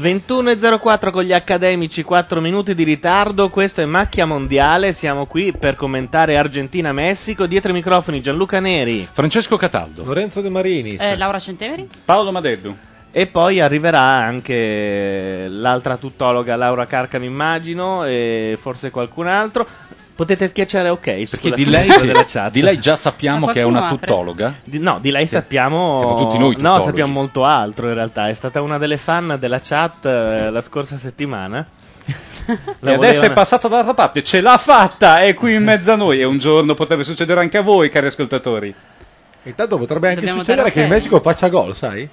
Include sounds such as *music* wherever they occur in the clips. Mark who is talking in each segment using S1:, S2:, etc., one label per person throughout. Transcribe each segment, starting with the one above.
S1: 21.04 con gli accademici, 4 minuti di ritardo, questo è Macchia Mondiale, siamo qui per commentare Argentina-Messico, dietro i microfoni Gianluca Neri,
S2: Francesco Cataldo,
S1: Lorenzo De Marini
S3: Eh, Laura Centeveri?
S1: Paolo Madeddu. E poi arriverà anche l'altra tuttologa Laura Carcano, immagino, e forse qualcun altro. Potete schiacciare ok,
S2: perché
S1: sulla
S2: di lei,
S1: finestra della chat.
S2: di lei già sappiamo
S1: Ma
S2: che è una
S1: qualcuno apre?
S2: tuttologa.
S1: Di- no, di lei sappiamo.
S2: Siamo tutti noi
S1: No,
S2: tuttologi.
S1: sappiamo molto altro in realtà. È stata una delle fan della chat eh, la scorsa settimana.
S4: E adesso è passata dall'altra parte, ce l'ha fatta, è qui in mezzo a noi e un giorno potrebbe succedere anche a voi, cari ascoltatori.
S5: Intanto potrebbe anche
S4: Dobbiamo
S5: succedere
S4: dare
S5: che il
S4: ok.
S5: Messico faccia gol, sai?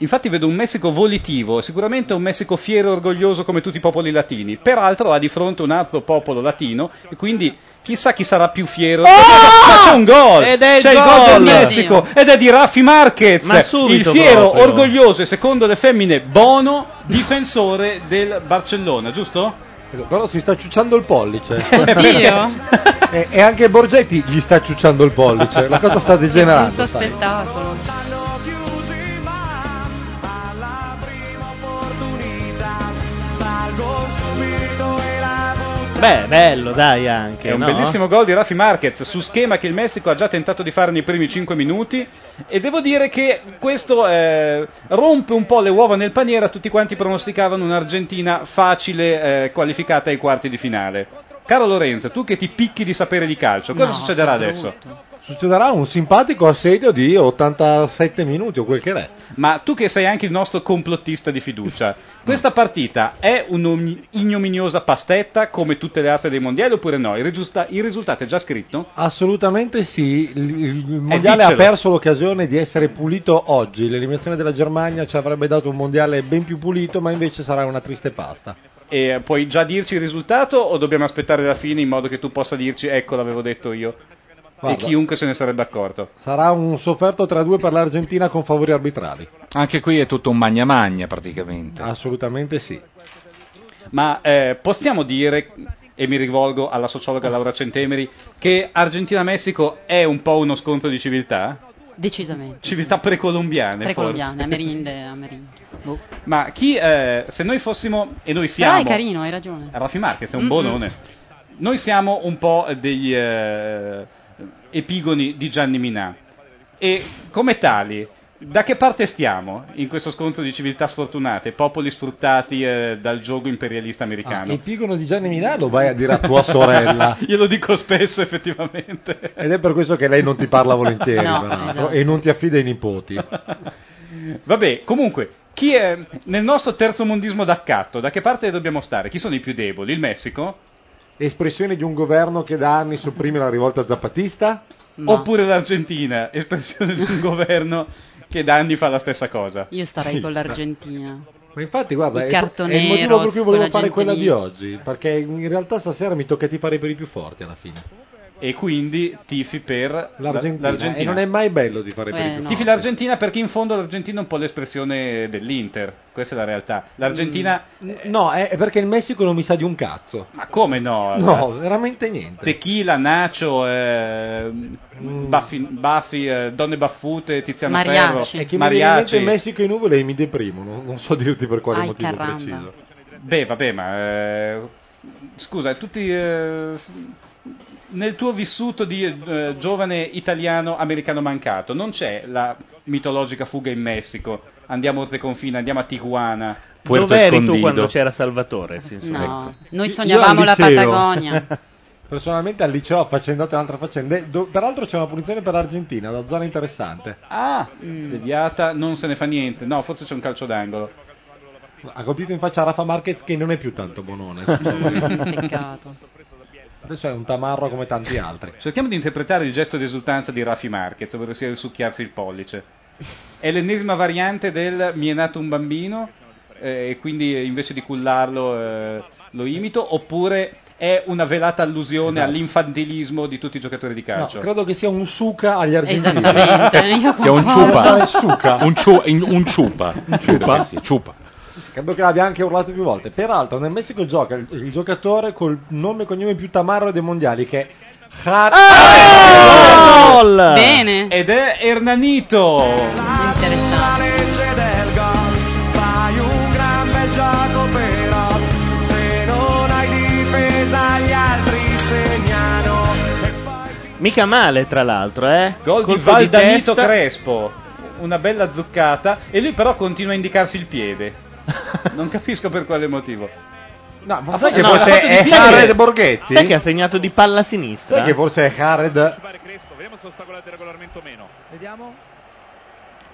S4: Infatti vedo un Messico volitivo, sicuramente un Messico fiero e orgoglioso come tutti i popoli latini, peraltro ha di fronte un altro popolo latino e quindi chissà chi sarà più fiero. Ma c'è un gol!
S1: Ah! Ed è il
S4: c'è il
S1: gol!
S4: gol del Messico ed è di Raffi Marquez,
S1: Ma subito
S4: il fiero,
S1: proprio.
S4: orgoglioso e secondo le femmine Bono, difensore del Barcellona, giusto?
S5: Però si sta ciucciando il
S4: *laughs*
S5: pollice.
S3: Oddio.
S5: *laughs* e, e anche Borgetti gli sta ciucciando il pollice. La
S4: *laughs*
S5: cosa sta degenerando.
S3: Tutto
S5: sai.
S3: spettacolo.
S6: Salgo subito e la
S1: Beh, bello, dai, anche.
S4: È un
S1: no?
S4: bellissimo gol di Rafi Marquez su schema che il Messico ha già tentato di fare nei primi 5 minuti e devo dire che questo eh, rompe un po' le uova nel paniere a tutti quanti pronosticavano un'Argentina facile eh, qualificata ai quarti di finale. Caro Lorenzo, tu che ti picchi di sapere di calcio, cosa
S5: No,
S4: succederà
S5: che brutto.
S4: adesso?
S5: Succederà un simpatico assedio di 87 minuti o quel che è.
S4: Ma tu che sei anche il nostro complottista di fiducia, questa partita è un'ignominiosa pastetta come tutte le altre dei mondiali oppure no? Il, risulta- il risultato è già scritto?
S5: Assolutamente sì, il, il- il mondiale ha
S4: Eh, diccelo.
S5: perso l'occasione di essere pulito oggi. L'eliminazione della Germania ci avrebbe dato un mondiale ben più pulito, ma invece sarà una triste pasta.
S4: E puoi già dirci il risultato o dobbiamo aspettare la fine in modo che tu possa dirci ecco l'avevo detto io?
S5: Guarda.
S4: E chiunque se ne sarebbe accorto.
S5: Sarà un sofferto 3-2 per l'Argentina con favori arbitrali.
S2: Anche qui è tutto un magna magna praticamente.
S5: Assolutamente sì.
S4: Ma eh, possiamo dire, e mi rivolgo alla sociologa Laura Centemeri, che Argentina-Messico è un po' uno scontro di civiltà?
S3: Decisamente.
S4: Civiltà precolombiane,
S3: Precolombiane,
S4: forse.
S3: amerindie,
S4: *laughs*
S3: amerindie. Boh.
S4: Ma chi, eh, se noi fossimo, e noi
S3: Però
S4: siamo...
S3: è carino, hai ragione.
S4: Raffi Marquez è
S3: Mm-mm.
S4: un bonone. Noi siamo un po' degli eh, epigoni di Gianni Minà. E come tali, da che parte stiamo in questo scontro di civiltà sfortunate, popoli sfruttati eh, dal gioco imperialista americano?
S5: Ah,
S3: Ah,
S5: Il pigono di Gianni Milano vai a dire
S4: *laughs*
S5: a tua sorella.
S4: Glielo dico spesso, effettivamente.
S5: Ed è per questo che lei non ti parla volentieri,
S4: No,
S5: peraltro,
S4: esatto.
S5: e non ti affida i nipoti.
S4: Vabbè, comunque, chi è nel nostro terzo mondismo d'accatto, da che parte dobbiamo stare? Chi sono i più deboli? Il Messico?
S5: Espressione di un governo che da anni sopprime la rivolta zapatista?
S4: Oppure l'Argentina, *laughs* espressione di un governo che da anni fa la stessa cosa.
S3: Io starei
S4: Sì.
S3: con l'Argentina.
S5: Ma infatti, guarda,
S3: I
S5: è,
S3: cartoneros,
S5: è il motivo per cui volevo
S3: quella
S5: fare
S3: gente
S5: quella
S3: lì.
S5: di oggi, perché in realtà stasera mi tocca tifare per i più forti alla fine.
S4: E quindi tifi per
S5: L'Argentina.
S4: la- l'Argentina.
S5: E non è mai bello tifare per i
S4: Eh,
S5: più
S4: no.
S5: forti.
S4: Tifi l'Argentina perché in fondo l'Argentina è un po' l'espressione dell'Inter. Questa è la realtà. L'Argentina,
S5: Mm. No, è è perché il Messico non mi sa di un cazzo.
S4: ma come no?
S5: No, veramente niente.
S4: Tequila, Nacho, eh,
S5: Mm.
S4: baffi, baffi, eh, donne baffute, Tiziano
S5: È
S4: Ferro,
S5: che mi viene in mente
S4: mariachi.
S5: il Messico in nuvole e mi deprimono. Non so dirti per quale
S4: Ai
S5: motivo
S4: caramba.
S5: preciso.
S4: Beh, vabbè, ma eh, scusa, tutti eh, nel tuo vissuto di eh, giovane italiano americano mancato, non c'è la mitologica fuga in Messico? Andiamo oltre confine, andiamo a Tijuana.
S1: Dove eri tu quando c'era Salvatore? Sì, insomma.
S3: No, noi sognavamo la Patagonia.
S5: *laughs* Personalmente al liceo faccendate un'altra faccenda. do- peraltro c'è una punizione per l'Argentina, la zona interessante.
S4: Ah, deviata, non se ne fa niente. No, forse c'è un calcio d'angolo.
S5: Ha colpito in faccia Rafa Marquez che non è più tanto bonone.
S4: *laughs*
S5: *laughs*
S3: Peccato.
S5: Adesso è un tamarro come tanti altri.
S4: Cerchiamo di interpretare il gesto di esultanza di Raffi Marquez, ovvero sia il succhiarsi il pollice. È l'ennesima variante del mi è nato un bambino eh, e quindi eh, invece di cullarlo eh, lo imito, oppure è una velata allusione
S5: Esatto.
S4: all'infantilismo di tutti i giocatori di
S5: No,
S4: calcio.
S5: credo che sia un suca agli argentini. *laughs*
S2: Sia
S1: *laughs*
S2: un
S5: Cosa
S2: ciupa.
S5: è suca?
S2: Un, ciu- in- un ciupa. Un
S5: ciupa?
S2: Sì, ciupa.
S5: Credo che l'abbia anche urlato più volte. Peraltro, nel Messico gioca il, il giocatore col nome e cognome più tamarro dei mondiali, che è Ah! Jar-
S3: Ah! Bene.
S4: Ed è Hernanito.
S3: Interessante.
S6: legge del gol, fai un gran bel gioco.
S1: Mica male, tra l'altro, eh.
S4: Gol di
S1: Colpo
S4: Valdaniso
S1: testa.
S4: Crespo, una bella zuccata e lui però continua a indicarsi il piede. Non capisco per quale motivo.
S5: No,
S4: ma
S5: sai
S4: forse
S5: che forse
S4: l'ha fatto
S5: è
S4: di
S5: Jared
S4: piede.
S5: Borghetti?
S1: Sai che ha segnato di palla a sinistra?
S5: Sai che forse è Jared?
S7: Vediamo se ostacolate regolarmente o meno. Vediamo.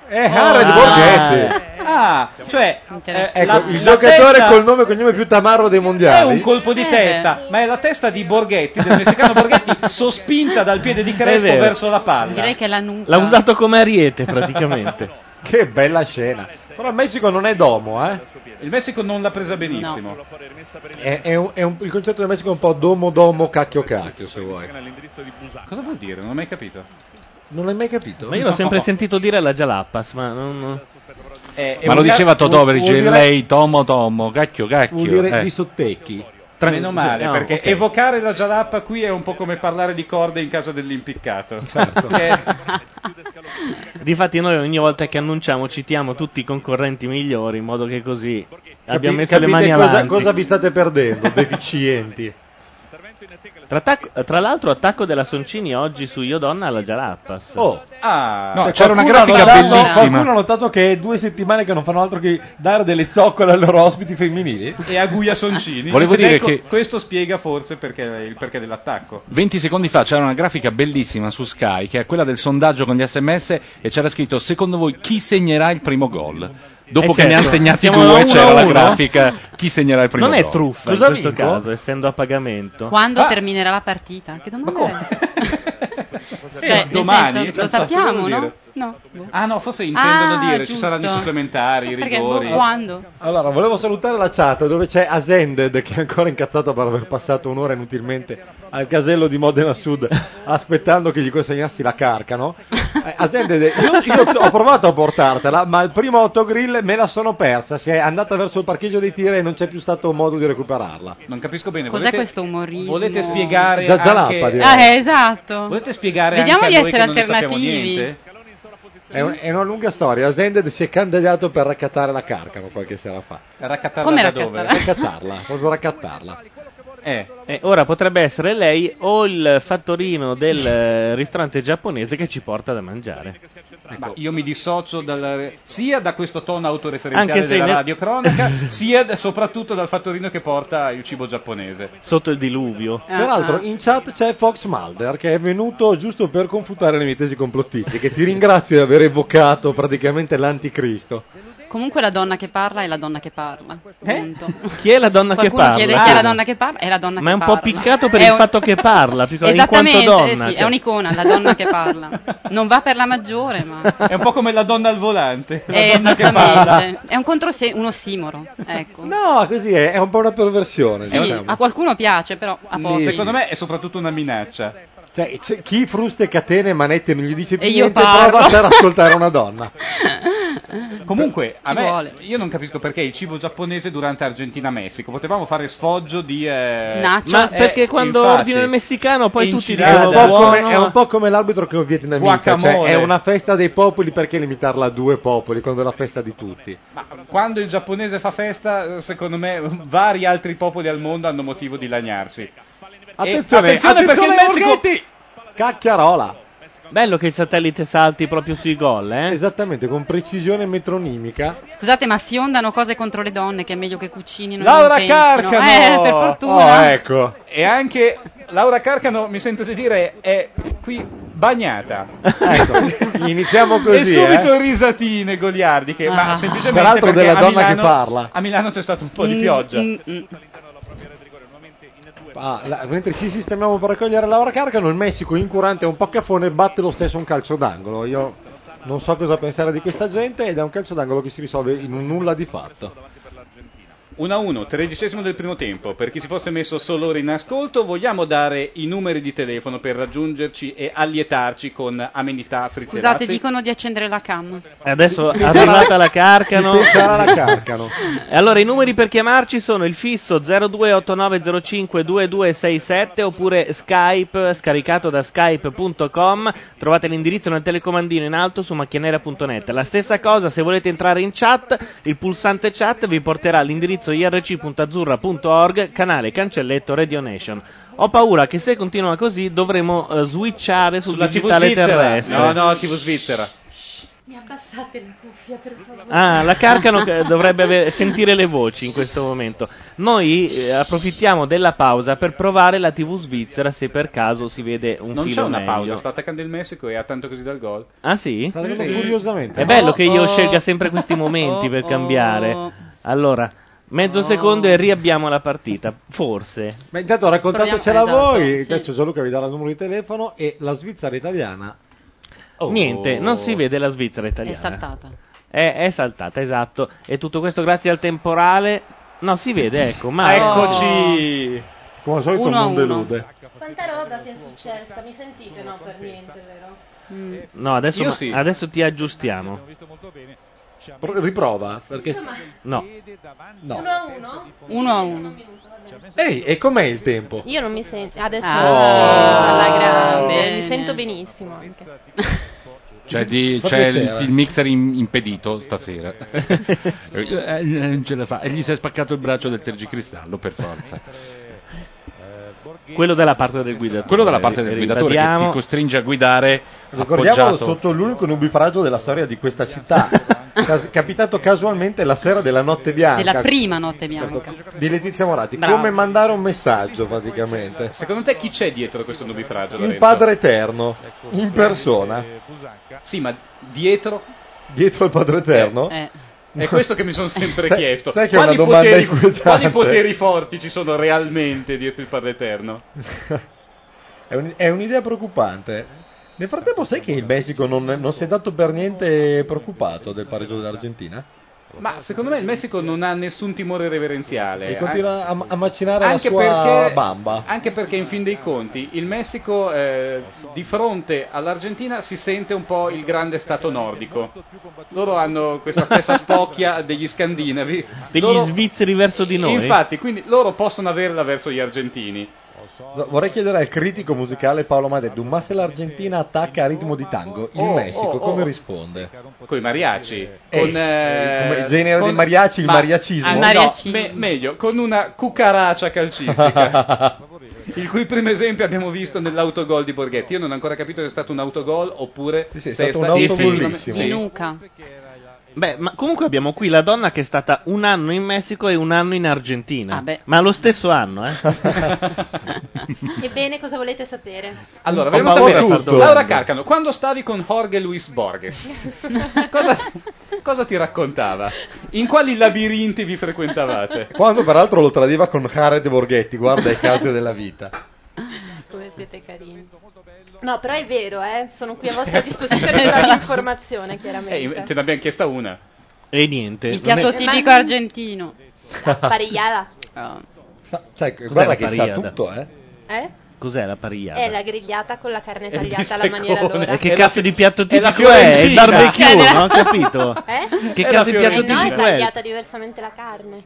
S4: Eh,
S5: È Jared Borghetti.
S4: Ah, cioè,
S5: Eh,
S4: eh,
S5: ecco,
S4: la-
S5: il
S4: la
S5: giocatore
S4: testa-
S5: col nome e cognome più tamarro dei mondiali.
S4: È un colpo di
S5: Eh,
S4: testa, ma è la testa di Borghetti, del messicano Borghetti,
S3: *laughs*
S4: sospinta dal piede di Crespo
S1: vero.
S4: verso la palla.
S3: Direi che è la nuca.
S1: L'ha usato come ariete, praticamente.
S5: che bella scena. Però il Messico non è domo, eh.
S4: Il Messico non l'ha presa benissimo.
S5: È, è un- è un- il concetto del Messico è un po' domo domo cacchio cacchio, se vuoi.
S4: Cosa vuol dire? Non ho mai capito.
S5: Non l'hai mai capito?
S1: Ma io l'ho sempre sentito dire alla Jalappas, ma non...
S2: Ma lo diceva Totò per dire lei, Tomo Tomo, cacchio cacchio.
S4: vuol dire
S2: eh.
S4: di
S5: sottecchi.
S4: Meno male, perché evocare la giallappa qui è un po' come parlare di corde in casa dell'impiccato.
S5: Certo.
S1: Difatti noi ogni volta che annunciamo citiamo tutti i concorrenti migliori, in modo che così abbiamo messo le
S5: capite
S1: mani
S5: cosa,
S1: avanti.
S5: cosa vi state perdendo, deficienti?
S1: Tra, tac- tra l'altro attacco della Soncini oggi su Io Donna alla Jalappas.
S5: Oh.
S4: Ah,
S1: No,
S8: Cioè,
S1: c'era una
S8: qualcuno
S1: grafica
S8: ha notato-
S1: bellissima.
S8: Qualcuno ha notato che è due settimane che non fanno altro che dare delle zoccole ai loro ospiti femminili.
S4: *laughs* e a Guia Soncini.
S2: Volevo
S4: Ed
S2: dire
S4: ecco,
S2: che-
S4: Questo spiega forse perché, il perché dell'attacco.
S2: 20 secondi fa c'era una grafica bellissima su Sky che è quella del sondaggio con gli sms e c'era scritto secondo voi chi segnerà il primo gol? Dopo
S1: Eh,
S2: che ne
S1: certo.
S2: hanno segnati
S1: Siamo a
S2: due
S1: uno a
S2: c'era la
S1: uno.
S2: grafica chi segnerà il primo
S1: Non
S2: gol.
S1: è truffa
S2: Cosa
S1: in questo
S2: vinco?
S1: caso, essendo a pagamento.
S3: Quando
S4: Ah!
S3: terminerà la partita? Che domanda è?
S4: *laughs* Eh,
S3: Cioè, nel
S4: domani,
S3: senso,
S4: non
S3: lo
S4: so,
S3: sappiamo,
S4: cosa vuol
S3: no?
S4: dire?
S3: No.
S4: Ah no, forse intendono dire ci saranno i
S3: giusto.
S4: supplementari, i
S3: Perché,
S4: rigori.
S3: boh, quando?
S5: Allora, volevo salutare la chat dove c'è Asended che è ancora incazzato per aver passato un'ora inutilmente al casello di Modena Sud *laughs* aspettando che gli consegnassi la carca, no? Eh, Asended, io, io ho provato a portartela, ma il primo autogrill me la sono persa, si è andata verso il parcheggio dei tir e non c'è più stato modo di recuperarla.
S4: Non capisco bene.
S3: Cos'è
S4: volete-
S3: questo umorismo?
S4: Volete spiegare
S5: Già- già
S4: anche...
S5: l'appa, direi.
S3: Ah, eh, esatto.
S4: Volete spiegare
S3: Vediamo
S4: anche
S3: di
S4: a noi
S3: essere
S4: che non ne sappiamo
S3: alternativi.
S4: niente?
S5: È, un- è una lunga storia, Asended si è candidato per raccattare la carcano qualche sera fa.
S4: Raccattarla Come da dove? raccattarla?
S5: Raccattarla, proprio raccattarla.
S1: Eh, ora potrebbe essere lei o il fattorino del eh, ristorante giapponese che ci porta da mangiare.
S3: Ecco.
S4: Ma io mi dissocio dal- sia da questo tono autoreferenziale
S1: Anche se
S4: della
S1: ne- *laughs*
S4: radiocronaca, sia da- soprattutto dal fattorino che porta il cibo giapponese.
S1: Sotto il diluvio.
S3: Ah,
S5: Peraltro in chat c'è Fox Mulder che è venuto giusto per confutare le mie tesi complottistiche. Ti ringrazio di aver evocato praticamente l'anticristo.
S3: Comunque la donna che parla è la donna che parla.
S4: Eh?
S3: Punto.
S1: Chi è la donna che
S3: Qualcuno
S1: parla? Ah,
S3: chiede chi è
S4: Ah.
S3: la donna che parla? È la
S1: Ma
S3: donna
S1: è
S3: che
S1: un
S3: parla.
S1: po' piccato
S3: *laughs*
S1: per il
S3: un-
S1: fatto che parla, più che- in
S3: Esattamente, eh
S1: quanto donna,
S3: sì,
S1: cioè.
S3: è un'icona, la donna che parla. Non va per la maggiore, ma
S4: È un po' come la donna al volante. La
S3: è
S4: donna che parla.
S3: Eh, esattamente. È un controsenso, un ossimoro, ecco.
S5: No, così è, è un po' una perversione.
S3: Sì, Ah.
S5: diciamo.
S3: a qualcuno piace, però a
S5: Sì,
S3: pochi.
S5: secondo
S4: me è soprattutto una minaccia.
S5: Cioè, c'è chi frusta e catene manette non gli dice più
S3: E io
S5: niente,
S3: parlo.
S5: prova per ascoltare una
S3: *laughs*
S5: donna.
S4: Comunque, a
S5: Ci
S4: me-
S5: vuole.
S4: io non capisco perché il cibo giapponese durante Argentina-Messico. Potevamo fare sfoggio di... Eh...
S1: Ma perché quando
S4: infatti.
S1: ordino il messicano poi tutti
S5: È
S1: dicono
S5: un, po
S1: buono,
S5: come, è un po' come l'arbitro che ho vietnamita,
S4: Guacamole.
S5: cioè è una festa dei popoli perché limitarla a due popoli quando è la festa di tutti.
S4: Ma um, quando il giapponese fa festa, secondo me um, vari altri popoli al mondo hanno motivo di lagnarsi.
S5: Attenzione,
S4: perché il
S5: attenzione,
S4: Messico...
S5: Borghetti! Cacchiarola.
S1: Bello che il satellite salti proprio sui gol, eh?
S5: Esattamente, con precisione metronimica.
S3: Scusate, ma fiondano cose contro le donne che è meglio che cucinino.
S4: Laura
S3: non pensino.
S4: Carcano!
S3: Eh, per fortuna.
S5: ecco.
S4: E anche Laura Carcano, mi sento di dire, è qui bagnata.
S2: *laughs*
S5: Iniziamo
S4: e
S5: così.
S4: subito
S5: eh.
S4: risatine goliardi che
S5: Ah.
S4: Eh, ma semplicemente
S5: Peraltro
S4: perché
S5: della
S4: a
S5: donna che
S4: Milano-
S5: parla.
S4: a Milano c'è stato un po' di
S5: Mm,
S4: pioggia
S5: mm, Ah, la- mentre ci sistemiamo per raccogliere Laura Carcano, il Messico incurante è un poccafone batte lo stesso un calcio d'angolo. Io non so cosa pensare di questa gente ed è un calcio d'angolo che si risolve in un nulla di fatto.
S4: 1-1 tredicesimo del primo tempo per chi si fosse messo solo ora in ascolto vogliamo dare i numeri di telefono per raggiungerci e allietarci con amenità
S3: Scusate,
S4: fritterazzi
S3: dicono di accendere la cam.
S1: Adesso è
S4: *laughs* Ci
S1: arrivata
S4: penserà-
S1: la Carcano.
S4: ci penserà la Carcano.
S1: E allora i numeri per chiamarci sono il fisso 0289052267 oppure Skype scaricato da skype.com. Trovate l'indirizzo nel telecomandino in alto su macchianera.net. La stessa cosa se volete entrare in chat, il pulsante chat vi porterà all'indirizzo indirizzo irc.azzurra.org, canale cancelletto Radio Nation. Ho paura che se continua così dovremo eh, switchare sul
S4: Sulla TV
S1: digitale
S4: svizzera.
S1: terrestre.
S4: No, no, TV svizzera.
S9: Mi abbassate la cuffia, per favore.
S1: Ah, la Carcano che
S9: *laughs*
S1: dovrebbe ave- sentire le voci in questo momento. Noi eh, approfittiamo della pausa per provare la TV svizzera se per caso si vede un
S4: Non c'è
S1: filo
S4: una
S1: meglio.
S4: pausa, sta attaccando il Messico e ha tanto così dal gol.
S1: Ah sì?
S4: Sta arrivando Sì. furiosamente.
S1: È bello che io
S4: Oh, oh.
S1: scelga sempre questi momenti per
S4: Oh, oh.
S1: cambiare. Allora, mezzo secondo e riabbiamo la partita. Forse.
S5: Ma intanto raccontatecela
S1: Proviamo- esatto,
S5: voi.
S1: sì.
S5: Adesso Gianluca vi darà il numero di telefono e la Svizzera italiana.
S4: Oh.
S1: Niente, non si vede la Svizzera italiana.
S3: È saltata.
S1: È, è saltata, esatto. E tutto questo grazie al temporale. No, si vede, ecco. Ma
S4: Eccoci!
S5: Come al
S1: solito
S3: Oh. Uno a non uno.
S1: delude.
S9: Quanta roba che è successa, mi sentite? No, per niente, vero? Mm.
S1: No, adesso,
S5: Io
S1: ma-
S5: sì.
S1: adesso ti aggiustiamo.
S5: Pro- riprova, perché...
S1: No.
S5: No.
S9: Uno a uno?
S3: Uno a uno.
S5: Ehi, e com'è il tempo? Oh.
S9: Io non mi sento. Adesso
S3: Ah,
S9: sì, alla
S3: oh.
S9: grande.
S3: Bene.
S9: Mi sento benissimo anche.
S2: Cioè, di-
S5: Fa
S2: c'è il,
S5: piacere.
S2: il mixer im- impedito *laughs* stasera. Eh, non ce la fa. E gli si è spaccato il braccio del tergicristallo per forza.
S1: Quello della parte del guidatore. Eh,
S2: Quello dalla parte del guidatore che ti
S1: Ribadiamo.
S2: costringe a guidare
S5: Ricordiamo
S2: appoggiato.
S5: sotto l'unico nubifragio della storia di questa città. Cas- capitato casualmente la sera della notte bianca.
S3: Della prima notte bianca.
S5: Di Letizia Morati.
S3: Bravo.
S5: Come mandare un messaggio praticamente.
S4: Secondo te chi c'è dietro questo nubifragio?
S5: Il
S4: Lorenzo?
S5: padre eterno, in persona,
S4: Eh, Sì, ma dietro?
S5: dietro il padre eterno.
S4: Eh. È questo che mi sono sempre
S5: Sai-
S4: chiesto.
S5: sai che è
S4: quali,
S5: una domanda
S4: poteri,
S5: inquietante?
S4: quali poteri forti ci sono realmente dietro il Padre Eterno?
S5: È, un- è un'idea preoccupante. Nel frattempo, sai che il Messico non, non si è dato per niente preoccupato del pareggio dell'Argentina?
S4: Ma secondo me il Messico non ha nessun timore reverenziale.
S5: E continua a, a macinare la
S4: anche
S5: sua
S4: perché,
S5: bamba.
S4: anche perché in fin dei conti il Messico eh, di fronte all'Argentina si sente un po' il grande stato nordico. Loro hanno questa stessa spocchia degli scandinavi.
S1: Degli
S4: Loro-
S1: svizzeri verso di noi.
S4: Infatti, quindi loro possono averla verso gli argentini.
S5: No, Vorrei chiedere al critico musicale Paolo Madeddu, ma se l'Argentina attacca a ritmo di tango, il
S4: Oh,
S5: Messico
S4: oh, oh.
S5: come risponde?
S4: Con i mariachi.
S5: Eh,
S4: con, eh,
S5: come il genere
S4: con-
S5: dei mariaci, il
S4: ma-
S5: mariacismo.
S4: ah, no,
S5: Mariacismo.
S4: me- meglio, con una cucaraccia
S5: *laughs*
S4: calcistica. il cui primo esempio abbiamo visto nell'autogol di Borghetti. Io non ho ancora capito se è stato un autogol oppure
S5: sì,
S4: se
S5: è stato un autogollissimo.
S4: Sì.
S3: Di nuca.
S1: Beh, ma comunque abbiamo qui la donna che è stata un anno in Messico e un anno in Argentina.
S3: Ah, beh.
S1: ma lo stesso anno,
S5: *laughs*
S1: eh.
S9: Ebbene, cosa volete sapere?
S4: Allora,
S1: Ho
S4: vogliamo
S1: paura
S4: sapere,
S1: a far domande.
S4: Laura Carcano, quando stavi con Jorge Luis Borges, cosa, cosa ti raccontava? In quali labirinti vi frequentavate?
S5: Quando peraltro lo tradiva con Jared Borghetti, guarda i casi della vita.
S9: Come siete carini. No, però è vero, eh. Sono qui a
S1: *laughs*
S9: vostra disposizione per ogni informazione,
S4: Eh,
S9: chiaramente.
S4: te ne abbiamo chiesta una.
S1: E niente.
S3: Il piatto tipico
S9: Ma-
S3: argentino.
S1: *laughs*
S9: Parigliada.
S5: Ah. Sa- cioè,
S1: Cos'è
S5: guarda
S1: la
S5: che sa
S1: parigliada?
S5: tutto, eh.
S9: Eh?
S1: Cos'è la pariglia?
S9: È la grigliata con la carne
S1: È il
S9: tagliata alla maniera
S1: bisteccone.
S9: loro.
S1: E *laughs* che cazzo di piatto
S4: è la
S1: tipico è? Il
S4: fiorentina.
S9: *laughs*
S1: barbecue,
S4: Cioè,
S1: no? Ho capito.
S9: Eh?
S1: Che
S4: È la
S1: cazzo di piatto
S9: Eh no, è
S1: tipico è?
S9: tagliata diversamente la carne.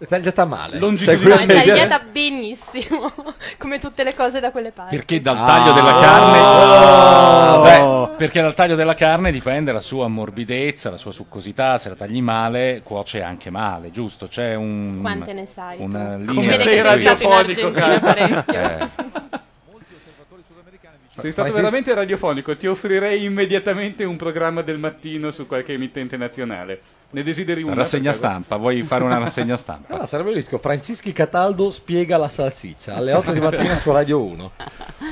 S5: È tagliata male. Cioè,
S9: No,
S5: Longitudinale.
S9: è tagliata benissimo, *laughs* come tutte le cose da quelle parti.
S2: Perché dal taglio della
S1: Ah!
S2: carne, Beh, perché dal taglio della carne dipende la sua morbidezza, la sua succosità. Se la tagli male, cuoce anche male, giusto? C'è un
S9: Quante ne sai? tu?
S2: una linea
S4: Come
S2: di Eh,
S4: sei
S2: seguito.
S4: radiofonico,
S9: in Argentina,
S4: cara.
S2: parecchio.
S4: Sei stato
S5: Ma esiste-
S4: veramente radiofonico, ti offrirei immediatamente un programma del mattino su qualche emittente nazionale. Ne desideri una?
S2: rassegna
S4: per favore?
S2: stampa, vuoi fare una rassegna stampa?
S5: Allora, Ah, sarebbe il rischio. Francischi Cataldo spiega la salsiccia alle 8 di mattina su Radio 1.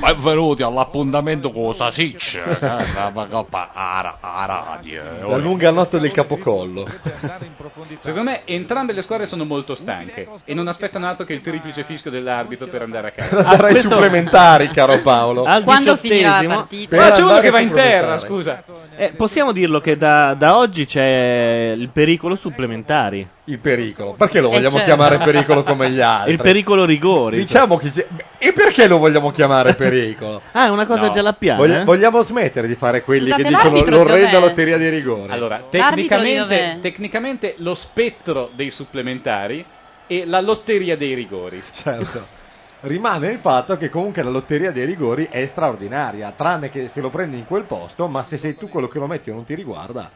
S2: Benvenuti all'appuntamento con Eh, Sasiccia, a radio.
S5: La lunga notte del capocollo.
S4: *laughs* Secondo me entrambe le squadre sono molto stanche e non aspettano altro che il triplice fischio dell'arbitro per andare a casa.
S5: Andare ai supplementari, caro Paolo.
S1: Ah, Al
S4: Quando finirà la
S1: diciottesimo-
S4: partita? Ma c'è uno che va in terra, scusa.
S1: Eh, possiamo dirlo che da, da oggi c'è il pericolo supplementari.
S5: Il pericolo? Perché lo
S1: Eh,
S5: vogliamo
S1: certo.
S5: chiamare pericolo
S1: *laughs*
S5: come gli altri?
S1: Il pericolo rigori.
S5: Diciamo che c'è- E perché lo vogliamo chiamare pericolo?
S1: Ah, è una cosa
S5: No.
S1: giallappiana.
S5: Voglia-
S1: eh?
S5: vogliamo smettere di fare quelli
S1: Scusate,
S5: che dicono
S1: l'arbitro
S5: l'orrenda
S1: dov'è?
S5: lotteria di rigore.
S4: Allora,
S1: L'arbitro di
S4: tecnicamente, tecnicamente lo spettro dei supplementari e la lotteria dei rigori.
S5: Certo. Rimane il fatto che comunque la lotteria dei rigori è straordinaria, tranne che se lo prendi in quel posto, ma se sei tu quello che lo metti o non ti riguarda,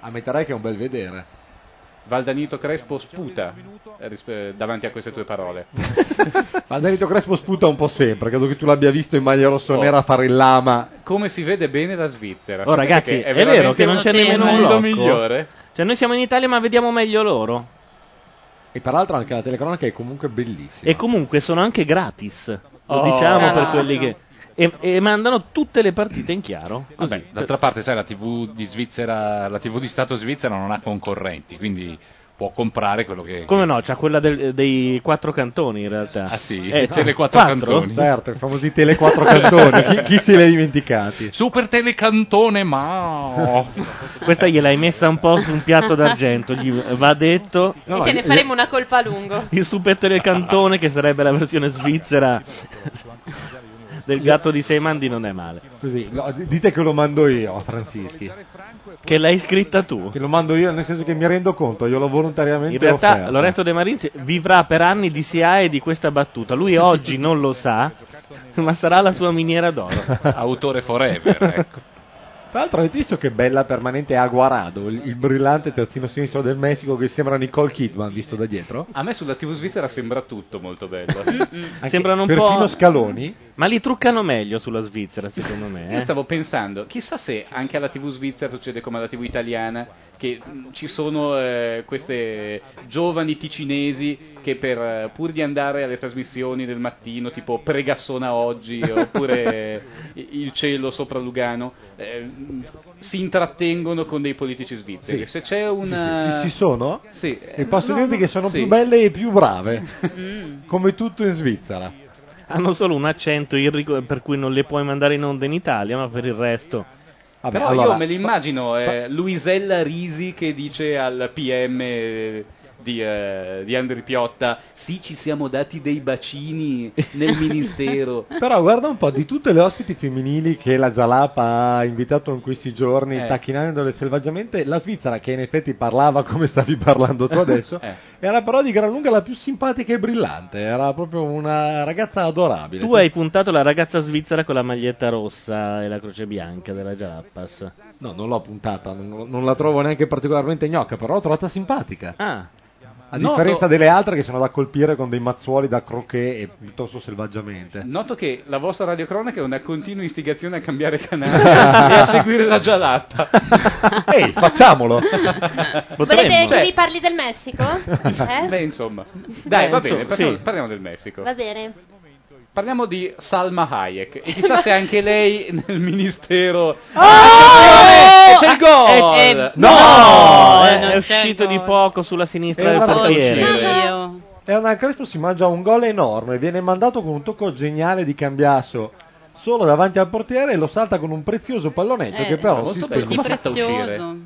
S5: ammetterai che è un bel vedere.
S4: Valdanito Crespo sputa eh, rispe- davanti a queste tue parole.
S5: Valdanito Crespo sputa un po' sempre, credo che tu l'abbia visto in maglia rossonera
S4: Oh.
S5: fare il lama.
S4: Come si vede bene la Svizzera.
S1: Oh, ragazzi,
S4: Perché
S1: è, vero che non c'è
S4: veramente
S1: nemmeno
S4: un
S1: un
S4: mondo
S1: locco.
S4: migliore.
S1: Cioè, noi siamo in Italia, ma vediamo meglio loro.
S5: E peraltro anche la telecronaca è comunque bellissima.
S1: E comunque sono anche gratis. Lo
S2: Oh.
S1: diciamo
S2: Ah,
S1: per
S2: no.
S1: quelli che. E, e mandano tutte le partite in chiaro. Così.
S2: Vabbè, d'altra parte, sai, la TV di Svizzera, la TV di Stato svizzera non ha concorrenti, quindi può comprare quello che.
S1: Come no? C'ha quella del- dei quattro cantoni in realtà.
S2: Ah, sì?
S1: Eh,
S2: C'è le quattro cantoni.
S1: *laughs*
S5: Certo, i famosi tele quattro cantoni, chi, chi se li è dimenticati?
S2: Super telecantone, ma.
S1: Questa gliel'hai messa un po' su un piatto d'argento. Gli va detto.
S9: e te ne faremo una colpa a lungo.
S1: Il super telecantone, che sarebbe la versione svizzera del gatto di sei mandi, non è male.
S5: Così, no, d- dite che lo mando io a Francischi.
S1: Che l'hai scritta tu?
S5: Che lo mando io nel senso che mi rendo conto, io l'ho volontariamente
S1: In realtà
S5: offerto.
S1: Lorenzo De Marinzi vivrà per anni di SIA e di questa battuta. Lui oggi non lo sa, ma sarà la sua miniera d'oro.
S2: Autore forever, ecco.
S5: Tra l'altro avete visto che bella permanente è Aguarado, il, il brillante terzino sinistro del Messico che sembra Nicole Kidman visto da dietro?
S4: A me sulla TV svizzera sembra tutto molto bello.
S5: Anche
S1: Sembrano un
S5: perfino
S1: po'.
S5: Scaloni.
S1: Mm, Ma li truccano meglio sulla Svizzera, secondo me.
S4: Io
S1: eh.
S4: stavo pensando, chissà se anche alla TV svizzera succede come alla TV italiana, che mh, ci sono eh, queste giovani ticinesi che per, eh, pur di andare alle trasmissioni del mattino, tipo Pregassona
S1: *laughs*
S4: oggi oppure eh, Il cielo sopra Lugano, eh, mh, si intrattengono con dei politici svizzeri.
S5: Sì.
S4: Se c'è una...
S5: Ci, ci sono?
S4: Sì, eh,
S5: E posso
S4: no,
S5: dirti
S4: no,
S5: che sono
S4: sì.
S5: più belle e più brave, Eh. come tutto in Svizzera.
S1: Hanno solo un accento irrico- per cui non le puoi mandare in onda in Italia, ma per il resto.
S5: Vabbè,
S4: Però
S5: allora,
S4: io me l'immagino eh, Luisella Risi che dice al PM eh, di, eh, di Andri Piotta: Sì, ci siamo dati dei bacini
S5: *laughs*
S4: nel ministero.
S5: Però guarda un po', di tutte le ospiti femminili che la Jalapa ha invitato in questi giorni,
S4: Eh.
S5: tacchinandole selvaggiamente, la Svizzera, che in effetti parlava come stavi parlando tu adesso,
S6: Eh.
S5: era però di gran lunga la più simpatica e brillante, era proprio una ragazza adorabile.
S1: Tu hai puntato la ragazza svizzera con la maglietta rossa e la croce bianca della Jalapas.
S5: No, non l'ho puntata, non, non la trovo neanche particolarmente gnocca, però l'ho trovata simpatica.
S1: Ah,
S5: A
S4: Noto-
S5: differenza delle altre che sono da colpire con dei mazzuoli da croquet e piuttosto selvaggiamente.
S4: Noto che la vostra radiocronaca è una continua istigazione a cambiare
S5: *laughs*
S4: canale e a seguire la giallata.
S5: Ehi,
S4: *laughs*
S5: facciamolo!
S9: Volete che
S4: Cioè-
S9: vi parli del Messico? Eh?
S4: Beh, insomma, dai,
S1: Eh,
S4: va
S1: insomma,
S4: bene, parliamo,
S1: sì.
S4: parliamo del Messico.
S9: Va bene.
S4: Parliamo di Salma Hayek. E chissà se anche lei *laughs* nel ministero. E Oh! c'è il gol!
S3: Eh, eh,
S4: no!
S1: No,
S3: eh,
S1: è,
S3: non
S1: è
S3: c'è
S1: uscito
S3: gol.
S1: di poco sulla sinistra
S5: Eh,
S1: del
S5: guarda,
S9: Ah,
S1: portiere.
S3: Oddio.
S5: Hernan Crespo si mangia un gol enorme, viene mandato con un tocco geniale di cambiasso solo davanti al portiere e lo salta con un prezioso pallonetto
S3: Eh,
S5: che però
S4: molto
S5: si
S4: bello.
S5: spegne
S3: Così
S4: Come ha fatto a uscire?
S3: prezioso.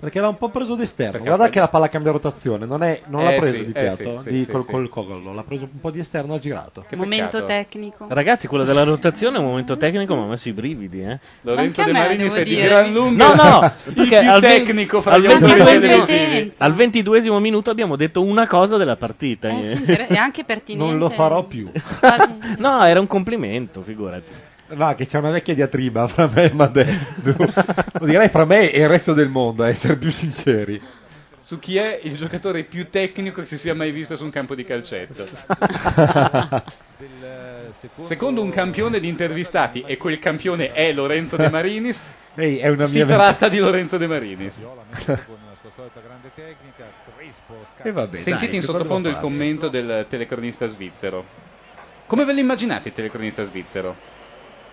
S5: perché l'ha un po' preso d'esterno.
S4: Perché
S5: Guarda
S4: ha preso-
S5: che la palla cambia rotazione, non, è- non l'ha
S4: Eh,
S5: preso
S4: sì,
S5: di
S4: eh,
S5: piatto,
S4: sì, sì,
S5: di
S4: sì,
S5: col,
S4: sì.
S5: col collo, l'ha preso un po' di esterno, ha girato.
S4: Che
S3: Momento
S4: peccato.
S3: tecnico.
S1: Ragazzi, quello della rotazione è un momento tecnico, ma ho messo i brividi, eh.
S4: Lorenzo
S3: Anche
S4: De
S3: a me,
S4: Marini
S3: devo
S4: sei di
S3: dire.
S4: gran lunga
S1: No, no,
S4: il
S1: perché
S4: più
S1: al ven-
S4: tecnico fra
S1: al
S4: gli autori
S1: 22esimo
S4: televisivi.
S1: Al ventiduesimo minuto abbiamo detto una cosa della partita.
S3: Eh,
S1: *laughs*
S3: sì, inter- è anche pertinente.
S5: Non lo farò più.
S3: Quasi-
S1: No, era un complimento, figurati.
S5: No, che c'è una vecchia diatriba fra me e Madeddu. Lo direi fra me e il resto del mondo, a essere più sinceri.
S4: Su chi è il giocatore più tecnico che si sia mai visto su un campo di
S5: *laughs*
S4: calcetto. Secondo un campione di intervistati, e quel campione è Lorenzo De Marinis,
S5: Ehi, è una
S4: si
S5: mia verità.
S4: tratta di Lorenzo De Marinis.
S5: E vabbè,
S4: Sentite
S5: dai,
S4: in
S5: che
S4: sottofondo il
S5: cosa devo
S4: commento del telecronista svizzero. Come ve lo immaginate il telecronista svizzero?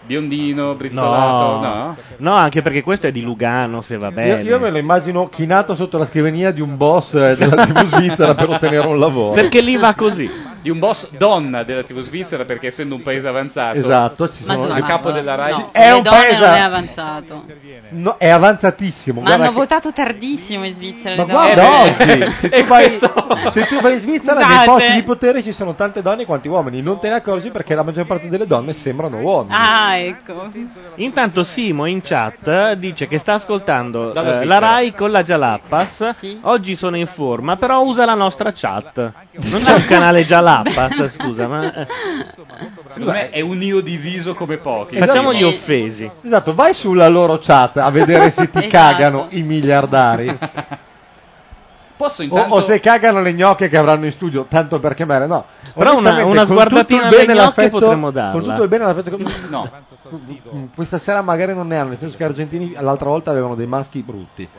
S4: Biondino, brizzolato, no?
S1: No, anche perché questo è di Lugano, se va
S5: fare?
S1: bene.
S5: Io, io me lo immagino chinato sotto la scrivania di un boss eh, della TV svizzera per ottenere un lavoro.
S1: Perché lì va così.
S4: Di un boss donna della TV svizzera perché essendo un paese avanzato.
S5: Esatto, ci sono
S3: Madonna,
S5: le-
S4: a capo della Rai.
S3: no,
S5: È
S3: le
S5: un
S3: donne
S5: paese-
S3: non è avanzato.
S5: no, è avanzatissimo.
S3: Ma
S5: guarda
S3: hanno
S5: che-
S3: votato tardissimo in Svizzera
S5: Ma
S3: le donne.
S5: guarda
S4: Eh, beh.
S5: oggi,
S1: *laughs*
S5: se tu, vai, se tu vai in Svizzera nei
S3: Scusate.
S5: posti di potere ci sono tante donne quanti uomini, non te ne accorgi perché la maggior parte delle donne sembrano uomini.
S3: Ah, ecco.
S1: Intanto Simo in chat eh, dice che sta ascoltando
S4: Dalla
S1: eh,
S4: Svizzera.
S1: la Rai con la Jalappas.
S3: Sì.
S1: Oggi sono in forma, però usa la nostra chat. Non c'è un canale Jalappas, scusa, ma eh,
S4: Secondo me è un io diviso come
S5: eh,
S4: pochi.
S5: diciamo
S1: facciamo gli
S3: Esatto.
S1: offesi.
S5: Esatto, vai
S3: *laughs*
S5: sulla loro chat a vedere se ti
S3: Esatto.
S5: cagano i miliardari.
S4: Posso
S5: O,
S4: intanto...
S5: o se cagano le gnocche che avranno in studio, tanto per chiamare, no.
S1: Però una-
S5: Onestamente,
S1: una
S5: con tutto il
S1: sguardatina alle
S5: bene e
S1: gnocche
S5: l'affetto-
S1: potremmo darla.
S5: Con tutto il bene e l'affetto che-
S4: No.
S5: Mm, Questa sera magari non ne hanno, nel senso che gli argentini l'altra volta avevano dei maschi brutti.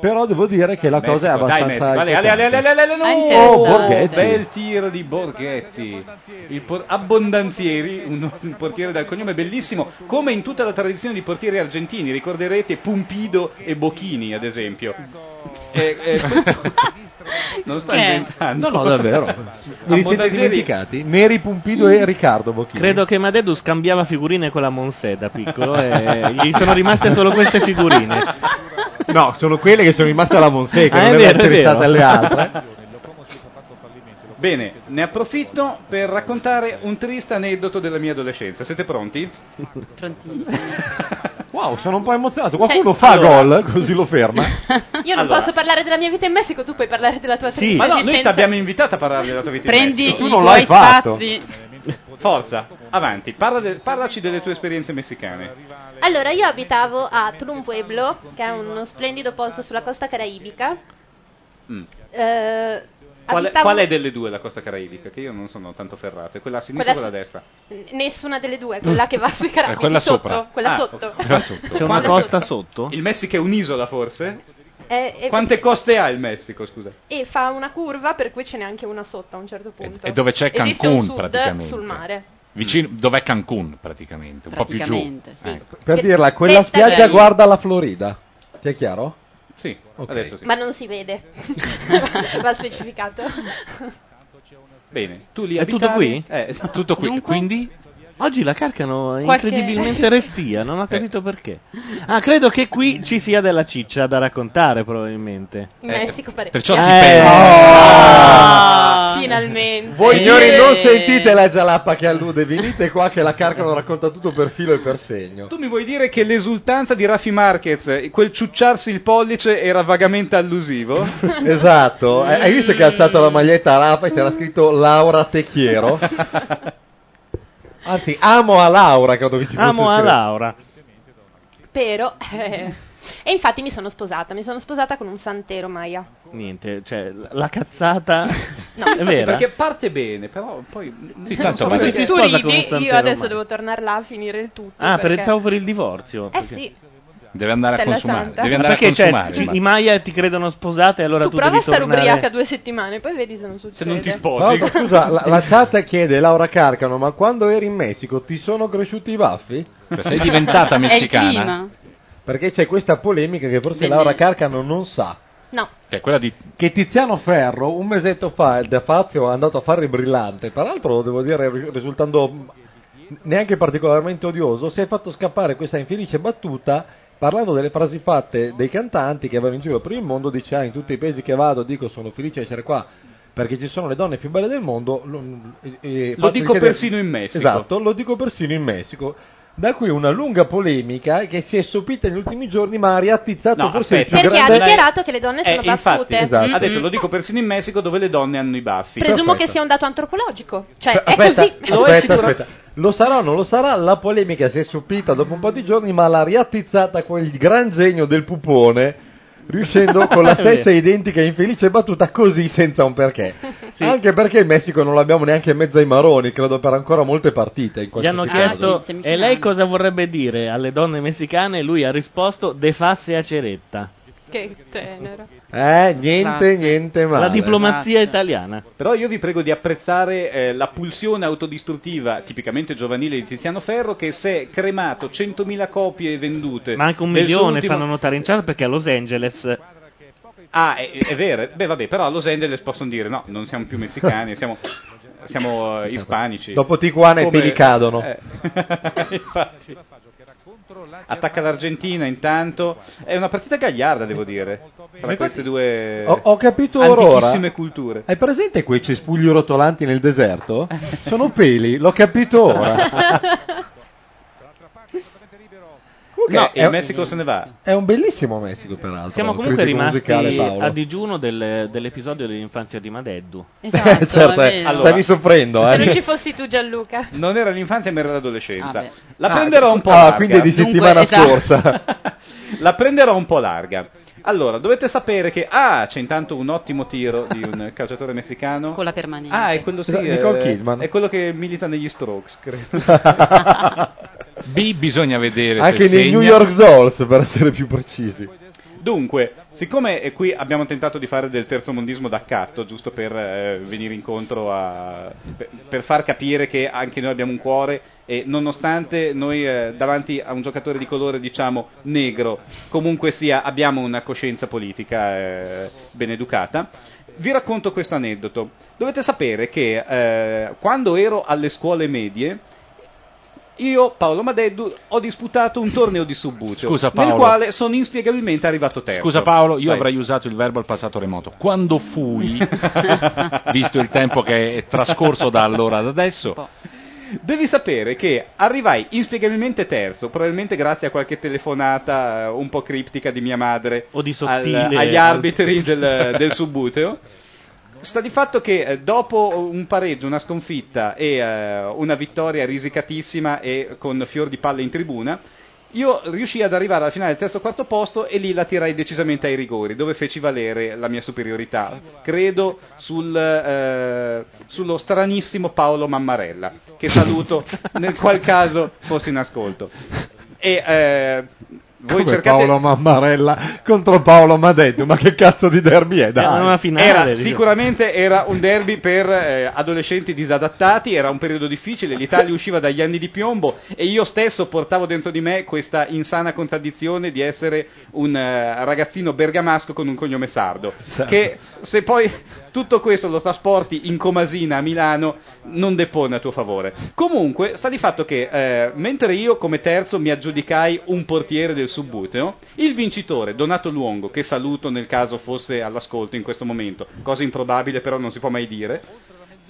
S5: Però devo dire che la cosa è
S4: Messico, dai,
S5: abbastanza.
S4: Messico, Ale, Ale, Ale, Ale,
S5: inquietante.
S4: Ale, Ale, no!
S5: Ah, interessante.
S4: Oh,
S5: Borghetti.
S4: Bel tir di Borghetti, il por- abbondanzieri, un, un portiere dal cognome bellissimo, come in tutta la tradizione di portieri argentini, ricorderete Pumpido e Bocchini, ad esempio. Eh, eh, questo- non lo sto
S5: Che è?
S4: inventando.
S5: No, no,
S4: *laughs*
S5: davvero. Vi siete
S4: Abbondanzieri-
S5: dimenticati? Neri Pumpido
S1: Sì.
S5: e Riccardo Bocchini.
S1: Credo che Madedu scambiava figurine con la Monse da piccolo e gli sono rimaste solo queste figurine.
S5: No, sono quelle che sono rimaste alla Monseca,
S1: Ah, è
S5: non erano
S1: vero, è
S5: interessate
S1: vero.
S5: alle
S1: *laughs*
S5: altre.
S4: Bene, ne approfitto per raccontare un triste aneddoto della mia adolescenza. Siete pronti?
S3: Prontissimo.
S5: Wow, sono un po' emozionato.
S9: Cioè,
S5: Qualcuno fa
S4: allora-
S5: gol, così lo ferma.
S9: Io non
S4: Allora.
S9: posso parlare della mia vita in Messico, tu puoi parlare della tua triste
S4: ma no, noi ti
S9: esistenza.
S4: abbiamo invitato a parlare della tua vita. in
S9: Prendi
S4: Messico.
S9: i Tu non l'hai tuoi fatto. spazi.
S4: Forza, avanti, parla del- parlaci delle tue esperienze messicane.
S9: Allora, io abitavo a Tulum Pueblo, che è uno splendido posto sulla costa caraibica.
S4: Mm.
S9: Eh,
S4: Qual, è-
S9: abitavo-
S4: qual è delle due la costa caraibica? Che io non sono tanto ferrato. È quella a sinistra o
S9: Quella
S4: quella a destra?
S9: N- Nessuna delle due, quella che va sui Caraibi.
S4: Eh, quella
S9: sotto,
S4: sopra.
S9: Quella
S4: Ah,
S9: sotto. *laughs*
S1: C'è una
S4: Quale-
S1: costa sotto?
S4: Il Messico è un'isola forse?
S9: Eh, eh,
S4: Quante coste ha il Messico, scusa?
S9: E fa una curva, per cui ce n'è anche una sotto a un certo punto.
S2: E- e dove c'è
S9: Esiste un
S2: Cancun,
S9: sud
S2: praticamente.
S9: sul mare.
S2: Vicino, dov'è Cancun praticamente? Un po' più giù.
S9: Praticamente, sì.
S2: Ecco.
S5: Per
S9: Che-
S5: dirla, quella
S9: detta
S5: spiaggia
S9: così.
S5: guarda la Florida. Ti è chiaro?
S4: Sì,
S5: Ok.
S4: adesso sì.
S9: Ma non si vede. va specificato.
S4: Bene, tu li
S1: È tutto
S4: abitavi-
S1: qui?
S4: Eh, no.
S1: Tutto qui. Dunque? Quindi? Oggi la carcano è
S4: Qualche-
S1: incredibilmente restia, non ho capito perché. Ah, credo che qui ci sia della ciccia da raccontare, probabilmente.
S9: In Messico parecchio.
S1: perciò si
S9: Eh.
S1: perde.
S9: Ah, Finalmente.
S5: Voi signori non sentite la gialappa che allude, venite qua che la carcano racconta tutto per filo e per segno.
S4: Tu mi vuoi dire che l'esultanza di Raffi Marquez, quel ciucciarsi il pollice era vagamente
S9: *laughs*
S4: allusivo?
S5: Esatto, hai hai visto che ha alzato la maglietta a Rafa e c'era scritto Laura Tecchiero? Anzi, amo a Laura, credo che ci fosse
S1: Amo a
S5: scritto.
S1: Laura.
S9: Però... eh, E infatti mi sono sposata. Mi sono sposata con un santero Maya.
S1: Niente, cioè, l- la cazzata è
S4: Infatti,
S1: vera.
S4: perché parte bene, però poi...
S1: Sì,
S4: non
S1: tanto
S4: so
S1: ma
S4: perché.
S1: ci si
S9: Tu
S1: sposa con un
S9: ridi, io
S1: santero
S9: adesso
S1: mai.
S9: devo tornare là a finire il tutto.
S1: Ah, per,
S9: perché-
S1: pensavo per il divorzio.
S9: Eh
S1: perché-
S9: sì,
S2: Deve andare
S9: Stella
S2: a consumare.
S9: Santa.
S2: Devi
S1: Ma
S2: andare
S1: perché,
S2: a
S1: cioè,
S2: consumare.
S1: i Maya ti credono sposate e allora tu,
S9: prova a
S1: devi
S9: stare
S1: tornare...
S9: ubriaca due settimane, poi vedi se non succede.
S5: Tra l'altro, scusa, la, la chat chiede Laura Carcano, ma quando eri in Messico ti sono cresciuti i baffi?
S2: Cioè, sei
S5: *laughs*
S2: diventata È il messicana? clima.
S5: Perché c'è questa polemica che forse
S9: Bene.
S5: Laura Carcano non sa.
S9: No.
S2: Che è Cioè, quella di
S5: Che Tiziano Ferro un mesetto fa, il Da Fazio, è andato a fare il brillante. Peraltro, devo dire, ri- risultando mh, neanche particolarmente odioso, si è fatto scappare questa infelice battuta parlando delle frasi fatte dei cantanti che vanno in giro per il mondo. Dice: Ah, in tutti i paesi che vado, dico sono felice di essere qua perché ci sono le donne più belle del mondo. Lo, e- e
S4: Lo
S5: faccio
S4: dico
S5: richiedere-
S4: persino in Messico.
S5: Esatto, lo dico persino in Messico. Da qui una lunga polemica che si è sopita negli ultimi giorni, ma ha riattizzato
S4: No,
S5: forse
S4: aspetta.
S5: il più
S9: Perché ha
S5: grande.
S9: dichiarato che le donne
S4: Eh,
S9: sono baffute.
S4: infatti,
S5: Esatto.
S4: ha detto,
S5: Mm.
S4: lo dico persino in Messico dove le donne hanno i baffi.
S9: Presumo
S5: Perfetto.
S9: che sia un dato antropologico. Cioè, è
S5: aspetta,
S9: così.
S4: Lo è
S5: aspetta,
S4: sicuro-
S5: aspetta. Lo sarà o non lo sarà? La polemica si è supplita dopo un po' di giorni, ma l'ha riattizzata quel gran genio del pupone.
S1: *laughs*
S5: Riuscendo con la stessa identica infelice battuta così senza un
S1: *laughs*
S5: perché. Anche perché il Messico non l'abbiamo neanche in mezzo ai maroni, credo per ancora molte partite. In
S1: Gli
S5: questo
S1: hanno
S5: caso.
S1: chiesto, e lei cosa vorrebbe dire alle donne messicane? E lui ha risposto, de fasse a ceretta.
S9: Che
S6: *laughs*
S9: tenero.
S5: Eh, niente,
S1: Classe.
S5: niente male.
S1: La diplomazia italiana.
S4: Però io vi prego di apprezzare eh, la pulsione autodistruttiva tipicamente giovanile di Tiziano Ferro che se è cremato 100.000 copie vendute.
S1: Ma anche un
S4: nel suo
S1: milione
S4: ultimo-
S1: fanno notare in chat perché a Los Angeles
S4: Ah, è, è vero. Beh, vabbè, però a Los Angeles possono dire no, non siamo più messicani, siamo, siamo eh, ispanici.
S5: Dopo Tijuana i
S4: Come-
S5: peli cadono.
S4: Eh, *laughs* Infatti. Attacca l'Argentina intanto. È una partita gagliarda, devo dire. Tra queste due
S5: Eh, Ho, ho capito or ora.
S4: antichissime culture.
S5: Hai presente quei cespugli rotolanti nel deserto? Sono peli, l'ho capito
S1: *laughs*
S5: ora. Comunque
S4: No,
S5: è
S4: il
S5: un-
S4: Messico se ne va.
S5: È un bellissimo Messico, peraltro.
S1: siamo
S5: il
S1: comunque
S5: critico
S1: rimasti
S5: musicale Paolo.
S1: a digiuno del- dell'episodio dell'infanzia di Madeddu.
S5: Esatto, Certo, è eh, vero. stavi soffrendo, eh.
S9: Se non ci fossi tu, Gianluca.
S4: *laughs* Non era l'infanzia, ma era l'adolescenza.
S9: Ah, beh.
S4: la
S5: Ah,
S4: prenderò un po'
S5: ah,
S4: larga. *laughs*
S5: quindi è di settimana Dunque, esatto. scorsa.
S4: la prenderò un po' larga. Allora, dovete sapere che ah, c'è intanto un ottimo tiro di un calciatore messicano
S3: con la permanente.
S4: Ah, è quello sì,
S5: Esatto, Nicole
S4: eh,
S5: Kidman.
S4: È quello che milita negli Strokes, credo.
S5: *laughs*
S4: *laughs*
S2: B bisogna vedere
S5: Anche
S2: se
S5: nei
S2: segna.
S5: New York Dolls, per essere più precisi.
S4: Dunque, siccome eh, qui abbiamo tentato di fare del terzomondismo d'accatto, giusto per eh, venire incontro a. Per, per far capire che anche noi abbiamo un cuore e nonostante noi eh, davanti a un giocatore di colore diciamo negro, comunque sia abbiamo una coscienza politica eh, ben educata. Vi racconto questo aneddoto. Dovete sapere che eh, quando ero alle scuole medie, io, Paolo Madeddu, ho disputato un torneo di subbucio
S2: Scusa,
S4: nel
S2: Paolo.
S4: quale sono inspiegabilmente arrivato terzo.
S2: Scusa Paolo, io
S4: Vai.
S2: avrei usato il verbo al passato remoto.
S4: *laughs*
S2: Quando fui, visto il tempo che è trascorso da allora ad adesso,
S4: Devi sapere che arrivai inspiegabilmente terzo, probabilmente grazie a qualche telefonata eh, un po' criptica di mia madre
S1: O di sottile.
S4: agli arbitri del,
S2: *laughs*
S4: del subbuteo. Sta di fatto che eh, dopo un pareggio, una sconfitta e eh, una vittoria risicatissima e con fior di palle in tribuna, io riuscii ad arrivare alla finale del terzo quarto posto e lì la tirai decisamente ai rigori, dove feci valere la mia superiorità, credo sul, eh, sullo stranissimo Paolo Mammarella, che saluto nel qual caso fosse in ascolto. E eh, voi
S5: Come
S4: cercate...
S5: Paolo Mammarella contro Paolo Madeddu, ma che cazzo di derby è? Dai.
S4: Era-
S1: diciamo.
S4: sicuramente era un derby per eh, adolescenti disadattati, era un periodo difficile, l'Italia usciva dagli anni di piombo e io stesso portavo dentro di me questa insana contraddizione di essere un eh, ragazzino bergamasco con un cognome sardo. Che se poi tutto questo lo trasporti in comasina a Milano non depone a tuo favore. Comunque, sta di fatto che eh, mentre io come terzo mi aggiudicai un portiere del subbuteo, il vincitore, Donato Luongo, che saluto nel caso fosse all'ascolto in questo momento, cosa improbabile però non si può mai dire,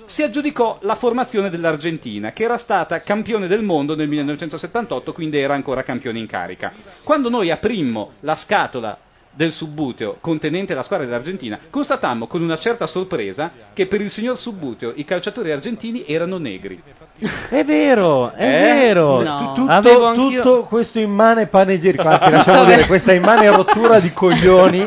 S4: si aggiudicò la formazione dell'Argentina, che era stata campione del mondo nel 1978, quindi era ancora campione in carica. Quando noi aprimmo la scatola del Subbuteo contenente la squadra dell'Argentina, constatammo con una certa sorpresa che per il signor Subbuteo i calciatori argentini erano negri.
S1: È vero, è
S4: Eh?
S1: vero.
S4: No.
S1: Tu- Avevo
S5: Tutto,
S1: anch'io-
S5: tutto questo immane panegirico, anche
S1: *laughs*
S5: lasciamo dire, questa immane rottura di coglioni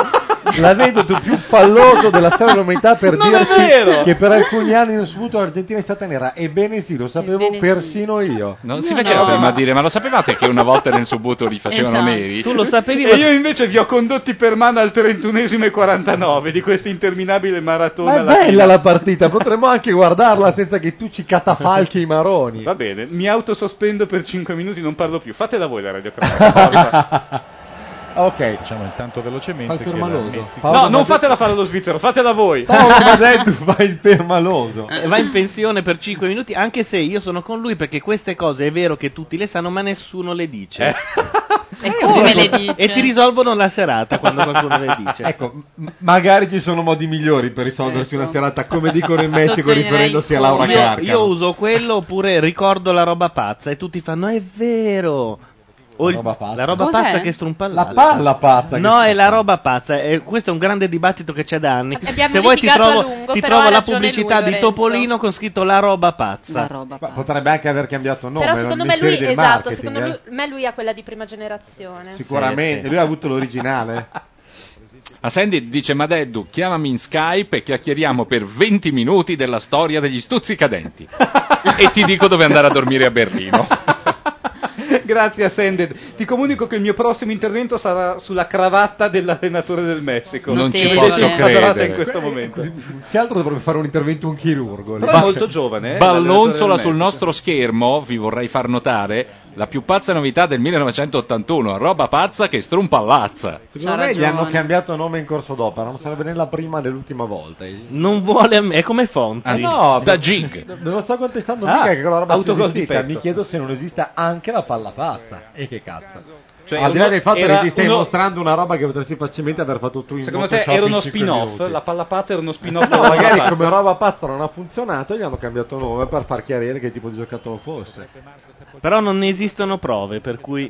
S5: la vedo tu più palloso della storia dell'umanità per
S4: Non è
S5: dirci
S4: vero!
S5: che per alcuni anni in assoluto l'Argentina è stata nera. Ebbene sì, lo sapevo persino io.
S2: non si faceva prima a dire, ma lo sapevate che una volta nel subbuto li facevano
S5: Esatto.
S2: neri?
S1: Tu lo sapevi,
S4: *laughs* E io invece vi ho condotti per mano al 31esimo e 49 di questa interminabile maratona.
S5: Ma è
S4: latina.
S5: bella la partita, potremmo anche guardarla senza che tu ci catafalchi i maroni.
S4: Va bene, mi autosospendo per 5 minuti, non parlo più. Fatela voi la radio
S5: *laughs*
S4: cronaca.
S5: ok,
S10: diciamo intanto velocemente
S5: Fa il
S10: che la
S5: permaloso.
S10: Messi-
S5: Paolo
S4: no, non
S5: Madeddu-
S4: fatela fare allo svizzero, fatela voi.
S5: Paolo
S4: *laughs*
S5: Madeddu fa il permaloso.
S1: Eh, Va in pensione per 5 minuti, anche se io sono con lui perché queste cose è vero che tutti le sanno, ma nessuno le
S5: Eh.
S1: dice.
S3: E come le dice?
S1: E ti risolvono la serata quando qualcuno le dice.
S5: Ecco, m- magari ci sono modi migliori per risolversi una
S4: Certo.
S5: serata, come dicono in Messico
S1: Sottolineerei
S5: riferendosi a Laura
S1: Io-
S5: Carcano.
S1: Io uso quello oppure ricordo la roba pazza e tutti fanno "Ah, è vero. O il- la roba pazza,
S5: Cos'è?
S1: che strumpa l'altro.
S5: La palla pazza che
S1: No, è la roba pazza. E questo è un grande dibattito che c'è da anni.
S9: Abbiamo
S1: Se vuoi ti
S9: litigato
S1: trovo,
S9: a lungo,
S1: ti
S9: però
S1: trovo
S9: ha
S1: la
S9: ragione
S1: pubblicità
S9: lui,
S1: di
S9: Lorenzo.
S1: Topolino con scritto la roba pazza.
S9: La roba
S5: Ma potrebbe anche aver cambiato nome.
S9: Però
S5: erano
S9: secondo
S5: i
S9: me lui,
S5: misteri del
S9: esatto,
S5: marketing,
S9: secondo
S5: eh.
S9: lui- me lui ha quella di prima generazione.
S5: Sicuramente, lui ha avuto l'originale.
S4: eh,
S2: A Sandy dice Madeddu, chiamami in Skype e chiacchieriamo per 20 minuti della storia degli
S4: *laughs*
S2: stuzzicadenti. e ti dico dove andare a dormire a Berlino.
S4: Grazie a Sended. Ti comunico che il mio prossimo intervento sarà sulla cravatta dell'allenatore del Messico.
S2: Non ci
S4: Vedete
S2: posso
S4: inquadrata
S2: credere.
S4: in questo momento.
S5: Eh, Che altro dovrebbe fare un intervento un chirurgo?
S4: Però è molto giovane, eh, l'allenatore
S2: Ballonzola
S4: del
S2: sul
S4: Messico.
S2: nostro schermo, vi vorrei far notare, la più pazza novità del 1981, roba pazza che strumpallazza.
S5: Secondo me gli hanno cambiato nome in corso d'opera, non sarebbe né la prima né l'ultima volta.
S1: Non vuole a me, è come Fonzi.
S5: Eh no,
S2: da Gig.
S5: Non lo sto contestando
S1: Ah,
S5: mica che quella roba sia
S1: autogol di
S5: esistita,
S1: petto.
S5: mi chiedo se non esista anche la palla pazza. E che cazzo.
S4: Cioè,
S5: Al di là
S4: uno-
S5: del fatto
S4: era
S5: che ti stai
S4: uno-
S5: mostrando una roba che potresti facilmente aver fatto tu in
S4: Secondo te
S5: Photoshop
S4: era
S5: in
S4: uno
S5: cinque
S4: spin-off?
S5: minuti.
S4: La palla pazza
S5: *laughs*
S4: era uno spin-off?
S5: No,
S4: della palla
S5: magari
S4: pazza?
S5: come roba pazza non ha funzionato e gli hanno cambiato nome per far chiarire che tipo di giocattolo fosse.
S1: Però non ne esistono prove, per cui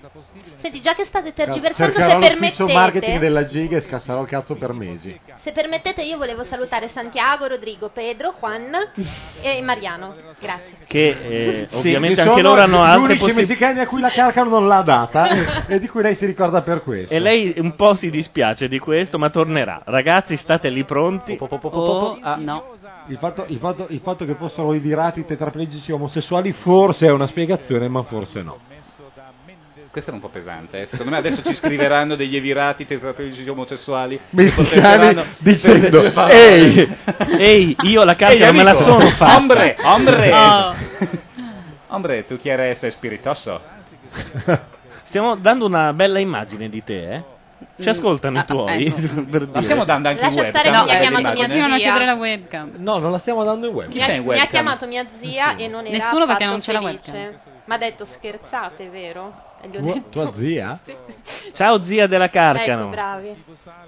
S9: Senti, già che state tergiversando, se
S5: Cercherò l'ufficio marketing
S9: permettete,
S5: della Giga e scasserò il cazzo per mesi.
S9: se permettete, io volevo salutare Santiago, Rodrigo, Pedro, Juan
S3: *laughs*
S9: e Mariano. Grazie.
S1: che eh,
S5: Sì,
S1: ovviamente
S5: che
S1: anche
S5: sono
S1: loro hanno
S5: gli
S1: altre
S5: unici
S1: possibilità.
S5: messicani a cui la Carcano non l'ha data e, e di di cui lei si ricorda per questo.
S1: E lei un po' si dispiace di questo, ma tornerà. Ragazzi, state lì pronti.
S3: Oh,
S1: ah.
S3: no.
S5: Il fatto, il fatto- il fatto che fossero i virati tetraplegici omosessuali forse è una spiegazione, ma forse no.
S4: Questa era un po' pesante, eh. secondo me adesso ci scriveranno degli evirati tetraplegici omosessuali che
S5: Messicani
S4: proteggeranno-
S5: dicendo
S4: Ehi! *laughs*
S1: Ehi, io la
S4: Ehi,
S1: carta non me la
S4: amico!
S1: sono fatta.
S4: Ombre,
S1: *laughs*
S4: ombre!
S1: Oh.
S4: Ombre, tu chi eres spiritoso?
S1: Stiamo dando una bella immagine di te, eh? Ci
S4: Mm.
S1: ascoltano
S4: Ah,
S1: i tuoi.
S4: ecco.
S1: *laughs* per
S4: Ma
S1: dire.
S4: stiamo dando anche eh,
S9: Lascia stare che mi ha chiamato mia
S3: Continuano a chiedere
S9: zia.
S3: la webcam.
S5: No, non la stiamo dando in webcam.
S9: Mi ha, mi ha chiamato mia zia e non era
S3: Nessuno perché
S9: affatto
S3: non c'è la
S9: felice. Mi ha detto scherzate, vero? E gli ho
S5: Tua-
S9: detto
S5: tua zia?
S9: Sì.
S4: eh.
S1: Ciao zia della
S9: Ecco, bravi.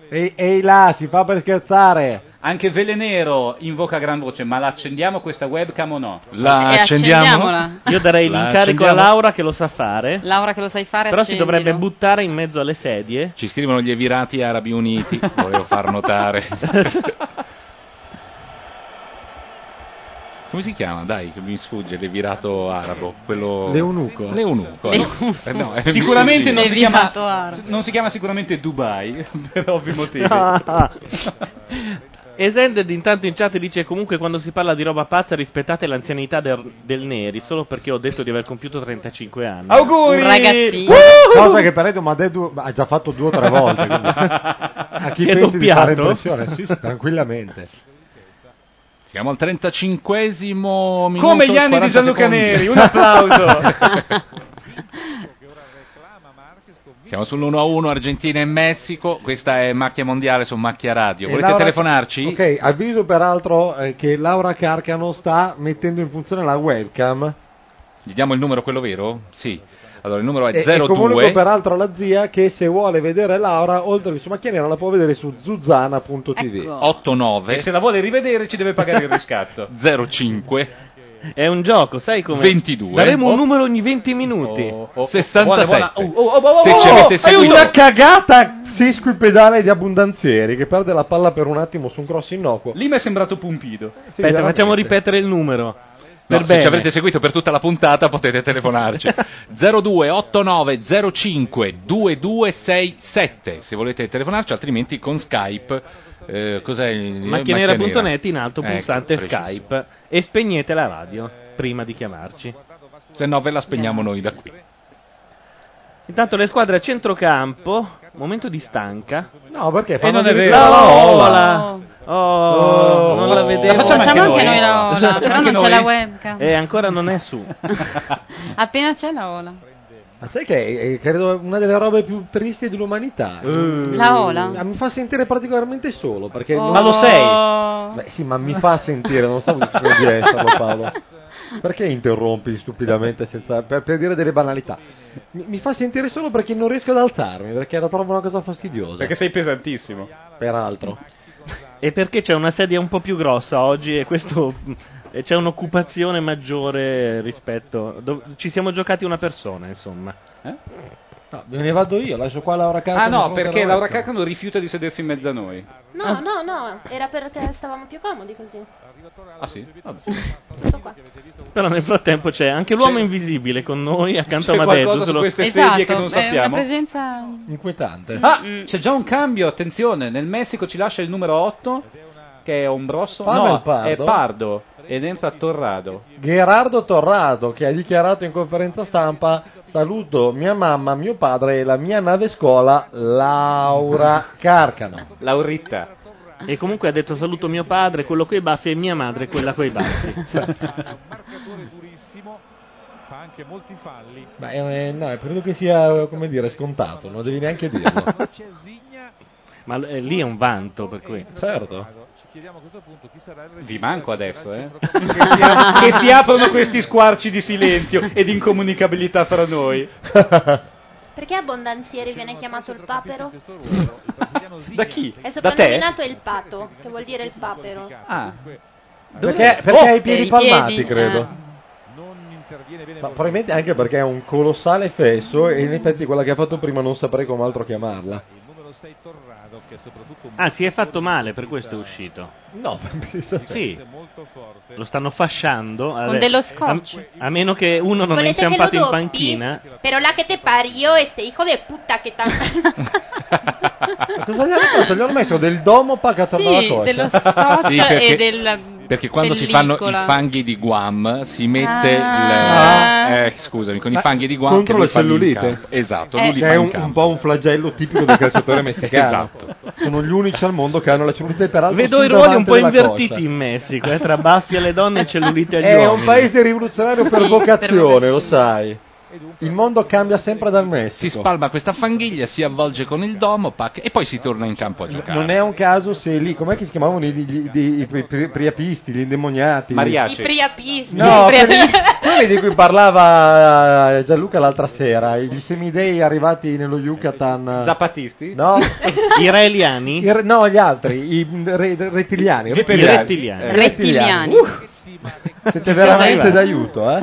S5: Ehi, ehi là, si fa per scherzare.
S4: Anche Velenero invoca a gran voce, ma la accendiamo questa webcam o no?
S2: La
S3: Eh, accendiamo? accendiamola.
S4: Ah.
S1: Io darei
S4: La
S1: l'incarico a
S4: accendiamo?
S1: Laura che lo sa fare.
S3: Laura che lo sai fare
S1: Però si
S3: accendilo.
S1: dovrebbe buttare in mezzo alle sedie.
S2: Ci scrivono gli Emirati Arabi Uniti, volevo far notare. Come si chiama? Dai, che mi sfugge l'Evirato Arabo, quello
S5: L'eunuco.
S2: L'eunuco.
S4: L'eunuco.
S2: Eh, no, eh, mi
S4: Sicuramente
S2: sfuggiva.
S4: non si,
S3: Evirato
S4: chiama,
S3: Arabo.
S4: non si chiama sicuramente Dubai, *laughs* per ovvi
S1: *laughs*
S4: motivi.
S1: Esended intanto in chat dice comunque quando si parla di roba pazza rispettate l'anzianità del, del Neri solo perché ho detto di aver compiuto 35 anni.
S5: *laughs* Auguri!
S1: Un
S5: Cosa che per esempio Madedu ha già fatto due o tre volte.
S1: *laughs*
S5: quindi. A chi
S1: Si è
S5: pensi di fare
S1: doppiato?
S5: impressione? Sì, sì, tranquillamente.
S2: Siamo al 35esimo minuto.
S5: Come gli
S2: e
S5: anni
S2: 40
S5: di Gianluca
S2: secondi.
S5: Neri, un applauso.
S2: *laughs* Siamo sull'1-1 Argentina e Messico. Questa è Macchia Mondiale su Macchia Radio.
S5: E
S2: Volete
S5: Laura-
S2: telefonarci?
S5: Ok, avviso peraltro eh, che Laura Carcano sta mettendo in funzione la webcam.
S2: Gli diamo il numero quello vero? Sì. Allora il numero è
S5: E, e
S2: 02.
S5: comunico peraltro alla zia che se vuole vedere Laura, oltre che su macchia nera, la può vedere su zuzzana.tv.
S2: Ecco. 89
S4: E se la vuole rivedere ci deve pagare il riscatto.
S2: *laughs* 05
S1: È un gioco, sai come
S2: 22.
S1: Daremo
S2: Oh.
S1: un numero ogni Ah, 20 minuti.
S4: Oh,
S2: 67.
S5: Oh,
S2: Se ci avete seguito
S5: una cagata sesquipedale di abbondanzieri che perde la palla per un attimo su un cross innocuo.
S4: Lì mi è sembrato Pumpido.
S1: Aspetta, facciamo ripetere il numero.
S2: No,
S1: Per
S2: se
S1: bene.
S2: ci avrete seguito per tutta la puntata potete
S1: *laughs*
S2: telefonarci 0289 05 2267 se volete telefonarci altrimenti con Skype eh, cos'è il
S1: Macchianera.net in alto
S2: Ecco,
S1: pulsante
S2: preciso.
S1: Skype e spegnete la radio prima di chiamarci.
S2: se no ve la spegniamo noi da qui
S1: Intanto le squadre a centrocampo, momento di stanca.
S5: No, perché
S1: E
S5: Eh, fanno
S1: non è
S5: vedere
S1: vero.
S5: la
S1: ola. Oh, non la vedevo.
S3: La facciamo Facciamo anche anche noi. noi la ola, però non c'è la webcam.
S1: E ancora non è su.
S3: Appena c'è la ola.
S5: Ma sai che è, è, credo una delle robe più tristi dell'umanità.
S3: La ola?
S5: Ah, Mi fa sentire particolarmente solo perché
S3: Oh.
S5: non-
S3: Eh. Ma lo sei?
S5: Beh, sì, ma mi fa sentire, non stavo dicendo di esserlo Paolo. Perché interrompi stupidamente senza, per, per dire delle banalità? Mi, mi fa sentire solo perché non riesco ad alzarmi, perché la trovo una cosa fastidiosa.
S4: Perché sei pesantissimo.
S5: Peraltro.
S1: E perché c'è una sedia un po' più grossa oggi e questo e c'è un'occupazione maggiore rispetto do- ci siamo giocati una persona, insomma.
S5: No, me ne vado io, lascio qua Laura Carcano.
S4: Eh? Ah no,
S5: di fronte
S4: perché
S5: alla
S4: Laura
S5: macchina.
S4: Carcano rifiuta di sedersi in mezzo a noi.
S9: No,
S5: Ah.
S9: no, no, era perché stavamo più comodi così.
S4: Ah sì? Vabbè.
S9: Tutto qua.
S1: Però nel frattempo c'è anche l'uomo invisibile con noi
S4: c'è
S1: accanto a Madeddu.
S4: qualcosa su
S1: solo-
S4: queste sedie che non
S3: Esatto, è
S4: sappiamo?
S3: una presenza...
S5: Inquietante.
S4: Ah, c'è già un cambio, attenzione, nel Messico ci lascia il numero 8 che è Ombrosso,
S5: Parla
S4: no,
S5: il Pardo.
S4: è Pardo ed entra Torrado.
S5: Gerardo Torrado che ha dichiarato in conferenza stampa saluto mia mamma, mio padre e la mia nave scuola Laura Carcano.
S4: Lauritta.
S1: E comunque ha detto saluto mio padre, quello coi baffi e mia madre, quella coi baffi.
S4: *laughs*
S7: Fa
S9: *laughs*
S7: anche molti falli.
S5: Ma eh, no, credo che sia come dire scontato, non devi neanche *laughs* dirlo.
S1: Ma l- eh, lì è un vanto per cui.
S5: Certo.
S4: Vi manco adesso, eh? che, si ap- *laughs* che si aprono questi squarci di silenzio e di incomunicabilità fra noi.
S9: Perché abbondanzieri viene chiamato il papero?
S4: Da chi?
S9: È
S4: Da te?
S9: soprannominato il pato, che vuol dire il papero.
S4: Ah.
S5: Perché, perché
S4: Oh,
S5: ha eh, i piedi
S9: i
S5: palmati,
S9: piedi,
S5: credo. Ma probabilmente anche perché è un colossale fesso e in effetti quella che ha fatto prima non saprei come altro chiamarla.
S7: Il numero 6 Torrado Martino che è soprattutto un
S1: Anzi, è fatto male, per questo è uscito.
S5: No, *laughs*
S1: Sì. Lo stanno fasciando. Con
S10: dello scotch.
S1: A, a meno che uno non è
S10: Volete che lo
S1: inciampato in
S10: doppi?
S1: panchina.
S10: Pero la que te parió este hijo de puta
S5: *laughs*
S10: que tan...
S5: Cosa gli hanno fatto? Gli hanno messo del domo pagato
S10: Sì, dello
S5: cioè.
S10: scotch
S2: Sì, perché-
S10: e del
S2: Perché quando si fanno
S10: pellicola.
S2: i fanghi di Guam si mette
S10: Ah.
S2: il. eh, scusami, con i fanghi di Guam.
S5: contro
S2: che lui
S5: le
S2: fa lì in
S5: cellulite.
S2: campo. Esatto,
S5: Eh.
S2: lui li
S5: Che
S2: fa
S5: è
S2: in
S5: un,
S2: campo.
S5: un po' un *laughs* flagello tipico del calciatore messicano.
S2: Esatto.
S5: Sono gli unici al mondo che hanno la cellulite peraltro
S1: Vedo
S5: sul
S1: i ruoli un
S5: davanti
S1: po'
S5: della
S1: invertiti
S5: coscia.
S1: in Messico, eh, tra baffi alle donne e cellulite agli
S5: *laughs* È
S1: uomini.
S5: un paese rivoluzionario per
S1: Sì,
S5: vocazione, lo sai. Il mondo cambia sempre dal Messico.
S2: Si spalma questa fanghiglia, si avvolge con il domo pac, e poi si torna in campo a giocare.
S5: Non è un caso se lì, com'è che si chiamavano i, gli- di- i pri- pri- priapisti, gli indemoniati?
S10: I priapismi.
S5: No,
S10: I
S5: quelli,
S10: priapismi.
S5: quelli di cui parlava eh, Gianluca l'altra sera, gli semidei arrivati nello Yucatan.
S4: Zapatisti?
S5: Ah. No.
S1: I raeliani?
S5: no, gli altri, i re- rettiliani.
S1: I rettiliani.
S5: Eh, Uh, siete veramente d'aiuto, eh?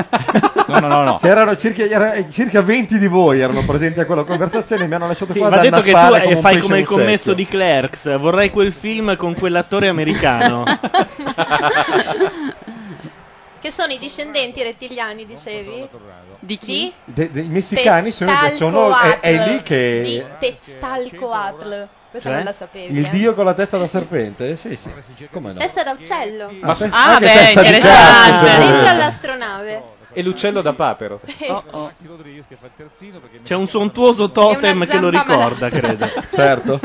S2: No, no, no, no.
S5: C'erano circa, era- eh, circa 20 di voi erano presenti a quella conversazione e mi hanno lasciato
S1: Sì,
S5: qua
S1: ma ha
S5: da
S1: detto che tu
S5: naspare
S1: eh,
S5: un
S1: fai
S5: pesce
S1: come il
S5: in un
S1: commesso
S5: secchio.
S1: di Clerks, vorrei quel film con quell'attore americano.
S9: *laughs* Che sono i discendenti rettiliani, dicevi?
S3: Di
S9: chi?
S5: De- de- I messicani sono, sono- è, è lì che...
S9: Tezcalcoatl. Questa
S5: Cioè?
S9: non la sapevi.
S5: Il
S9: eh.
S5: dio con la testa da serpente? eh, Sì, sì. Come no?
S9: Testa da uccello.
S5: Ah, testa-
S9: Ah,
S5: anche
S9: beh,
S5: testa di
S9: interessante.
S5: cazzo, se
S9: Dentro
S5: volete.
S9: all'astronave.
S4: E l'uccello da papero.
S5: *laughs*
S9: Oh,
S1: C'è un sontuoso totem che lo
S9: zampa
S1: ricorda,
S9: malata.
S1: credo.
S5: Certo.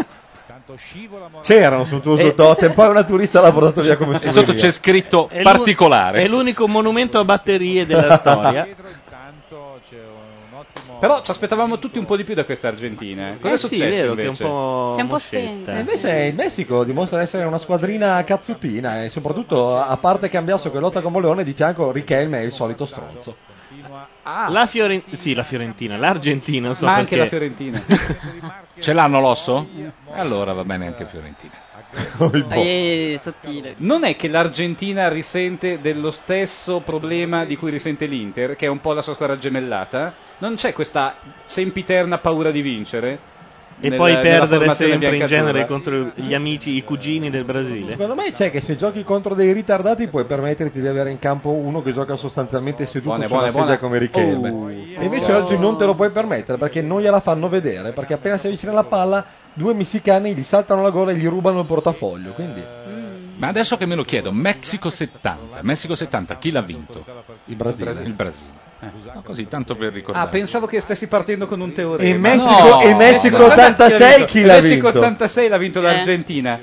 S5: C'erano sul tuo uso totem, poi una turista l'ha portato via
S1: Eh,
S5: come
S2: E sotto
S5: souvenir.
S2: c'è scritto
S1: È l'u-
S2: particolare.
S1: È l'unico monumento a
S2: *laughs*
S1: batterie della storia.
S4: Però ci aspettavamo tutti un po' di più da questa Argentina. eh. Cosa
S1: Eh
S4: è
S1: sì,
S4: successo
S1: vero che è
S4: invece?
S1: un po'
S5: Si è un po'
S1: moscetta.
S5: E Eh, invece il Messico dimostra di essere una squadrina cazzutina e soprattutto, a parte Cambiasso che lotta con Moleone, di fianco Richelme è il solito stronzo.
S1: La Fiorentina, sì, la Fiorentina, l'Argentina, non so
S2: Ma anche
S1: perché.
S2: la
S1: *laughs*
S2: Fiorentina. Ce l'hanno l'osso? Allora va bene anche Fiorentina.
S5: boh.
S3: Eh, sottile.
S4: Non è che l'Argentina risente dello stesso problema di cui risente l'Inter, che è un po' la sua squadra gemellata? Non c'è questa sempiterna paura di vincere?
S1: E
S4: nel-
S1: poi
S4: nella
S1: perdere
S4: formazione
S1: sempre in
S4: biancazzurra?
S1: genere contro gli amici, i cugini del Brasile.
S5: Secondo me c'è che se giochi contro dei ritardati puoi permetterti di avere in campo uno che gioca sostanzialmente seduto
S4: Buone,
S5: su una
S4: buone, buone. Oh.
S5: sedia come Richelme.
S1: Oh.
S5: E invece oggi non te lo puoi permettere perché non gliela fanno vedere, perché appena si avvicina la palla due messicani gli saltano la gola e gli rubano il portafoglio, quindi
S2: Ma adesso che me lo chiedo, Messico 70. Messico 70 chi l'ha vinto?
S5: Il Brasile. Eh.
S2: Il Brasile. No, così tanto per
S4: Ah,
S2: ricordare.
S4: pensavo che stessi partendo con un teorema. Eh,
S5: E Messico- e Messico 86 chi l'ha
S4: Messico
S5: vinto?
S4: 86 l'ha vinto l'Argentina.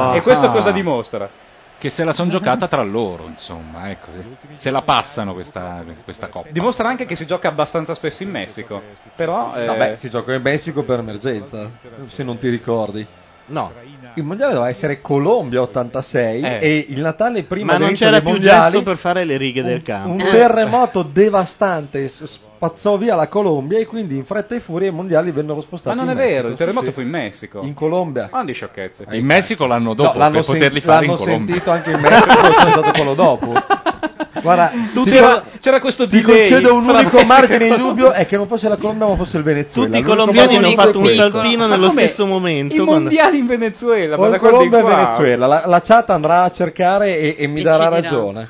S4: e questo, e questo cosa dimostra?
S2: ah. Che se la sono giocata tra loro, insomma, ecco. Se la passano questa, questa coppa.
S4: Dimostra anche che si gioca abbastanza spesso in Messico. Però eh,
S5: Vabbè, si gioca in Messico per emergenza, se non ti ricordi.
S1: No.
S5: Il mondiale doveva essere Colombia 86
S1: Eh.
S5: e il Natale prima
S1: Ma non
S5: dei
S1: c'era più
S5: mondiali
S1: gesso per fare le righe del
S5: un
S1: campo.
S5: terremoto devastante s- spazzò via la Colombia e quindi in fretta e furia i mondiali vennero
S4: Ma
S5: spostati.
S4: non è
S5: in
S4: vero,
S5: Messico,
S4: il
S5: sì,
S4: terremoto
S5: sì.
S4: fu in Messico.
S5: In Colombia.
S4: Non di sciocchezze.
S2: In Messico l'anno dopo,
S5: No, l'hanno
S2: per poterli
S5: sen-
S2: fare in
S5: l'hanno
S2: Colombia.
S5: sentito anche
S4: *laughs*
S5: in Messico, poi c'è stato quello dopo. Guarda,
S4: Tu
S5: ti
S4: c'era,
S5: con-
S4: c'era questo
S5: Ti
S4: delay
S5: concedo un
S4: fra *laughs*
S5: unico
S4: Messico e
S5: margine di
S4: Colombia.
S5: dubbio è che non fosse la Colombia ma fosse il Venezuela.
S1: Tutti i
S5: L'unico
S1: colombiani hanno
S5: margine di
S1: fatto un
S5: dubbio è quello.
S1: saltino
S4: Ma
S1: nello
S4: come?
S1: stesso momento.
S4: I
S1: quando-
S4: mondiali in Venezuela, ma
S5: O
S4: da
S5: il
S4: quando
S5: Colombia e
S4: in qua?
S5: Venezuela, la, la chat andrà a cercare e, e mi
S4: E
S5: darà
S4: ci dirà.
S5: ragione.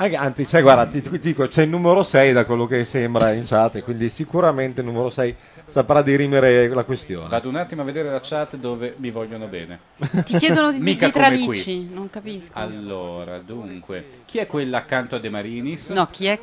S5: Anche- Anzi, cioè, guarda, ti, ti dico, c'è il numero 6 da quello che sembra in chat, e quindi sicuramente il numero 6 saprà dirimere la questione.
S4: Vado un attimo a vedere la chat dove mi vogliono bene.
S3: Ti chiedono di, di
S4: Mica come qui.
S3: tralicci, non capisco.
S4: Allora, dunque, chi è quella accanto a De Marinis?
S3: No, chi è?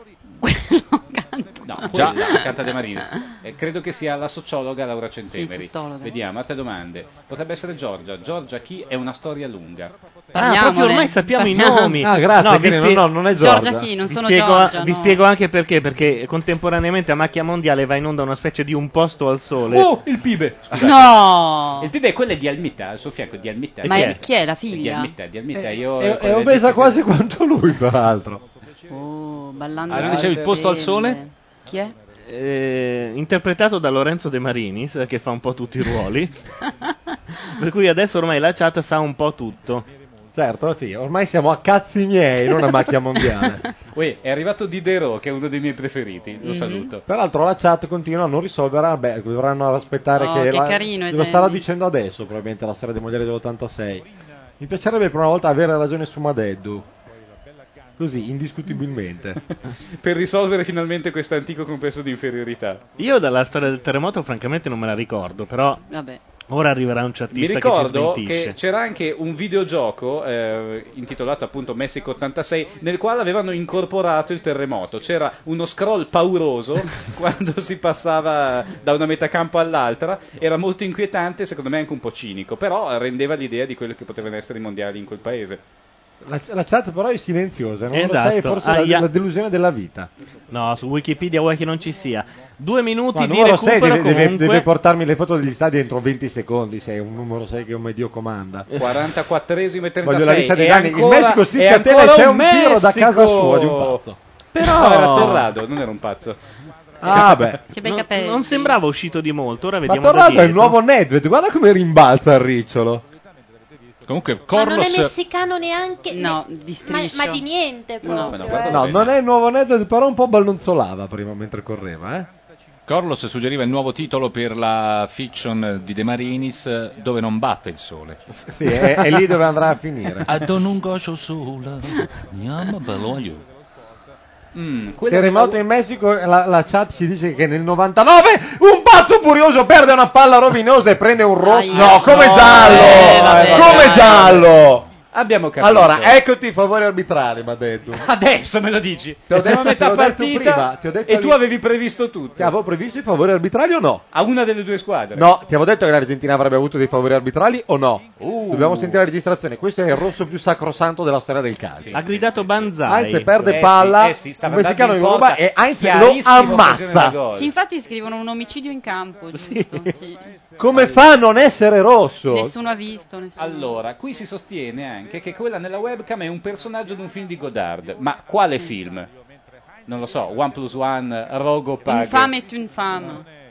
S4: No, già accanto a De
S3: *laughs*
S4: Marinis. Eh, credo che sia la sociologa Laura Centemeri.
S3: tuttologa.
S4: Vediamo, altre domande. Potrebbe essere Giorgia. Giorgia chi è una storia lunga.
S1: Ah, proprio ormai sappiamo i nomi.
S5: Ah,
S4: Ah,
S1: No, vi spie- Vi spiego, vi spiego anche perché, perché contemporaneamente a Macchia Mondiale va in onda una specie di un posto al sole.
S4: Oh, il Pibe! Scusate.
S3: No!
S4: Il Pibe è quello di Almita, al suo fianco di Almita.
S3: Ma è- chi è la
S4: Di
S3: figlia?
S4: Almita, di Almita. Eh, Io
S5: È, è obesa quasi quanto lui, peraltro.
S3: Oh, ballando.
S1: Ah, lui diceva il posto al
S3: sole? Chi è?
S1: Eh, interpretato da Lorenzo De Marinis, che fa un po' tutti i ruoli. per cui adesso ormai la chat sa un po' tutto.
S5: Certo, sì, ormai siamo a cazzi miei, non a macchia mondiale.
S4: Uè, è arrivato Diderot, che è uno dei miei preferiti.
S1: Mhm.
S4: Lo saluto.
S5: Peraltro la chat continua a non risolvere, vabbè, dovranno aspettare
S4: Oh,
S5: che,
S4: che
S5: la,
S4: carino,
S5: lo starà
S4: Esemio.
S5: dicendo adesso, probabilmente la sera dei mondiali dell'86. Mi piacerebbe per una volta avere ragione su Madeddu. Così, indiscutibilmente.
S4: Per risolvere finalmente questo antico complesso di inferiorità.
S1: Io dalla storia del terremoto francamente non me la ricordo, però
S3: Vabbè.
S1: ora arriverà
S4: Mi
S1: un chattista che ci
S4: ricordo che,
S1: smentisce.
S4: c'era anche un videogioco eh, intitolato appunto Messico 86 nel quale avevano incorporato il terremoto. C'era uno scroll
S1: *laughs*
S4: pauroso quando si passava da una metacampo all'altra. Era molto inquietante, secondo me anche un po' cinico, però rendeva l'idea di quello che potevano essere i mondiali in quel paese.
S5: La, la chat però è silenziosa, non
S1: Esatto,
S5: lo sai, è forse la-
S1: aia.
S5: la delusione della vita.
S1: No, su Wikipedia vuoi che non ci sia. Due minuti
S5: Ma
S1: di
S5: numero 6
S1: recupero
S5: deve, deve-
S1: comunque.
S5: deve portarmi le foto degli stadi entro 20 secondi, se è un numero 6 che un medio comanda.
S4: 44esimo e 36
S5: Voglio la lista dei
S4: E
S5: danni.
S4: ancora-
S5: Il Messico si
S4: e
S5: scatena e
S4: ancora
S5: c'è un tiro da casa
S4: Messico!
S5: sua di un pazzo.
S1: *laughs* Però-
S4: No, era Torrado, non era un pazzo.
S5: Ah, beh. Che
S1: Non- non, sembrava uscito di molto, ora
S5: Ma
S1: vediamo da
S5: Torrado è il
S1: dietro.
S5: nuovo Nedved, guarda come rimbalza il ricciolo.
S2: Comunque,
S9: Ma non è messicano neanche.
S3: No,
S9: ne-
S3: di
S9: ma,
S3: striscio.
S9: ma di niente proprio.
S2: no,
S9: eh.
S2: guarda-
S5: No, non è il nuovo Nedved, però un po' ballonzolava prima mentre correva, eh.
S2: Corlos suggeriva il nuovo titolo per la fiction di De Marinis eh, dove non batte il sole.
S5: Sì, è, è lì dove andrà
S2: *laughs*
S5: a finire.
S4: Mm, quella
S5: Terremoto in Messico, la, la chat ci dice che nel 99 un pazzo furioso perde una palla rovinosa e prende un rosso. No, come giallo!
S4: eh,
S5: come giallo!
S4: Abbiamo capito.
S5: Allora, eccoti i favori arbitrali, mi ha detto.
S4: ecco, Adesso me lo dici?
S5: Ti ho
S4: Siamo
S5: detto-
S4: a metà
S5: te l'ho detto
S4: partita
S5: prima, ti ho detto
S4: e
S5: lì-
S4: tu avevi previsto tutto.
S5: Ti avevo previsto i favori arbitrali o no?
S4: A una delle due squadre.
S5: No, ti avevo detto che l'Argentina avrebbe avuto dei favori arbitrali o no?
S4: Uh.
S5: Dobbiamo sentire la registrazione. Questo è il rosso più sacrosanto della storia del calcio.
S1: Ha gridato Banzai.
S5: Heinz perde palla, un messicano gli ruba e Heinz lo ammazza.
S3: Sì, infatti scrivono un omicidio in campo, giusto? Sì.
S5: Come fa a non essere rosso?
S3: Nessuno ha visto, nessuno.
S4: Allora, qui si sostiene anche che quella nella webcam è un personaggio di un film di Godard. Ma quale film? Non lo so, One Plus One, Rogo Pag.
S3: Infame e tu infame.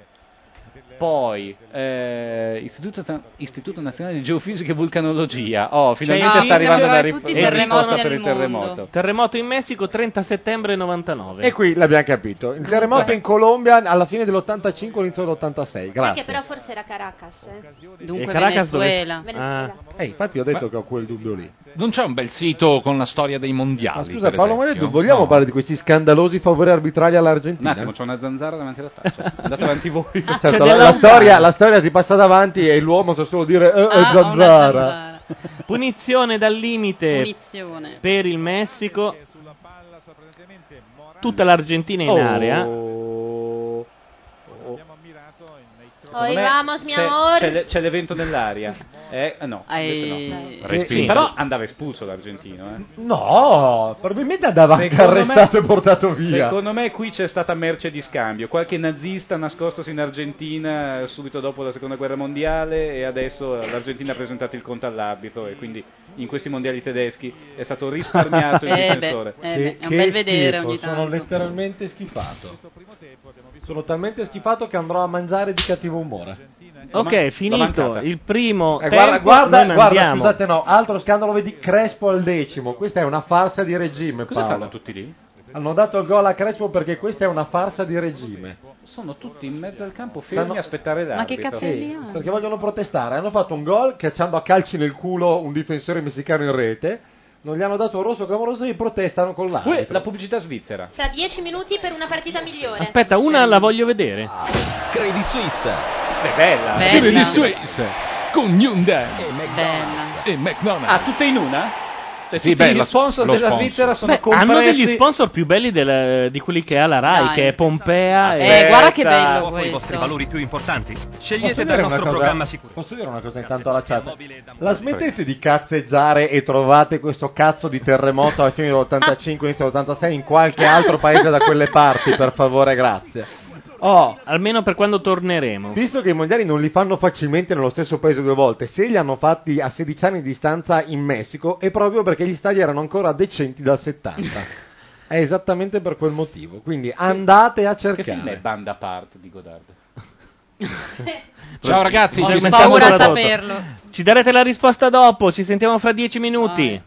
S4: Poi, eh, Istituto, Istituto Nazionale di Geofisica e Vulcanologia. Oh, finalmente
S1: Cioè,
S4: sta arrivando la,
S1: migliorare
S4: rip-
S1: tutti i
S4: la risposta
S1: terremoti
S4: per
S1: del
S4: il terremoto.
S1: Terremoto in Messico 30 settembre 99.
S5: E qui l'abbiamo capito. Il terremoto in Colombia alla fine dell'85, inizio dell'86.
S9: Sai che
S5: Grazie.
S9: però forse era Caracas. eh.
S3: Dunque,
S5: Caracas dove-
S3: Venezuela.
S9: Venezuela.
S1: Ah.
S5: Eh, infatti ho detto che ho quel dubbio lì.
S2: Non c'è un bel sito con la storia dei mondiali.
S5: Scusa
S2: per
S5: Paolo
S2: esempio?
S5: Manetti, vogliamo parlare di questi scandalosi favori arbitrali
S4: Un
S5: all'Argentina?
S4: attimo, c'ho una zanzara davanti alla faccia. Andate avanti voi.
S1: Ah,
S4: Cioè,
S5: Certo, la, la storia, la storia ti passa davanti e l'uomo sa solo dire eh, eh,
S3: Ah, ho una
S5: zanzara.
S1: Punizione dal limite
S3: Punizione.
S1: per il Messico. Tutta l'Argentina in
S4: Oh.
S1: area.
S4: Secondo
S9: Oi,
S4: me
S9: vamos, mi
S4: c'è,
S9: amor.
S4: c'è le- c'è l'evento nell'aria. Eh, eh, no, invece no.
S5: Respinto.
S4: Sì, però andava espulso l'argentino. eh.
S5: No, probabilmente andava anche
S4: Secondo me-
S5: arrestato e portato via.
S4: Secondo me qui c'è stata merce di scambio. Qualche nazista nascostosi in Argentina eh, subito dopo la seconda guerra mondiale e adesso l'Argentina ha presentato il conto all'arbitro e quindi in questi mondiali tedeschi è stato risparmiato il
S5: *laughs* Eh beh,
S4: difensore.
S5: eh beh, è un Che bel vedere schifo, ogni sono tanto. letteralmente schifato. Sono talmente schifato che andrò a mangiare di cattivo umore.
S1: Ok, finito il primo.
S5: Eh, guarda,
S1: tempo,
S5: guarda,
S1: noi
S5: guarda,
S1: mandiamo.
S5: scusate, no, altro scandalo, vedi Crespo al decimo. Questa è una farsa di regime.
S4: Cosa
S5: Paolo.
S4: fanno tutti lì?
S5: Hanno dato il gol a Crespo perché questa è una farsa di regime.
S4: Sono tutti in mezzo al campo fermi
S5: Stanno-
S4: a aspettare l'arbitro.
S5: Sì, Perché vogliono protestare. Hanno fatto un gol cacciando a calci nel culo un difensore messicano in rete. Non gli hanno dato un rosso clamoroso e protestano con l'arbitro.
S4: La pubblicità svizzera.
S9: Fra dieci minuti per una partita migliore.
S1: Aspetta, una Ah, la voglio vedere.
S11: Credi Suisse.
S4: È bella. Eh,
S1: Bella. Credi
S2: Suisse. Con Hyundai.
S11: E McDonald's.
S2: E McDonald's.
S4: Ah, tutte in una? Cioè,
S1: Sì,
S4: tutti
S1: beh,
S4: gli
S1: la-
S4: sponsor
S1: lo
S4: della
S1: sponsor.
S4: Svizzera sono
S1: Beh,
S4: compressi
S1: hanno degli sponsor più belli del- di quelli che ha la Rai,
S4: Dai.
S1: che è Pompea.
S4: Aspetta.
S1: e...
S4: Eh, guarda che bello
S11: Dopo i
S4: questo.
S11: vostri valori più importanti.
S5: Posso
S11: Scegliete
S5: dire
S11: dal
S5: una
S11: nostro
S5: cosa?
S11: programma sicuro.
S5: Posso dire una cosa intanto alla chat? La smettete di cazzeggiare e trovate questo cazzo di terremoto alla fine dell'85, inizio dell'86 in qualche altro paese da quelle parti, per favore, grazie. Oh,
S1: Almeno per quando torneremo.
S5: Visto che i mondiali non li fanno facilmente nello stesso paese due volte, se li hanno fatti a 16 anni di distanza in Messico è proprio perché gli stadi erano ancora decenti dal 70. è esattamente per quel motivo. Quindi andate a
S4: Che film è
S5: cercare.
S4: Banda Part di Godard?
S2: Ciao, ragazzi,
S1: Ho
S2: ci sentiamo
S1: paura di
S2: dopo.
S1: saperlo. Ci darete la risposta dopo, ci sentiamo fra dieci minuti.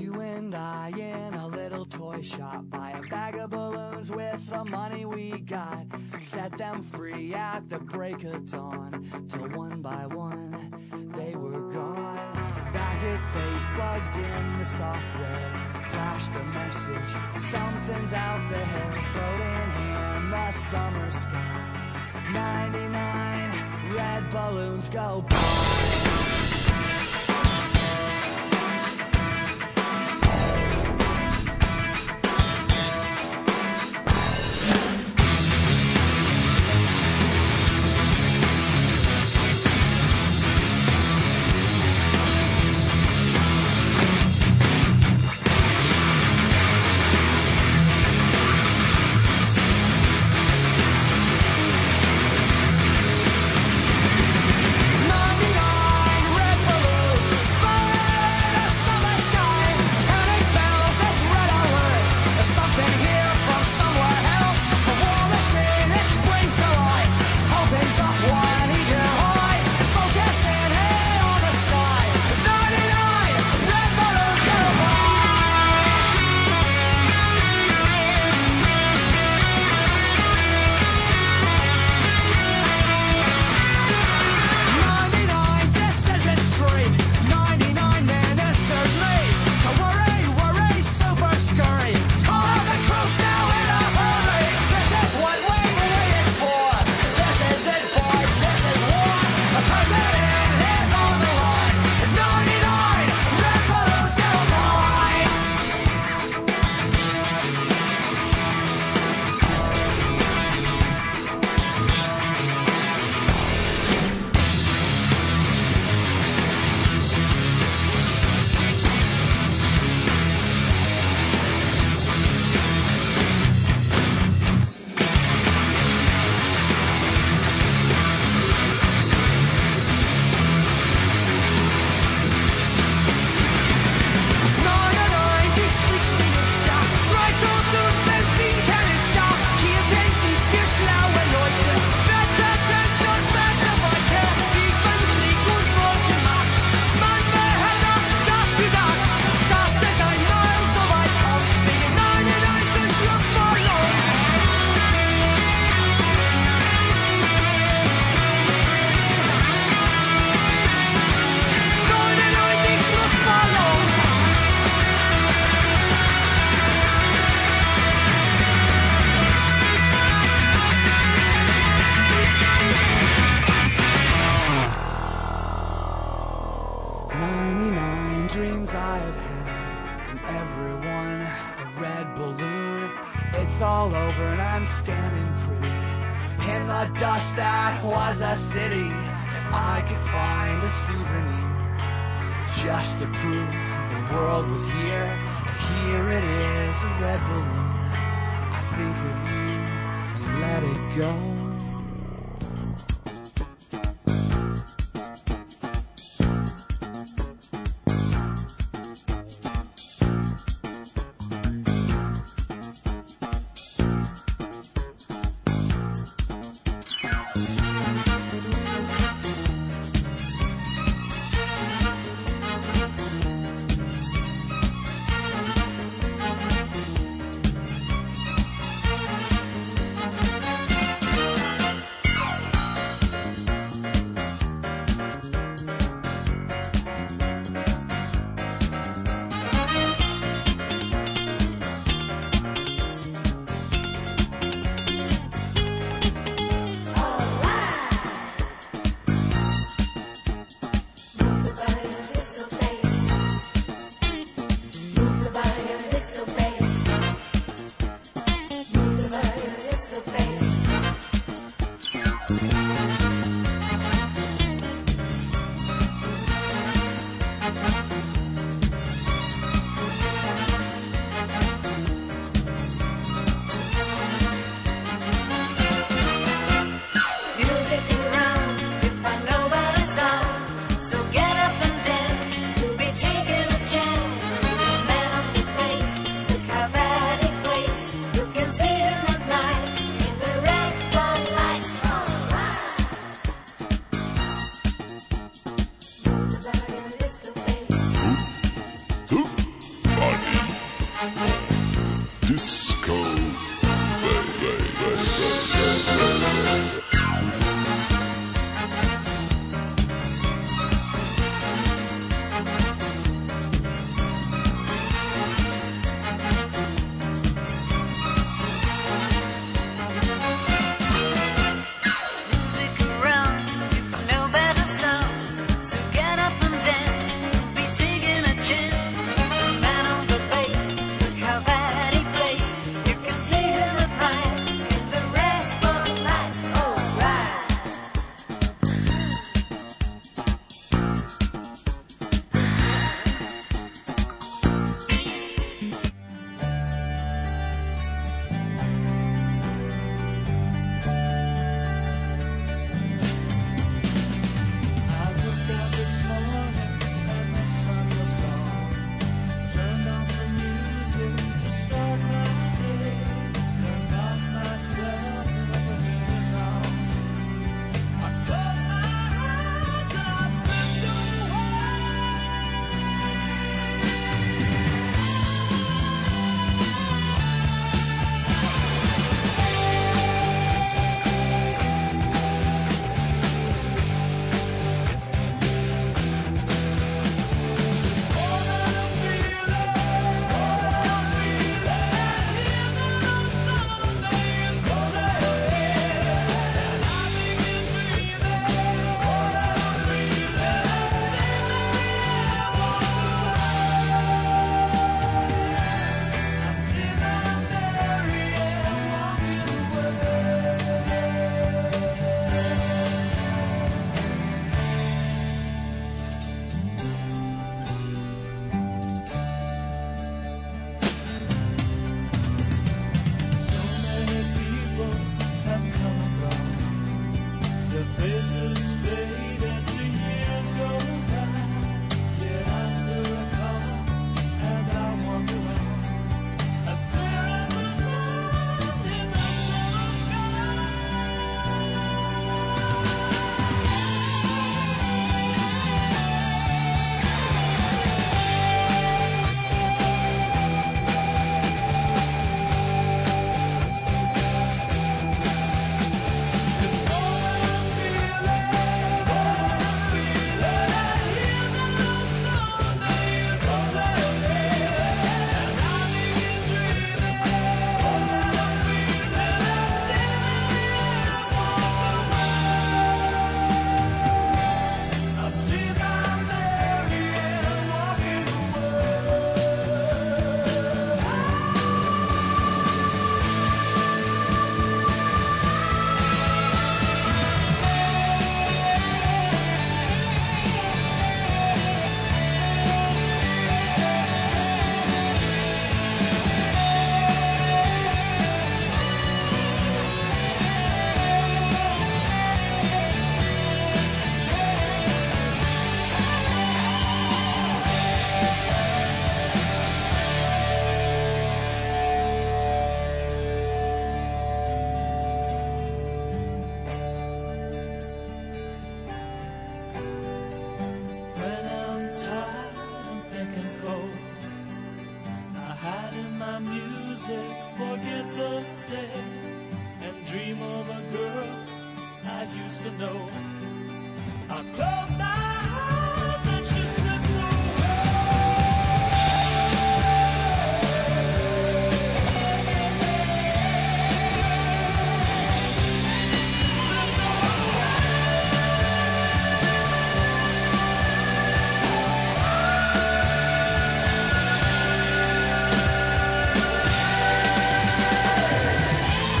S12: You and I in a little toy shop buy a bag of balloons with the money we got. Set them free at the break of dawn. Till one by one they were gone. Back at base, bugs in the software. Flash the message, something's out there floating in the summer sky. 99 red balloons go by. Monday night. I've had from everyone. A red balloon, it's all over and I'm standing pretty in the dust that was a city. If I could find a souvenir just to prove the world was here, here it is, a red balloon. I think of you and let it go.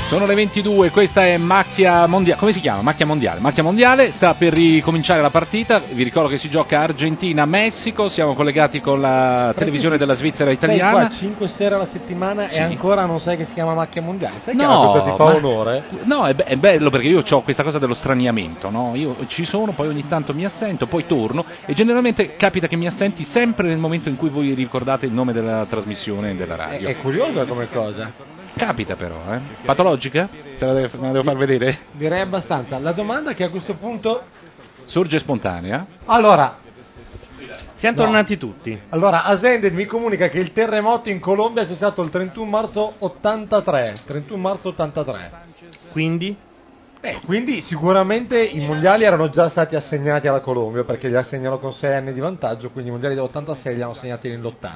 S2: Sono le 22, questa è Macchia Mondiale. Come si chiama? Macchia Mondiale. Macchia Mondiale sta per ricominciare la partita. Vi ricordo che si gioca Argentina-Messico. Siamo collegati con la televisione della Svizzera
S5: Sei
S2: italiana.
S5: qua 5 sere alla settimana
S2: Sì.
S5: e ancora non sai che si chiama macchia mondiale. Sai che
S2: No,
S5: la cosa ti fa
S2: ma-
S5: onore?
S2: No, è, be- è bello perché io ho questa cosa dello straniamento, no? Io ci sono, poi ogni tanto mi assento, poi torno e generalmente capita che mi assenti sempre nel momento in cui voi ricordate il nome della trasmissione e della radio.
S5: È curiosa come cosa.
S2: Capita però, eh? Patologica? Se la deve- me la devo far vedere?
S5: Direi abbastanza. La domanda che a questo punto...
S2: Sorge spontanea.
S5: Allora...
S1: Siamo
S5: No.
S1: tornati tutti.
S5: Allora, Asended mi comunica che il terremoto in Colombia c'è stato il 31 marzo 83. 31 marzo 83.
S1: Quindi? Eh,
S5: quindi sicuramente i mondiali erano già stati assegnati alla Colombia perché li assegnano con 6 anni di vantaggio, quindi i mondiali dell'86 li hanno assegnati nell'80.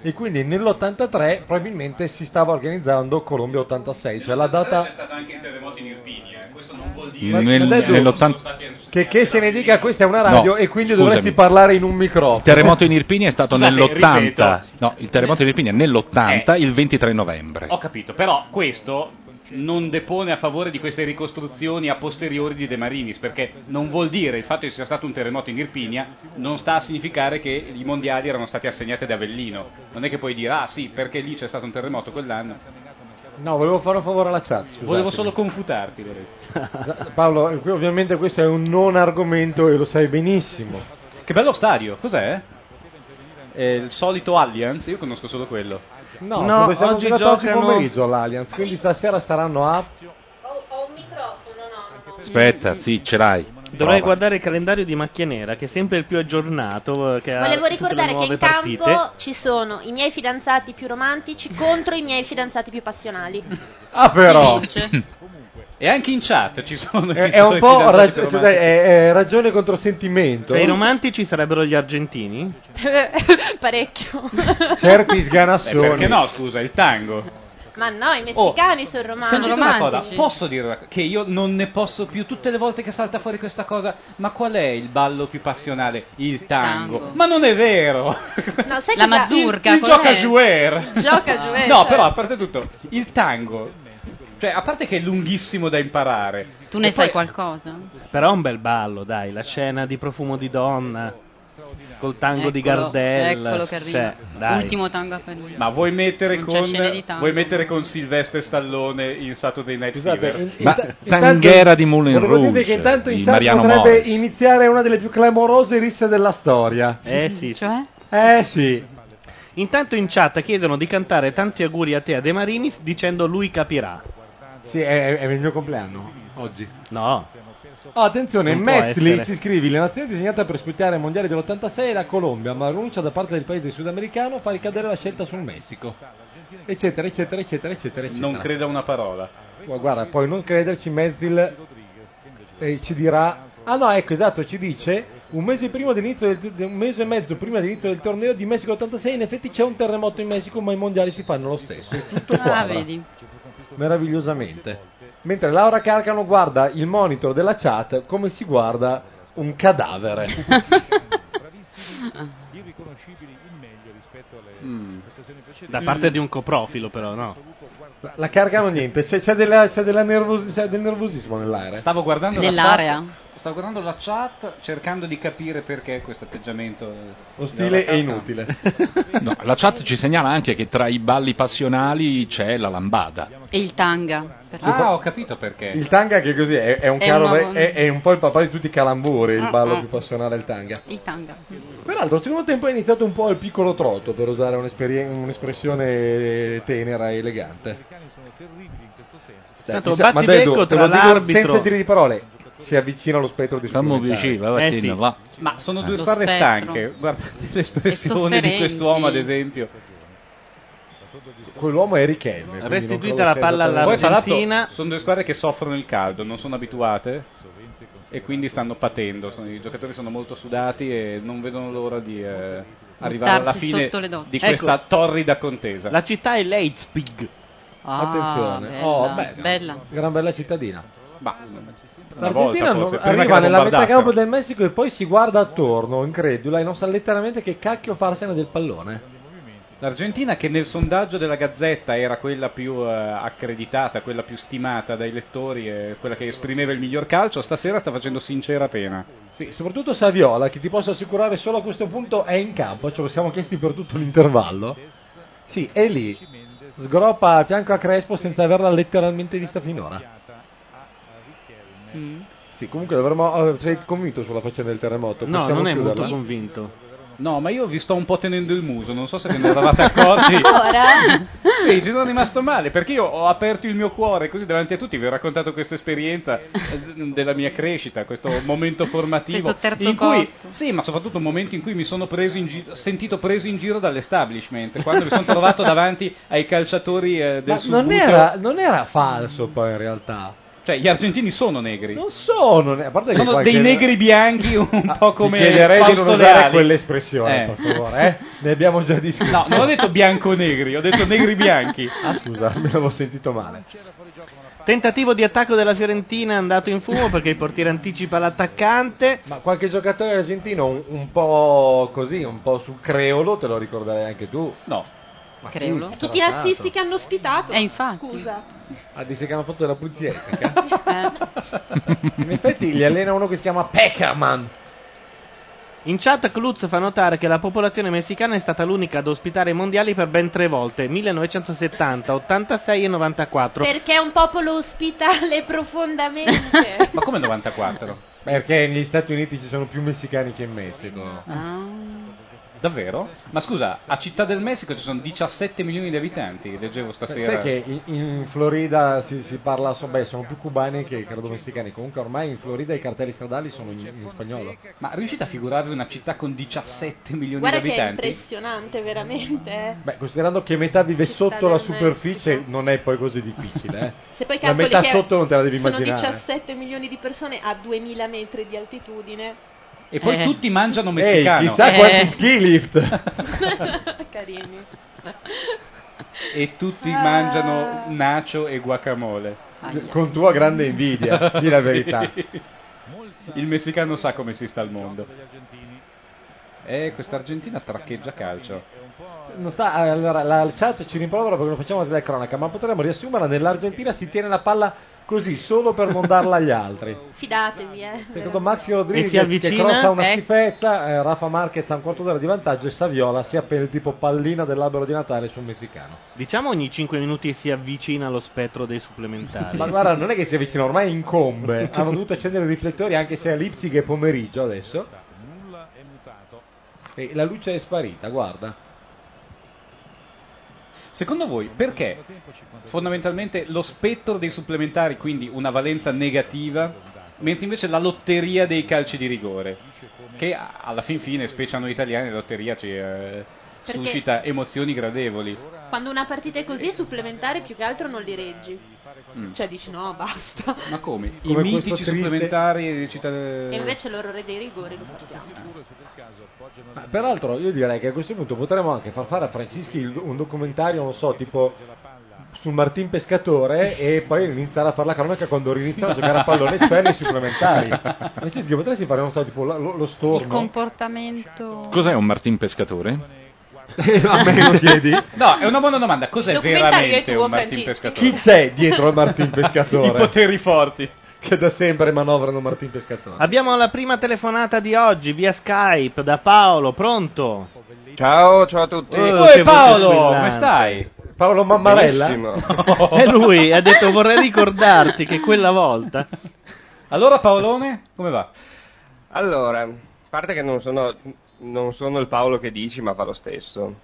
S5: E quindi nell'83 probabilmente si stava organizzando Colombia 86, cioè la data...
S4: stato anche il terremoto in Irpinia, eh. questo non vuol
S5: Ma- ma dai, tu- che, che se ne dica questa è una radio
S2: No,
S5: e quindi
S2: scusami.
S5: dovresti parlare in un microfono.
S2: Il terremoto in Irpinia è stato
S5: Scusate,
S2: nell'80.
S5: ripeto.
S2: No, il terremoto in Irpinia è nell'80,
S4: Eh.
S2: il 23 novembre.
S4: Ho capito, però questo non depone a favore di queste ricostruzioni a posteriori di De Marinis, perché non vuol dire il fatto che ci sia stato un terremoto in Irpinia non sta a significare che i mondiali erano stati assegnati ad Avellino. Non è che puoi dire ah sì, perché lì c'è stato un terremoto quell'anno.
S5: No, volevo fare un favore alla chat. scusate.
S4: Volevo solo confutarti, Lorenzo.
S5: Paolo, qui ovviamente questo è un non argomento e lo sai benissimo.
S4: Che bello stadio, cos'è? È il solito Allianz, io conosco solo quello.
S5: No, perché siamo
S4: oggi
S5: giocati
S4: giocano-
S5: pomeriggio all'Allianz, quindi stasera saranno a
S2: Aspetta, sì, ce l'hai.
S1: Dovrei
S2: Prova.
S1: guardare il calendario di Macchia Nera, che è sempre il più aggiornato. eh, Che ha
S9: Volevo
S1: tutte le
S9: ricordare che
S1: nuove
S9: in
S1: partite.
S9: campo ci sono i miei fidanzati più romantici contro i miei fidanzati più passionali. *laughs*
S5: Ah, però.
S4: E anche in chat ci sono
S5: Eh, È, è un po' rag- cos'è? È- è ragione contro sentimento.
S1: Cioè, i romantici sarebbero gli argentini?
S9: Parecchio.
S5: Certi sganassoni.
S4: Beh, Eh, perché no, scusa, il tango.
S9: Ma no, i messicani sono romantici.
S4: Sentite una cosa, posso dire una co- che io non ne posso più tutte le volte che salta fuori questa cosa, ma qual è il ballo più passionale? Il tango. Ma non è vero!
S9: No, sai
S3: La
S9: che
S3: mazurka,
S4: il
S3: cos'è?
S4: gioca jouer.
S9: Il gioca jouer,
S4: No,
S9: cioè.
S4: però a parte tutto, il tango cioè, a parte che è lunghissimo da imparare.
S3: Tu ne
S4: E
S3: sai
S4: poi-
S3: qualcosa?
S1: Però è un bel ballo, dai, la scena di profumo di donna col tango di
S3: Eccolo,
S1: Gardel.
S3: Eccolo che arriva.
S1: Cioè, dai.
S3: Ultimo tango a Parigi.
S4: Ma vuoi mettere,
S3: Non c'è
S4: con,
S3: scene di tango.
S4: vuoi mettere con Silvestre Stallone in Saturday Night Fever?
S2: Ma Tanghera di Moulin
S5: Volevo dire
S2: Rouge
S5: che intanto in
S2: di
S5: chat
S2: Mariano
S5: potrebbe
S2: Morris.
S5: iniziare una delle più clamorose risse della storia.
S1: Eh sì.
S5: Eh sì.
S1: Intanto in chat chiedono di cantare tanti auguri a te a De Marinis dicendo lui capirà.
S5: Sì, è, è il mio compleanno oggi.
S1: No.
S5: Oh, attenzione,
S1: Ah. Non può
S5: Metzli
S1: essere.
S5: ci scrivi: La nazione disegnata per ospitare i mondiali dell'86 è la Colombia, ma la rinuncia da parte del paese sudamericano fa ricadere la scelta sul Messico. Eccetera, eccetera, eccetera, eccetera. eccetera.
S4: Non creda una parola.
S5: Gu- Guarda, poi non crederci, Metzil eh, ci dirà. Ah no, ecco esatto, ci dice un mese, prima dell'inizio del- de- un mese e mezzo prima dell'inizio del torneo di Messico 86 in effetti c'è un terremoto in Messico ma i mondiali si fanno lo stesso, è tutto qua.
S3: Ah, vedi.
S5: Meravigliosamente. Mentre Laura Carcano guarda il monitor della chat come si guarda un cadavere.
S6: irriconoscibili in meglio rispetto alle
S1: Mm.
S6: prestazioni precedenti.
S1: *laughs* Da parte di un coprofilo, però, no.
S5: La Carcano niente, c'è, c'è della- c'è della nervos- c'è del nervosismo nell'aria.
S4: Stavo guardando
S5: Nell'area.
S4: La chat, stavo guardando la chat cercando di capire perché questo atteggiamento eh,
S5: Ostile
S4: della-
S5: e inutile.
S2: No, la chat ci segnala anche che tra i balli passionali c'è la lambada.
S3: E il tanga. per-
S4: Ah, ho capito
S1: Eh,
S4: perché.
S5: Il tanga che così è, è un
S3: È
S5: caro-
S3: una-
S5: è, è un po' il papà di tutti i calamburi, il
S3: Ah,
S5: ballo
S3: ah.
S5: più passionale del tanga.
S3: Il tanga.
S5: Peraltro, al secondo tempo è iniziato un po' il piccolo trotto, per usare un'esperie- un'espressione tenera e elegante. Cioè,
S1: Tanto
S5: dice- ma dai,
S1: battibecco
S5: do- te
S1: tra
S5: lo dico
S1: l'arbitro-
S5: senza giri di parole, si avvicina allo spettro di
S2: Fammi
S5: scuola.
S2: vicino, va, Eh, Vattino, sì. va.
S4: Ma sono
S2: Eh.
S4: due
S2: Lo
S4: squadre
S2: spettro.
S4: stanche. Guardate l'espressione di
S1: sofferenti.
S4: quest'uomo, ad esempio.
S5: Quell'uomo è Richelme. quindi non
S1: Restituita
S5: credo
S1: la
S5: sia
S1: palla
S5: esattamente-
S4: Poi, tra l'altro,
S1: Argentina.
S4: sono due squadre che soffrono il caldo, non sono abituate e quindi stanno patendo. Sono- I giocatori sono molto sudati e non vedono l'ora di eh, arrivare alla
S3: Buttarsi
S4: fine
S3: sotto le docce.
S4: di
S1: Ecco.
S4: questa torrida contesa.
S1: La città è Leipzig.
S3: Ah,
S5: Attenzione.
S3: bella,
S5: Oh, bella.
S3: bella.
S5: Gran bella cittadina.
S4: Ma una
S5: L'Argentina
S4: volta,
S5: non-
S4: forse, prima che
S5: arriva
S4: la
S5: nella metà
S4: bombardassero.
S5: campo del Messico e poi si guarda attorno, incredula, e non sa letteralmente che cacchio farsene del pallone.
S4: L'Argentina che nel sondaggio della Gazzetta era quella più eh, accreditata, quella più stimata dai lettori, e quella che esprimeva il miglior calcio, stasera sta facendo sincera pena.
S5: Sì, soprattutto Saviola, che ti posso assicurare solo a questo punto è in campo, ce lo siamo chiesti per tutto l'intervallo. Sì, è lì, sgroppa a fianco a Crespo senza averla letteralmente vista finora. Sì, comunque dovremmo, eh, sei convinto sulla faccenda del terremoto?
S1: No,
S5: Possiamo
S1: non è
S5: chiuderla?
S1: molto convinto.
S4: No, ma io vi sto un po' tenendo il muso, non so se ve ne *laughs* eravate accorti. Sì, ci sono rimasto male perché io ho aperto il mio cuore così davanti a tutti. Vi ho raccontato questa esperienza eh, della mia crescita, questo momento formativo.
S3: Questo terzo
S4: in cui,
S3: costo.
S4: Sì, ma soprattutto un momento in cui mi sono preso in giro, sentito preso in giro dall'establishment quando mi sono *laughs* trovato davanti ai calciatori eh, del
S5: Ma non
S4: subbuteo.
S5: era, non era falso poi in realtà.
S4: Cioè, gli argentini sono negri.
S5: Non sono, ne- a parte che
S4: Sono
S5: qualche-
S4: dei negri bianchi un po' come
S5: Ti chiederei di non
S4: Fausto
S5: usare
S4: Leali.
S5: quell'espressione,
S4: Eh.
S5: per favore, eh? Ne abbiamo già discusso.
S4: *laughs* No, non ho detto bianco-negri, ho detto negri-bianchi.
S5: *laughs* Ah, scusa, me l'avevo sentito male.
S1: Tentativo di attacco della Fiorentina è andato in fumo perché il portiere anticipa l'attaccante.
S5: Ma qualche giocatore argentino un, un po' così, un po' sul creolo, te lo ricorderai anche tu.
S4: No.
S5: Ma sì, ci
S9: Creolo.
S5: sarà
S9: Tutti i razzisti
S5: stato.
S9: che hanno ospitato. Eh, infatti. Scusa.
S5: Ah, dice che hanno fatto della pulizia
S9: *laughs*
S5: etnica.
S9: Eh.
S5: In effetti gli allena uno che si chiama Peckerman.
S1: In chat Klutz fa notare che la popolazione messicana è stata l'unica ad ospitare i mondiali per ben tre volte, 1970, 86 e 94.
S9: Perché è un popolo *laughs* ospitale profondamente.
S4: Ma come 94?
S5: Perché negli Stati Uniti ci sono più messicani che in Messico.
S6: Ah.
S4: Davvero? Ma scusa, a Città del Messico ci sono 17 milioni di abitanti, leggevo stasera.
S5: Sai che in, in Florida si, si parla, so- beh, sono più cubani che credo messicani. Comunque ormai in Florida i cartelli stradali sono in, in spagnolo.
S4: Ma riuscite a figurarvi una città con 17 milioni
S9: Guarda
S4: di
S9: che è
S4: abitanti?
S9: impressionante, veramente. eh.
S5: Beh, considerando che metà vive sotto la
S9: del
S5: superficie, non è poi così difficile. eh.
S9: Se poi
S5: la
S9: calcoli
S5: metà
S9: che
S5: sotto non te la devi
S9: sono
S5: immaginare.
S9: 17 milioni di persone a 2000 metri di altitudine.
S4: E poi
S9: Eh.
S4: tutti mangiano
S5: Ehi,
S4: messicano.
S5: chissà quanti ski lift.
S9: Carini.
S4: *laughs* E tutti
S9: Ah.
S4: mangiano nacho e guacamole.
S9: Aia.
S5: Con tua grande invidia,
S4: *laughs*
S5: di la verità.
S4: Il messicano sa come si sta al mondo. Eh, questa Argentina traccheggia calcio.
S5: Non sta- allora, la chat ci rimprovera perché non facciamo la telecronaca, ma potremmo riassumerla. Nell'Argentina si tiene la palla così, solo per non darla agli altri.
S9: *laughs* Fidatevi, eh.
S5: Secondo Maxi Rodriguez
S1: E si avvicina?
S5: che crossa una
S1: Eh.
S5: schifezza, eh, Rafa Marquez ha un quarto d'ora di vantaggio e Saviola si appende tipo pallina dell'albero di Natale sul messicano.
S1: Diciamo ogni 5 minuti si avvicina allo spettro dei supplementari.
S5: Ma guarda, non è che si avvicina, ormai incombe. Hanno dovuto accendere i riflettori anche se a Leipzig è pomeriggio adesso. E la luce è sparita, guarda.
S4: Secondo voi perché fondamentalmente lo spettro dei supplementari, quindi una valenza negativa, mentre invece la lotteria dei calci di rigore, che a- alla fin fine, specie a noi italiani, la lotteria ci eh,
S9: Perché-
S4: suscita emozioni gradevoli.
S9: Quando una partita è così, supplementare più che altro non li reggi.
S4: Mm.
S9: Cioè dici no, basta.
S4: Ma come?
S5: Come
S4: I
S5: questo
S4: mitici
S5: triste-
S4: supplementari di città...
S9: E invece l'orrore dei rigori lo sappiamo.
S5: Ma peraltro io direi che a questo punto potremmo anche far fare a Francischi il- un documentario, non so, tipo sul Martin Pescatore e poi iniziare a fare la cronaca quando riniziano a giocare a pallone, cioè nei supplementari. Francischi, potresti fare, non so, tipo la- lo, lo
S3: Il
S5: storno?
S3: comportamento.
S2: Cos'è un Martin
S4: *laughs*
S2: Pescatore?
S5: a me
S2: *laughs*
S5: lo chiedi?
S4: No, è una buona domanda. Cos'è
S3: Il documentario
S4: veramente
S3: è tuo,
S4: un Martin
S3: Francisco.
S4: Pescatore?
S5: Chi c'è
S1: *laughs*
S5: dietro al Martin Pescatore?
S4: I poteri forti.
S5: Che da sempre manovrano Martin Pescatore.
S1: Abbiamo la prima telefonata di oggi via Skype da Paolo, pronto?
S13: Ciao, ciao a tutti.
S1: Oh,
S13: Uè,
S1: che voce
S13: Eh, Paolo,
S1: squillante.
S13: come stai?
S5: Paolo
S13: Mammarella?
S1: *laughs* e lui ha detto vorrei ricordarti che
S13: *laughs*
S1: quella volta...
S4: Allora Paolone, come va?
S13: Allora, a parte che non sono, non sono il Paolo che dici, ma va lo stesso.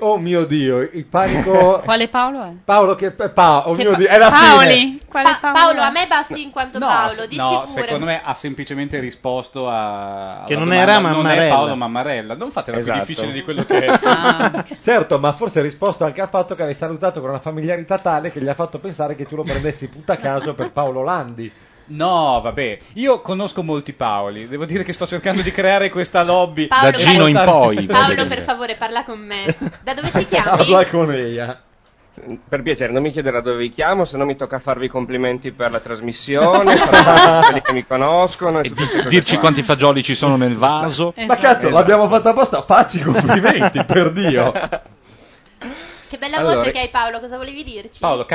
S5: Oh mio Dio, il panico...
S3: Quale *laughs* Paolo è?
S5: Paolo che... Pa, oh
S3: Che
S5: mio
S3: pa-
S5: Dio,
S9: eh,
S5: è la fine.
S3: Paoli? Quale
S9: Pa-
S3: Paolo?
S9: Paolo, a me basti in quanto Paolo,
S4: se-
S9: dici
S4: no,
S9: pure.
S4: secondo me ha semplicemente risposto a.
S1: Che
S4: alla
S1: non era
S4: non è
S1: Mammarella.
S4: Paolo Mammarella. Non fatela
S1: Esatto.
S4: più difficile di quello
S1: *laughs*
S4: che è.
S5: Certo, ma forse ha risposto anche al fatto che l'hai salutato con una familiarità tale che gli ha fatto pensare che tu lo prendessi puta caso per Paolo Landi.
S4: No, vabbè, io conosco molti Paoli. Devo dire che sto cercando di creare questa lobby
S9: Paolo, Da Gino in
S4: Portare-
S9: *laughs* Paolo, per favore, parla con me. Da dove ci chiami?
S5: con ella.
S13: Per piacere, non mi chiederà dove vi chiamo, se no mi tocca farvi complimenti per la trasmissione, *laughs* per quelli che mi conoscono. E, tutte queste cose
S2: Dirci
S13: qua.
S2: quanti fagioli ci sono nel vaso.
S14: Ma cazzo,
S13: Esatto.
S14: l'abbiamo fatta apposta, facci i
S2: *laughs*
S14: complimenti, per Dio.
S13: *laughs*
S9: Che bella
S13: Allora-
S9: voce che hai Paolo, cosa volevi dirci?
S13: Ba-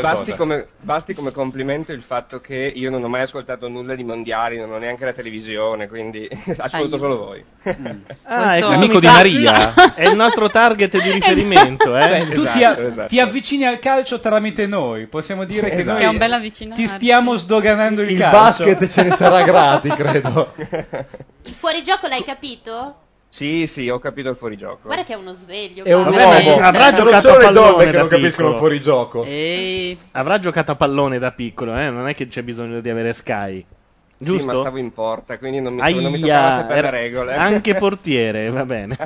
S13: Basti come, basti come complimento il fatto che io non ho mai ascoltato nulla di mondiali, non ho neanche la televisione, quindi *laughs* ascolto
S1: Aiuto.
S13: solo voi.
S14: Mm.
S13: *laughs*
S1: Ah, ecco,
S2: L'amico
S1: mi
S2: di
S1: sa-
S14: *laughs*
S2: Maria.
S1: È il nostro target di riferimento, eh.
S4: Cioè, tu ti, a- ti avvicini al calcio tramite noi, possiamo dire che
S1: Esatto.
S4: noi
S1: Che è un bel
S4: ti stiamo sdoganando il,
S14: Il
S4: calcio.
S14: basket ce ne sarà gratis, credo.
S9: Il fuorigioco l'hai capito?
S13: *laughs* Sì, sì, ho capito il fuorigioco.
S9: Guarda che è uno sveglio.
S13: È un
S9: Paolo.
S13: uomo.
S1: Eh, avrà
S13: Sono
S1: giocato a
S13: solo le
S1: pallone
S13: donne che
S1: da
S13: non capiscono
S1: piccolo. Eh.
S13: il fuorigioco.
S3: Ehi.
S1: Avrà giocato a pallone da piccolo, eh? Non è che c'è bisogno di avere Sky. Giusto?
S13: Sì, ma stavo in porta, quindi non mi, non mi
S1: Aia,
S13: toccava sapere
S1: era-
S13: le regole. *laughs*
S1: Anche portiere, va bene.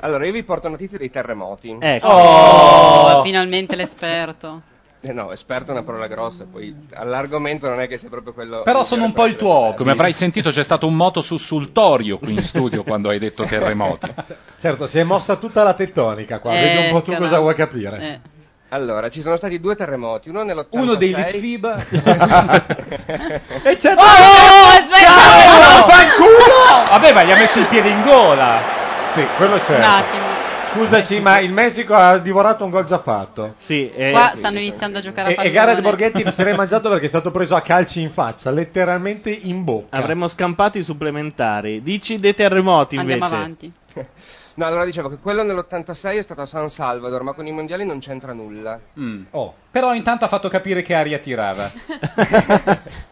S13: Allora, io vi porto notizie dei terremoti.
S1: Ecco.
S3: Oh, finalmente l'esperto.
S13: Eh no, esperto è una parola grossa, poi all'argomento non è che sia proprio quello...
S2: Però
S13: sono
S2: un po' il tuo. Come avrai sentito, c'è stato un moto sussultorio qui in studio quando hai detto terremoti.
S5: Certo, si è mossa tutta la tettonica qua, vedi un po' tu cosa vuoi capire.
S13: Allora, ci sono stati due terremoti, uno nell'86...
S4: Uno
S13: *laughs*
S4: dei
S13: Litfiba...
S4: E
S6: Eh,
S4: c'è
S13: Ciao!
S4: fanculo! Vabbè, ma gli ha messo il piede in gola.
S5: Sì, quello c'è.
S3: Un attimo.
S5: Scusaci, ma il Messico ha divorato un gol già fatto.
S1: Sì,
S4: eh,
S3: Qua stanno iniziando a giocare
S5: Eh,
S3: a
S5: e, e
S3: pallone.
S5: Gareth Borghetti se l'è mangiato perché è stato preso a calci in faccia, letteralmente in bocca.
S1: Avremmo scampato i supplementari. Dici dei terremoti invece.
S13: No, allora dicevo che quello nell'86 è stato a San Salvador, ma con i mondiali non c'entra nulla.
S2: Mm.
S4: Però intanto ha fatto capire che aria tirava.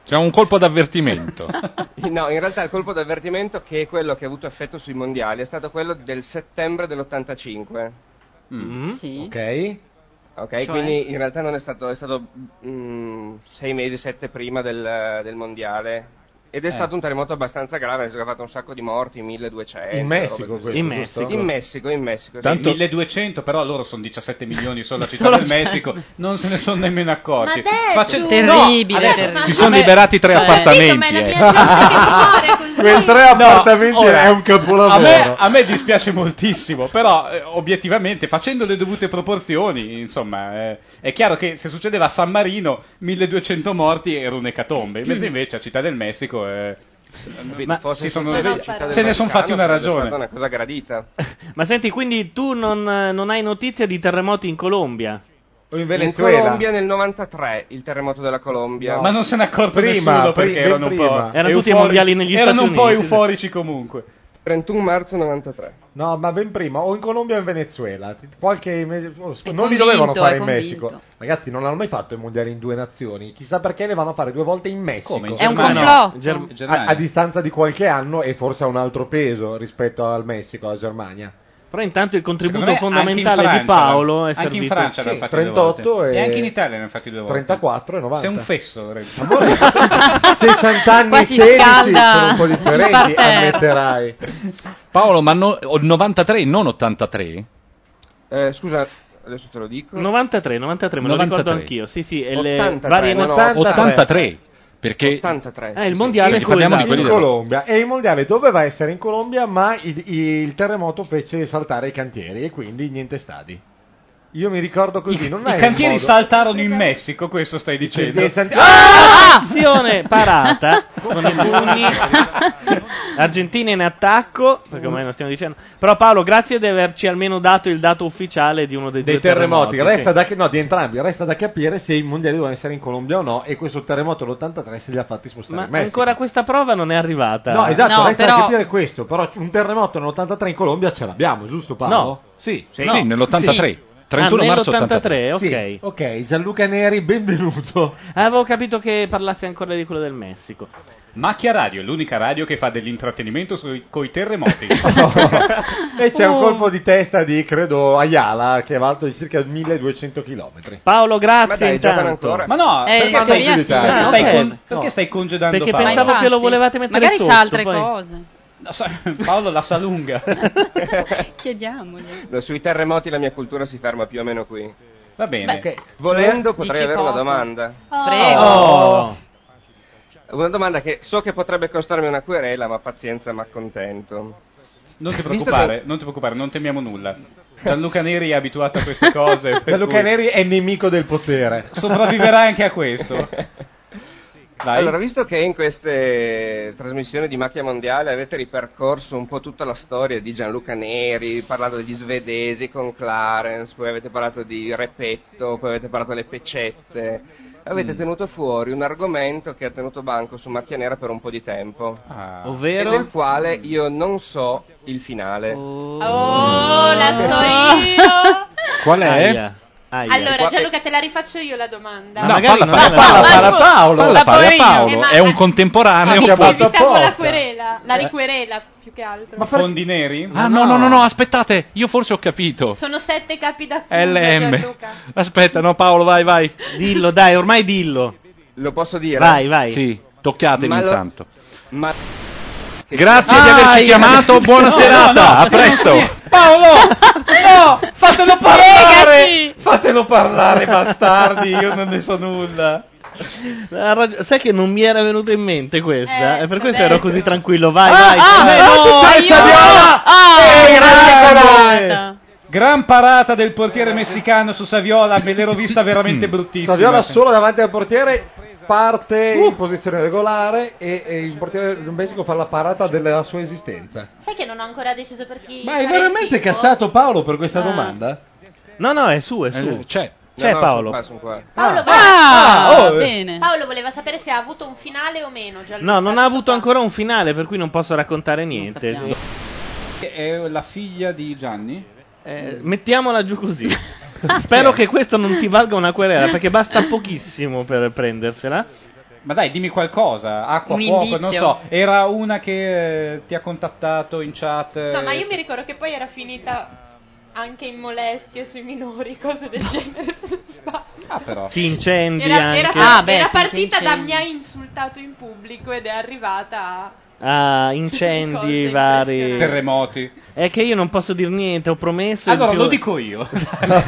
S2: C'è un colpo *laughs* d'avvertimento.
S13: *laughs* No, in realtà il colpo d'avvertimento, che è quello che ha avuto effetto sui mondiali, è stato quello del settembre dell'85.
S3: Mm.
S4: Mm.
S3: Sì.
S5: Ok.
S13: Ok,
S5: Cioè?
S13: quindi in realtà non è stato, è stato mm, sei mesi, sette prima del, del mondiale. Ed è
S5: Eh.
S13: stato un terremoto abbastanza grave, nel senso che ha fatto un sacco di morti, 1200.
S5: In Messico
S13: robe così.
S5: questo, In giusto? Messico.
S13: In Messico, in Messico. sì.
S4: Tanto...
S13: Mille-
S4: 1200, però loro sono 17 milioni *laughs* solo la città
S13: Solo
S4: del
S13: c'è.
S4: Messico, non se ne sono nemmeno accorti.
S13: Ma dai,
S4: Facce-
S13: tu-
S3: Terribile,
S4: adesso-
S3: terribile.
S2: Si sono liberati tre
S4: Cioè- Capito,
S2: appartamenti.
S4: ma è la
S2: eh.
S4: mia
S5: Quei tre appartamenti
S4: ora,
S5: è un capolavoro.
S4: A me, a me dispiace moltissimo, però eh, obiettivamente facendo le dovute proporzioni, insomma, eh, è chiaro che se succedeva a San Marino 1200 morti era un'ecatombe, mentre invece a Città del Messico eh,
S13: fosse
S4: si sono-
S13: successo a Città del
S4: se ne sono
S13: Vaticano,
S4: fatti una
S13: sarebbe
S4: ragione.
S13: stata una cosa gradita.
S1: *laughs* Ma senti, quindi tu non, eh, non hai notizia di terremoti in Colombia?
S13: O in
S1: Venezuela.
S13: Colombia nel 93, il terremoto della Colombia.
S1: No. Ma non se n'è accorto Prima, nessuno perché pri- ben erano un po' prima. Erano tutti ai mondiali negli
S4: erano
S1: Stati
S4: un po'
S1: Uniti.
S4: euforici comunque.
S13: 31 marzo 93.
S5: No, ma ben prima, o in Colombia o in Venezuela. Ti- Qualche mese- oh, scu- non li
S13: convinto,
S5: dovevano fare
S13: è
S5: in
S13: convinto.
S5: Messico. Ragazzi, non hanno mai fatto i mondiali in due nazioni. Chissà perché le vanno a fare due volte in Messico.
S4: Come, in È un Germania? complotto. In Germ-
S5: a,
S4: Germania.
S5: a distanza di qualche anno e forse ha un altro peso rispetto al Messico, alla Germania.
S1: Però intanto il
S4: Secondo
S1: contributo
S4: me
S1: fondamentale
S4: anche in
S1: di
S4: Francia,
S1: Paolo è
S4: anche
S1: servito
S4: in Francia ne hanno
S5: Sì,
S4: fatti
S5: 38
S4: due volte.
S5: e-
S4: E... anche in Italia ne hanno fatti due volte
S5: 34 e 90.
S4: sei un fesso Renzo. *laughs*
S5: 60 anni
S4: Qua
S5: e
S4: si
S5: 16
S4: scalda
S5: sono un po'
S4: il
S5: differenti,
S4: parterre.
S5: ammetterai.
S2: Paolo, ma no- o 93, non 83?
S13: Eh, scusa, adesso te lo dico.
S1: 93, 93, me lo
S2: 93.
S1: ricordo anch'io. Sì, sì, e le
S13: 83,
S1: varie
S13: no, no,
S2: 83. Perché
S13: 83.
S1: Eh, il mondiale
S2: Quindi
S5: *laughs*
S2: parliamo di quelli
S5: in
S2: della-
S5: Colombia e il mondiale doveva essere in Colombia ma il, il terremoto fece saltare i cantieri e quindi niente stadi io mi ricordo così non
S4: i cantieri saltarono in Messico questo stai dicendo Ah!
S1: Ah! Azione parata con i pugni. Argentina in attacco, perché ormai non stiamo dicendo. Però Paolo, grazie di averci almeno dato il dato ufficiale di uno dei,
S5: dei
S1: due
S5: terremoti,
S1: terremoti
S5: resta
S1: sì.
S5: da, no, di entrambi resta da capire se i mondiali dovevano essere in Colombia o no e questo terremoto dell'83 se li ha fatti spostare
S1: Ma
S5: in Messico.
S1: ancora questa prova non è arrivata.
S5: no esatto resta da capire questo però un terremoto nell'83 in Colombia ce l'abbiamo giusto Paolo?
S1: No.
S5: sì,
S1: Sì, sì, nell'83. Sì.
S5: 31
S1: Ah,
S5: marzo 83,
S1: 83, ok.
S5: Sì, ok, Gianluca Neri, benvenuto.
S1: Avevo capito che parlassi ancora di quello del Messico.
S4: Macchia Radio è l'unica radio che fa dell'intrattenimento sui, coi
S5: *laughs*
S4: terremoti
S5: E c'è un
S4: Oh.
S5: colpo di testa di, credo, Ayala, che è alto di circa 1200 km.
S1: Paolo, grazie
S4: ma no
S3: Eh, in
S4: perché, stai,
S3: teoria sì.
S4: perché
S3: Ah,
S4: stai
S3: ok.
S4: con-
S3: No.
S4: perché stai congedando
S1: Perché
S4: Paolo?
S1: pensavo che lo volevate mettere
S3: Magari
S1: sotto,
S3: sa altre
S1: poi-
S3: cose.
S4: No, sa- Paolo la salunga
S13: *laughs*
S3: Chiediamogli.
S13: No, Sui terremoti la mia cultura si ferma più o meno qui.
S4: Va bene.
S3: Beh,
S13: Volendo
S3: Dici
S13: potrei avere una
S3: poco.
S13: domanda.
S3: Prego.
S1: Oh.
S13: Una domanda che so che potrebbe costarmi una querela, ma pazienza, ma contento.
S4: Non
S15: Visto
S4: ti preoccupare, non ti preoccupare, non temiamo nulla. Gianluca Neri è abituato a
S13: *laughs*
S4: queste cose. per
S5: Gianluca
S4: cui
S5: Neri è nemico del potere.
S4: Sopravviverà anche a questo. Vai.
S13: Allora, visto che in queste trasmissioni di Macchia Mondiale avete ripercorso un po' tutta la storia di Gianluca Neri, parlando degli svedesi con Clarence, poi avete parlato di Repetto, poi avete parlato delle pecette, avete
S1: Mm.
S13: tenuto fuori un argomento che ha tenuto banco su Macchia Nera per un po' di tempo,
S1: Ovvero?
S13: e del quale io non so il finale.
S9: Oh,
S6: *laughs*
S9: la so io.
S13: Qual
S1: è?
S9: Allora, Gianluca, te la rifaccio io la domanda.
S2: No,
S9: Ma
S2: magari
S9: non
S2: falla,
S9: è la-
S2: falla,
S9: Ma
S2: falla
S9: scusa,
S2: Paolo,
S9: falla
S2: falla
S9: pure io.
S2: Paolo,
S9: Eh, ma-
S2: è un contemporaneo.
S9: ma
S2: poi-
S9: evitiamo la querela, la riquerela più che altro.
S4: Fondi neri?
S2: Ah no, no, no, no, aspettate, io forse ho capito.
S9: Sono sette capi d'accusa,
S2: LM.
S9: Gianluca.
S2: Aspetta, no Paolo, vai, vai.
S1: Dillo, dai, ormai dillo.
S13: Lo posso dire?
S1: Vai, vai.
S2: Sì, toccatemi
S13: Ma lo-
S2: intanto.
S13: Ma...
S2: Grazie di
S13: Ah,
S2: averci
S13: io-
S2: chiamato,
S1: *laughs*
S2: buona
S13: No,
S2: serata,
S13: no, no,
S2: a presto.
S4: Paolo! No! Fatelo
S1: parlare!
S4: Fatelo parlare, bastardi, io non ne so nulla.
S1: Ha ragio- sai che non mi era venuto in mente questa? e per questo ero così tranquillo. Vai,
S4: Ah,
S1: vai.
S4: ah,
S1: vai.
S4: eh, no, ti fai io! Ah, Saviola!
S1: Eh, grande.
S4: Gran parata del portiere messicano su Saviola, me l'ero vista veramente bruttissima.
S5: *laughs* Saviola solo davanti al portiere parte in posizione regolare e, e il portiere del Messico fa la parata della sua esistenza.
S9: Sai che non ho ancora deciso per chi
S5: Ma è
S9: fare il
S5: veramente
S9: tifo?
S5: cassato Paolo per questa
S9: Ah.
S5: domanda?
S1: No, no, è su, è su.
S2: Eh, c'è.
S1: C'è
S13: No, no,
S1: Paolo.
S13: sono qua, sono qua.
S9: Paolo,
S1: Ah,
S9: voleva-
S1: ah, oh, eh.
S9: Paolo voleva sapere se ha avuto un finale o meno. Gianluca.
S1: No, non ha avuto ancora un finale, per cui non posso raccontare niente.
S9: sappiamo.
S4: È la figlia di Gianni?
S1: Eh, Mettiamola giù così. Spero che questo non ti valga una querela, perché basta pochissimo per prendersela.
S4: Ma dai, dimmi qualcosa, Ah, acqua,
S9: Un
S4: fuoco,
S9: indizio.
S4: non so. Era una che eh, ti ha contattato in chat. eh,
S9: No, ma io mi ricordo che poi era finita anche in molestie sui minori, cose del genere. se non sbaglio.
S4: Ah, però.
S1: Si incendi
S9: Era,
S1: anche.
S9: era- era partita da mi ha insultato in pubblico ed è arrivata a... *laughs*
S1: Ah, incendi vari.
S4: Terremoti.
S1: È che io non posso dire niente, ho promesso. in
S4: Allora
S1: più-
S4: lo dico io. *laughs*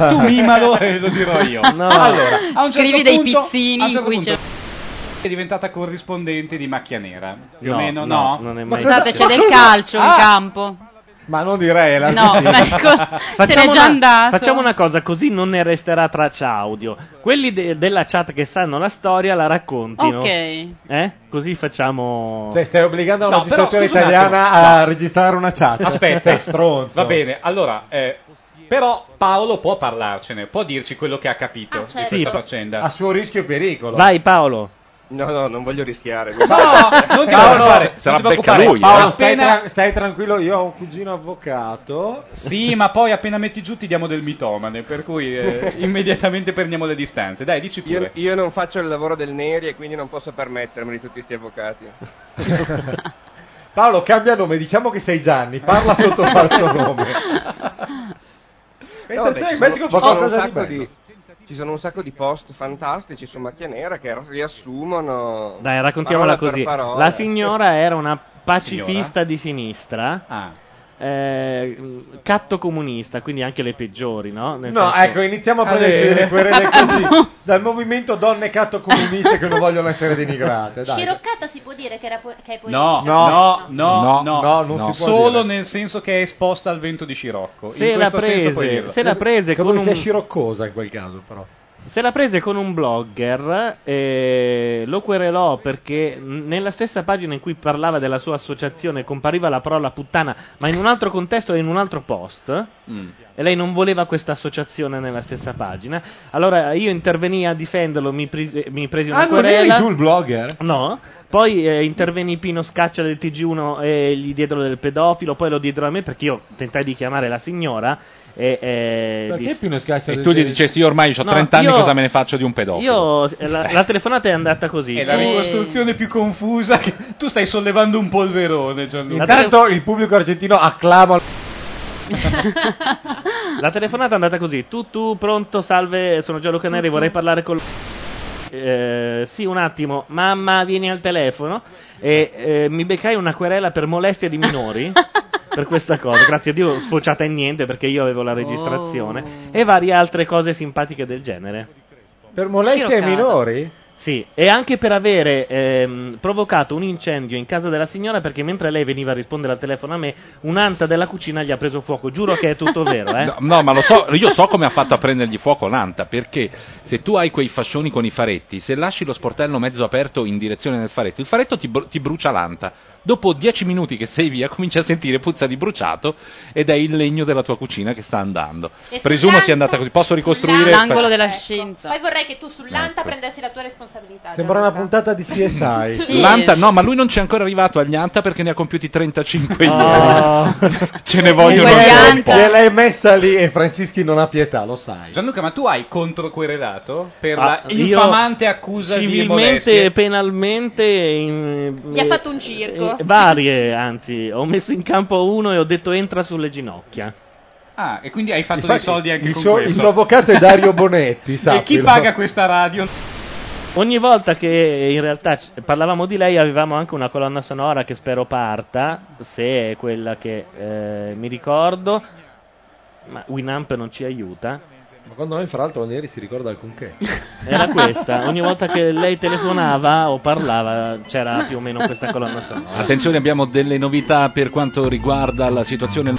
S4: tu *laughs* mimalo e lo dirò io.
S1: No.
S4: Allora, a un certo
S3: Scrivi dei
S4: punto-
S3: pizzini
S4: a un certo
S3: in cui
S4: punto
S3: c'è-
S4: è diventata corrispondente di Macchia Nera. Più
S1: No,
S4: o meno,
S1: no,
S4: no?
S1: non è
S4: Ma
S1: mai
S4: cosa-
S3: Scusate, c'è
S4: ma
S3: del
S4: cosa-
S3: calcio in
S4: Ah,
S3: campo.
S5: Ma non direi la
S3: No, ma
S5: *laughs*
S3: ecco, se n'è
S1: Facciamo
S3: già
S1: una-
S3: andato.
S1: Facciamo una cosa, così non ne resterà traccia audio. Quelli de- della chat che sanno la storia la raccontino.
S3: Ok.
S1: Eh? Così facciamo.
S5: Cioè, stai obbligando la
S1: No, però,
S5: magistratura
S1: scusa un
S5: italiana
S1: attimo.
S5: a
S1: No. Cioè,
S5: registrare una
S1: *laughs*
S5: chat.
S4: Aspetta,
S5: Sei stronzo.
S4: Va bene, allora, eh, però Paolo può parlarcene, può dirci quello che ha capito
S3: Ah,
S4: di
S5: certo.
S4: questa
S5: Sì,
S4: faccenda.
S5: A suo rischio e pericolo.
S1: Vai Paolo.
S13: No, no, non voglio
S5: *laughs*
S13: rischiare.
S4: non ti
S5: Paolo,
S4: preoccupare, non
S5: sarà
S4: ti preoccupare.
S5: becca lui, eh. Paolo, stai
S4: appena...
S5: tra- stai tranquillo, io ho un cugino avvocato.
S4: *laughs* Sì, ma poi appena metti giù ti diamo del mitomane, per cui
S1: *laughs*
S4: eh, immediatamente prendiamo le distanze. Dai, dici
S13: Io,
S4: pure.
S13: io non faccio il lavoro del Neri e quindi non posso permettermi di tutti sti avvocati.
S5: Paolo, cambia nome, diciamo che sei Gianni,
S1: *laughs*
S5: parla sotto il falso nome.
S13: No,
S5: *laughs* Mentre
S13: vabbè,
S5: sei in
S13: ci sono, ci sono un
S5: Messico fa qualcosa di
S13: sacco
S5: bello.
S13: di, ci sono un sacco di post fantastici su Macchia Nera che riassumono.
S1: Dai, raccontiamola
S13: parola
S1: così.
S13: per parola.
S1: La signora era una pacifista di sinistra.
S5: Ah.
S1: eh, catto comunista, quindi anche le peggiori, no? Nel
S5: No,
S1: senso-
S5: ecco, iniziamo a prenderci le querele
S13: *laughs*
S1: *laughs*
S5: così dal movimento donne catto comuniste che non vogliono essere denigrate. Eh, Dai.
S9: Sciroccata si può dire che, era po- che è poetica?
S4: No,
S5: No,
S4: no, no, no, no,
S5: no, no, non si può
S4: solo
S5: dire.
S4: nel senso che è esposta al vento di Scirocco.
S1: Se
S4: in
S1: la
S4: questo senso puoi
S1: prese,
S4: dirlo.
S1: se la prese
S5: Credo
S1: con
S5: che sia
S1: un-
S5: sciroccosa in quel caso, però.
S1: Se la prese con un blogger, eh, lo querelò perché n- nella stessa pagina in cui parlava della sua associazione compariva la parola puttana, ma in un altro contesto e in un altro post.
S6: Mm.
S1: E lei non voleva questa associazione nella stessa pagina. Allora io intervenii a difenderlo, mi, prese- mi presi una
S5: Ah, non
S1: querela.
S5: eri tu il blogger?
S1: No. Poi eh, intervenì Pino Scaccia del TG1 e gli diedero del pedofilo, poi lo diedero a me perché io tentai di chiamare la signora. E, eh,
S5: Perché
S1: dissi-
S5: Pino Scaccia
S2: E tu gli dicesti io ormai ho
S1: No,
S2: 30 anni,
S1: io-
S2: cosa me ne faccio di un pedofilo?
S1: Io, eh, la, la telefonata è andata così. Eh,
S4: È la ricostruzione più confusa che tu stai sollevando un polverone, Gianluca.
S5: Intanto il pubblico argentino acclama.
S1: La telefonata è andata così. Tu, tu, pronto, salve, sono Gianluca Neri, vorrei parlare con... Eh, sì, un attimo, mamma, vieni al telefono. E eh, mi beccai una querela per molestia di
S4: *laughs*
S1: minori. per questa cosa, grazie a Dio, sfociata in niente perché io avevo la
S4: Oh.
S1: registrazione. E varie altre cose simpatiche del genere.
S5: Per molestia ai
S1: Sciroccata.
S5: minori?
S1: Sì, e anche per avere ehm, provocato un incendio in casa della signora perché mentre lei veniva a rispondere al telefono a me, un'anta della cucina gli ha preso fuoco. Giuro che è
S4: *laughs*
S1: tutto vero, eh.
S2: No, no, ma lo so, io so come ha fatto a prendergli fuoco l'anta, perché se tu hai quei fascioni con i faretti, se lasci lo sportello mezzo aperto in direzione del faretto, il faretto ti, bru- ti brucia l'anta. Dopo dieci minuti che sei via, *laughs* cominci a sentire puzza di bruciato ed è il legno della tua cucina che sta andando.
S9: E
S2: Presumo
S9: sull'anta-
S2: sia andata così. Posso ricostruire
S16: L'angolo
S2: Aspetta.
S16: della scienza.
S9: Ecco, Poi vorrei che tu sull'anta prendessi la tua responsabilità.
S5: Sembra una puntata di CSI.
S9: Sì.
S2: L'anta, no, ma lui non c'è ancora arrivato agli anta perché ne ha compiuti 35
S5: Oh.
S2: ieri. *laughs* Ce ne vogliono ancora un po'.
S5: Gliel'hai l'hai messa lì e Francischi non ha pietà, lo sai.
S4: Gianluca, ma tu hai controquerelato per
S1: Ah,
S4: la
S1: io
S4: infamante accusa di
S1: Civilmente,
S4: molestie?
S1: e penalmente. in-
S9: Gli ha fatto un circo.
S1: eh, varie, anzi, ho messo in campo uno e ho detto entra sulle ginocchia.
S4: Ah, e quindi hai fatto
S1: Infatti,
S4: dei soldi anche
S1: il
S4: con
S1: suo- il
S4: questo.
S1: suo avvocato è Dario
S4: *laughs*
S1: Bonetti,
S4: e chi
S1: sappilo.
S4: paga questa radio?
S1: Ogni volta che in realtà c- parlavamo di lei avevamo anche una colonna sonora che spero parta, se è quella che eh, mi ricordo, ma Winamp non ci aiuta.
S5: Ma quando noi, fra l'altro, Neri si ricorda alcunché.
S1: *laughs*
S5: *laughs*
S1: Era questa, ogni volta che lei telefonava o parlava c'era più o meno questa colonna sonora.
S2: Attenzione, abbiamo delle novità per quanto riguarda la situazione.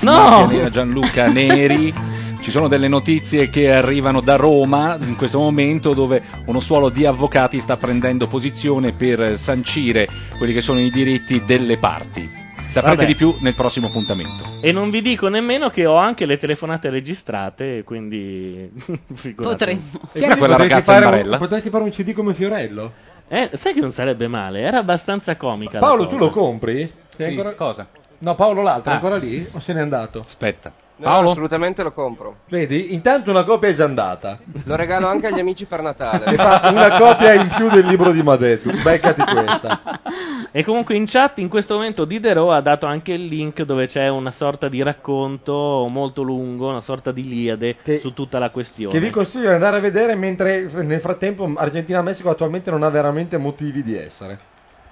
S1: No!
S2: Macchia Nera Gianluca Neri. Ci sono delle notizie che arrivano da Roma in questo momento dove uno suolo di avvocati sta prendendo posizione per sancire quelli che sono i diritti delle parti. Saprete
S1: Vabbè.
S2: di più nel prossimo appuntamento.
S1: E non vi dico nemmeno che ho anche le telefonate registrate, quindi *laughs* figuratevi.
S5: E quindi potresti fare un- Potresti fare un CD come Fiorello?
S1: Eh, sai che non sarebbe male, era abbastanza comica. la
S5: Paolo,
S1: cosa.
S5: tu lo compri? Sei
S1: Sì,
S4: cosa?
S5: No, Paolo l'altro, è
S1: Ah.
S5: ancora lì? O se n'è andato?
S2: Aspetta.
S13: No, assolutamente lo compro.
S5: Vedi, intanto una copia è già andata.
S13: Lo regalo anche agli amici per
S5: *laughs*
S13: Natale.
S5: E fa una copia in più del libro di Madeddu. Beccati questa.
S1: E comunque in chat in questo momento Diderot ha dato anche il link dove c'è una sorta di racconto molto lungo, una sorta di liade su tutta la questione.
S5: Che vi consiglio di andare a vedere mentre nel frattempo Argentina-Messico attualmente non ha veramente motivi di essere.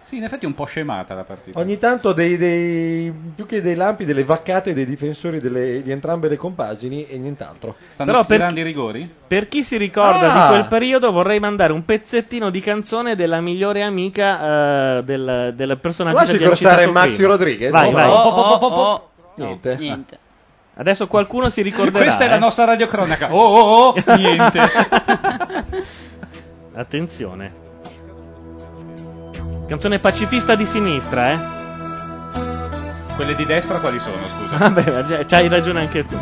S4: Sì, in effetti è un po' scemata la partita.
S5: Ogni tanto dei, dei- più che dei lampi, delle vaccate dei difensori delle- di entrambe le compagini e nient'altro.
S4: Stanno
S1: Però per-
S4: tirando i rigori?
S1: Per chi si ricorda
S5: Ah!
S1: di quel periodo vorrei mandare un pezzettino di canzone della migliore amica eh, del, del personaggio
S5: Lasci
S1: che abbiamo
S5: versare
S1: citato
S5: Maxi
S1: prima.
S5: Rodriguez.
S1: Vai,
S5: Oh,
S1: vai.
S5: oh, oh, oh, oh. Niente.
S1: Adesso qualcuno si ricorderà.
S4: Questa è la
S1: eh.
S4: nostra radiocronaca. Oh, oh, oh, niente.
S1: *laughs* Attenzione. Canzone pacifista di sinistra, eh.
S4: Quelle di destra quali sono, scusa?
S1: Vabbè, ma già- c'hai ragione anche tu.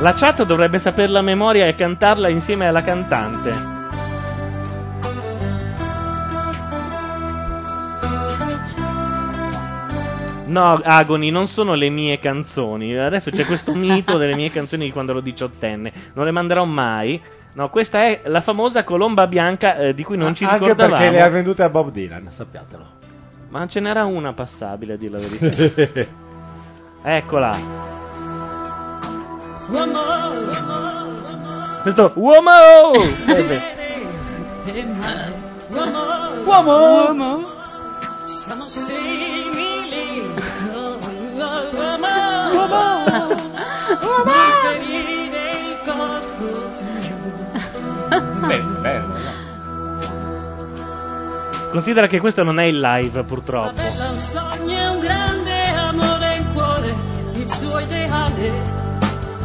S1: La chat dovrebbe saperla a memoria e cantarla insieme alla cantante. No, Agoni, non sono le mie canzoni. Adesso c'è questo mito delle mie canzoni di quando ero diciottenne. Non le manderò mai. No, questa è la famosa colomba bianca eh, di cui non ci
S5: Ah, Anche
S1: ricordavamo.
S5: perché le ha vendute a Bob Dylan, sappiatelo.
S1: Ma ce n'era una passabile, a dir
S5: *laughs*
S1: la verità. Eccola. Questo
S5: *laughs*
S1: uomo! Vabbè.
S6: Uomo! Siamo simili all'uomo Uomo! Liberi del corpo
S4: Bello, bello.
S1: Considera che questo non è il live, purtroppo.
S6: Bella un sogno e un grande amore in cuore Il suo ideale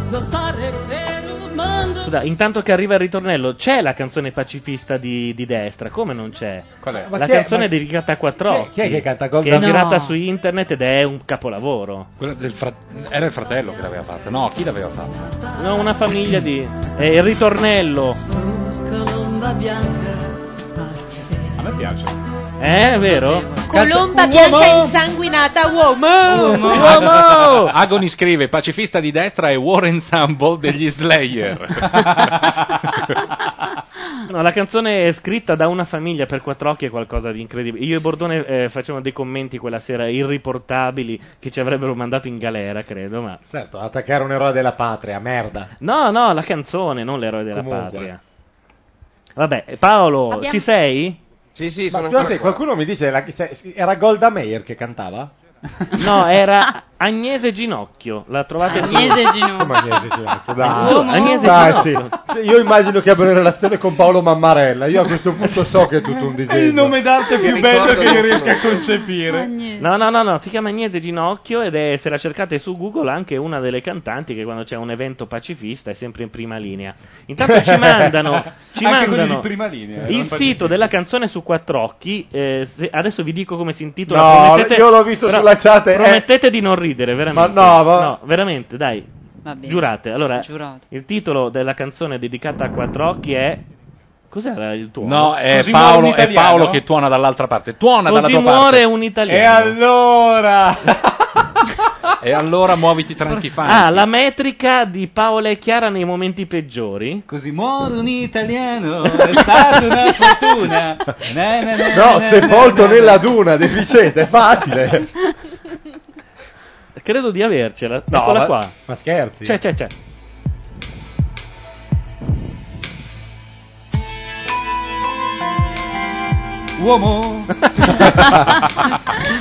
S6: Lottare per un mondo
S1: Scusa, intanto che arriva il ritornello, c'è la canzone pacifista di, di destra, come non c'è?
S4: Qual è?
S5: Ma
S1: La
S5: chi è-
S1: canzone
S5: ma-
S1: dedicata a quattro
S5: chi è- chi è che canta Golden
S1: Che è
S5: No.
S1: girata su internet ed è un capolavoro.
S2: Quella del frat- era il fratello che l'aveva fatta. No, chi l'aveva fatta?
S1: No, una famiglia di... È il ritornello.
S6: Colomba bianca
S4: A me piace.
S1: Eh, è vero? Canta-
S9: Colomba bianca insanguinata, uomo!
S2: Ag- *laughs* Agoni scrive pacifista di destra e War Ensemble degli
S1: *laughs*
S2: Slayer.
S1: No, la canzone è scritta da una famiglia per quattro occhi è qualcosa di incredibile. Io e Bordone eh, facevamo dei commenti quella sera irriportabili che ci avrebbero mandato in galera, credo, ma...
S5: Certo, attaccare un eroe della patria, merda.
S1: No, no, la canzone, non l'eroe della
S5: Comunque.
S1: patria. Vabbè, Paolo,
S5: Abbiamo-
S1: ci sei?
S13: Sì, sì,
S5: Ma scusate, qualcuno mi dice, la- cioè, era Golda Meir che cantava?
S1: *laughs* No, era Agnese Ginocchio, la trovate
S17: Agnese
S1: su...
S17: Ginocchio. Come
S5: Agnese Ginocchio?
S1: Dai.
S5: *laughs* Dai,
S1: Agnese
S5: dai,
S1: Ginocchio.
S5: sì. Io immagino che abbia una relazione con Paolo Mammarella. Io a questo punto so che è tutto un disegno.
S1: *laughs* il nome
S4: d'arte
S1: più bello che io riesca a
S4: concepire.
S1: No, no, no, no, si chiama Agnese Ginocchio ed è, se la cercate su Google, anche una delle cantanti che quando c'è un evento pacifista è sempre in prima linea. Intanto ci mandano, ci
S4: Anche quelli
S1: mandano
S4: di prima linea,
S1: il
S4: non
S1: sito
S4: pacifisti.
S1: della canzone su quattro occhi. eh, se- adesso vi dico come si intitola.
S5: No,
S1: promettete-
S5: io l'ho visto
S1: però-
S5: sulla chat, eh.
S1: Promettete di non ridere, veramente.
S5: Ma no, ma-
S1: No, veramente, dai.
S17: Va bene.
S1: Giurate. Allora,
S17: Giurato.
S1: il titolo della canzone dedicata a quattro occhi è. Cos'era il tuo?
S2: No, è Paolo, è Paolo che tuona dall'altra parte. Tuona
S1: Così
S2: dalla tua
S1: muore
S2: parte.
S1: un italiano.
S2: E
S4: allora?
S2: *laughs* e allora muoviti tranquillo.
S1: Ah, la metrica di Paola e Chiara nei momenti peggiori.
S18: Così muore un italiano, è stata una
S2: *laughs*
S18: fortuna. Na, na, na, na,
S5: No, sepolto nella duna, deficiente, è facile.
S1: *laughs* Credo di avercela.
S5: No,
S1: Eccola
S5: ma-
S1: qua. Cioè,
S5: ma scherzi?
S1: C'è, c'è, c'è.
S2: *laughs*
S18: Uomo.
S1: *laughs*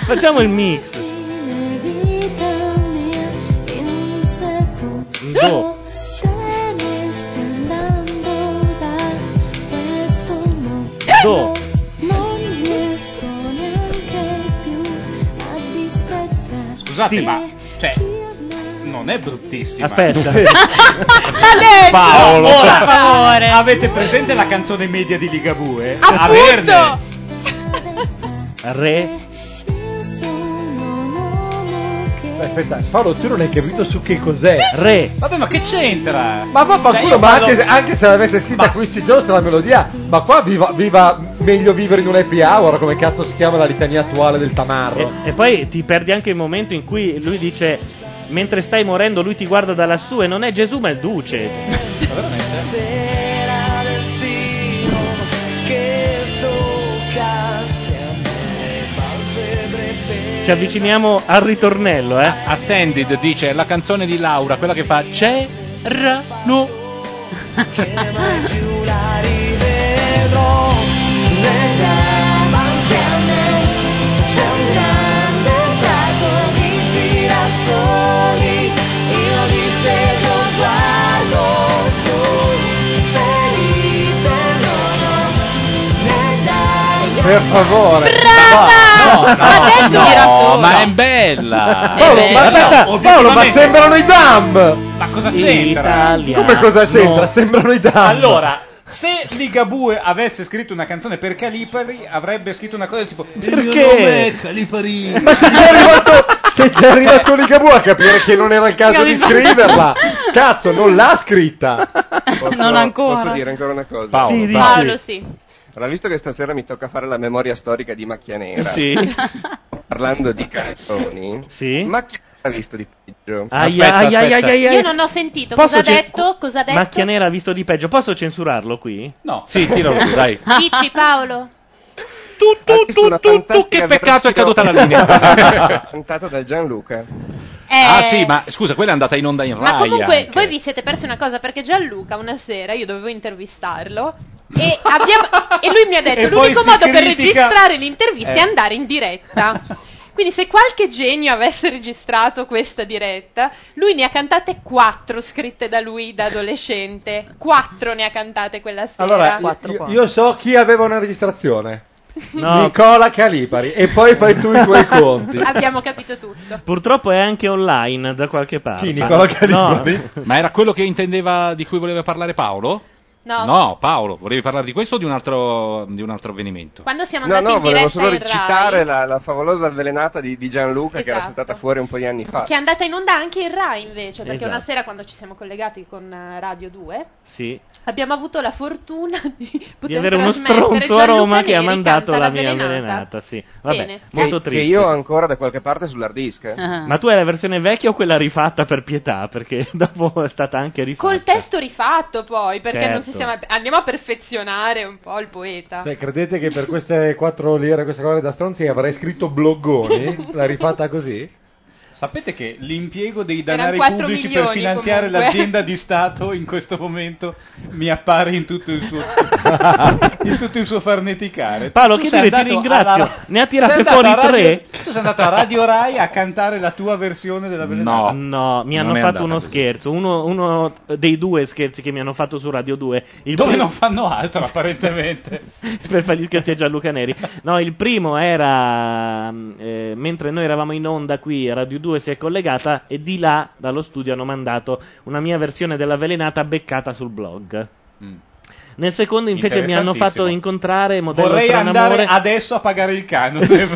S1: Facciamo il mix.
S3: vita mia in un secondo
S1: Do.
S3: se ne sta andando da questo mondo
S1: Do.
S3: non riesco neanche più a distrazzare
S4: Scusate, ma cioè, non è bruttissima. *laughs*
S1: Aspetta.
S4: Paolo,
S3: Ora,
S4: per favore. Avete presente la canzone media di Ligabue?
S3: Appunto.
S4: Averne.
S1: Re.
S3: io sono un uomo che
S5: Aspetta, Paolo, tu non hai capito su che cos'è?
S1: Re.
S4: Vabbè, ma che c'entra?
S5: Eh, Ma vaffanculo,
S4: Cioè, io
S5: ma
S4: parlo-
S5: anche, se- anche se l'avesse scritta Quincy Jones la melodia, ma qua viva, viva meglio vivere in un happy hour, come cazzo si chiama la litania attuale del Tamarro.
S1: E poi ti perdi anche il momento in cui lui dice: Mentre stai morendo, lui ti guarda da lassù e non è Gesù, ma è il duce.
S6: Será destino que tocase a me palpebre
S1: Ci avviciniamo al ritornello, eh.
S2: Ascended dice la canzone di Laura, quella che fa c'è
S1: Rano.
S6: che mai più la rivedrò nel davanti a me c'è un grande prato di girasoli io disteso guardo su ferite non ho nel davanti
S5: Per favore.
S6: Brava!
S2: No,
S6: Ma
S2: no,
S6: detto
S2: no,
S6: era solo.
S2: ma è bella.
S5: Paolo, ma aspetta, Paolo, ma sembrano i Dam!
S4: Ma cosa c'entra?
S1: Italiano.
S5: Come cosa c'entra? Sembrano i Dam!
S4: Allora, se Ligabue avesse scritto una canzone per Calipari, avrebbe scritto una cosa tipo
S5: Perché?
S4: Calipari.
S5: Ma se c'è arrivato, se c'è
S1: *laughs*
S5: arrivato Ligabue a capire che non era il caso di scriverla, cazzo, non l'ha scritta.
S13: Posso-
S17: Non ancora.
S13: Posso dire ancora una cosa?
S5: Paolo, Sì, dici.
S9: Paolo, sì.
S13: Allora, visto che stasera mi tocca fare la memoria storica di Macchia Nera,
S1: Sì.
S13: parlando di canzoni, ma chi ha visto di peggio?
S1: Aia, aia, aia, aia, aia.
S9: Io non ho sentito.
S1: Posso
S9: Cosa ha
S1: ce-
S9: detto? Cosa ha detto?
S1: Macchia nera ha visto di peggio. Posso censurarlo qui?
S4: No.
S2: Sì, tiralo su,
S9: *laughs*
S2: dai.
S9: Dici Paolo.
S13: Tu, tu, tu, tu, che
S2: peccato è caduta la linea.
S13: cantata da Gianluca.
S9: Eh,
S2: Ah sì, ma scusa, quella è andata in onda in Rai.
S9: Ma comunque
S2: anche.
S9: voi vi siete persi una cosa perché Gianluca una sera io dovevo intervistarlo e,
S3: *laughs*
S9: abbiamo- e lui mi ha
S3: E
S9: detto
S3: poi
S9: l'unico
S3: si
S9: modo per
S3: critica-
S9: registrare l'intervista
S3: Eh.
S9: è andare in
S3: *laughs*
S9: diretta. Quindi se qualche genio avesse registrato questa diretta, lui ne ha cantate quattro scritte da lui da adolescente. Quattro ne ha cantate quella sera.
S5: Allora, io, io so chi aveva una registrazione.
S1: No.
S5: Nicola Calipari. E poi fai tu i *laughs* tuoi conti.
S9: Abbiamo capito tutto.
S1: Purtroppo è anche online da qualche parte.
S2: No. *laughs* Ma era quello che intendeva di cui voleva parlare Paolo?
S9: No.
S2: No, Paolo, volevi parlare di questo o di un altro, di un altro avvenimento?
S9: Quando siamo
S13: No,
S9: andati
S13: no,
S9: in diretta
S13: volevo solo
S9: in
S13: recitare
S9: Rai,
S13: la, la favolosa avvelenata di, di Gianluca che era
S9: Esatto.
S13: saltata fuori un po' di anni fa.
S9: che è andata in onda anche in Rai invece, perché
S13: Esatto.
S9: una sera quando ci siamo collegati con eh, Radio 2
S1: Sì.
S9: Abbiamo avuto la fortuna di poter
S1: Di avere uno
S9: trasmettere
S1: stronzo a
S9: Gianluca
S1: Roma che ha
S9: Neri
S1: mandato
S9: canta
S1: la mia
S9: l'avvelenata.
S1: avvelenata. Sì. Vabbè,
S9: Bene.
S1: molto
S13: che,
S1: triste.
S13: Che io ho ancora da qualche parte sull'hard disk. eh.
S9: Ah.
S1: Ma tu hai la versione vecchia o quella rifatta per pietà? Perché *laughs* dopo è stata anche rifatta.
S9: Col testo rifatto poi, perché non si
S1: Certo.
S9: siamo... andiamo a perfezionare un po' il poeta.
S5: Cioè, credete che per queste quattro lire, queste cose da stronzi, avrei scritto *laughs* bloggoni? L'ha rifatta così?
S4: Sapete che l'impiego dei
S5: Erano
S4: danari
S5: 4
S4: pubblici per
S5: milioni,
S4: finanziare
S5: comunque.
S4: l'azienda di Stato in questo momento mi appare in tutto il
S1: *laughs*
S4: suo, in tutto il suo farneticare.
S1: Paolo,
S4: Tu
S1: che
S4: sei
S1: dire, ti
S4: andato
S1: ringrazio.
S4: alla-
S1: Ne ha tirate
S4: sei andato
S1: fuori
S4: a radio-
S1: tre.
S4: Tu sei andato a Radio Rai a cantare la tua versione della
S1: No,
S4: Benedetti.
S1: mi
S4: Non è
S1: hanno fatto
S4: andata
S1: uno
S4: così.
S1: scherzo. Uno, uno dei due scherzi che mi hanno fatto su Radio 2. Il
S4: Dove
S1: primo-
S4: non fanno altro, apparentemente.
S1: *laughs* per fargli scherzi a Gianluca Neri. No, il primo era mm, eh, mentre noi eravamo in onda qui, Radio 2 si è collegata e di là dallo studio hanno mandato una mia versione della velenata beccata sul blog. Nel secondo invece mi hanno fatto
S4: Interessantissimo.
S1: incontrare modello
S4: Vorrei
S1: Tranamore.
S4: andare adesso a pagare il
S1: *laughs*
S4: canone.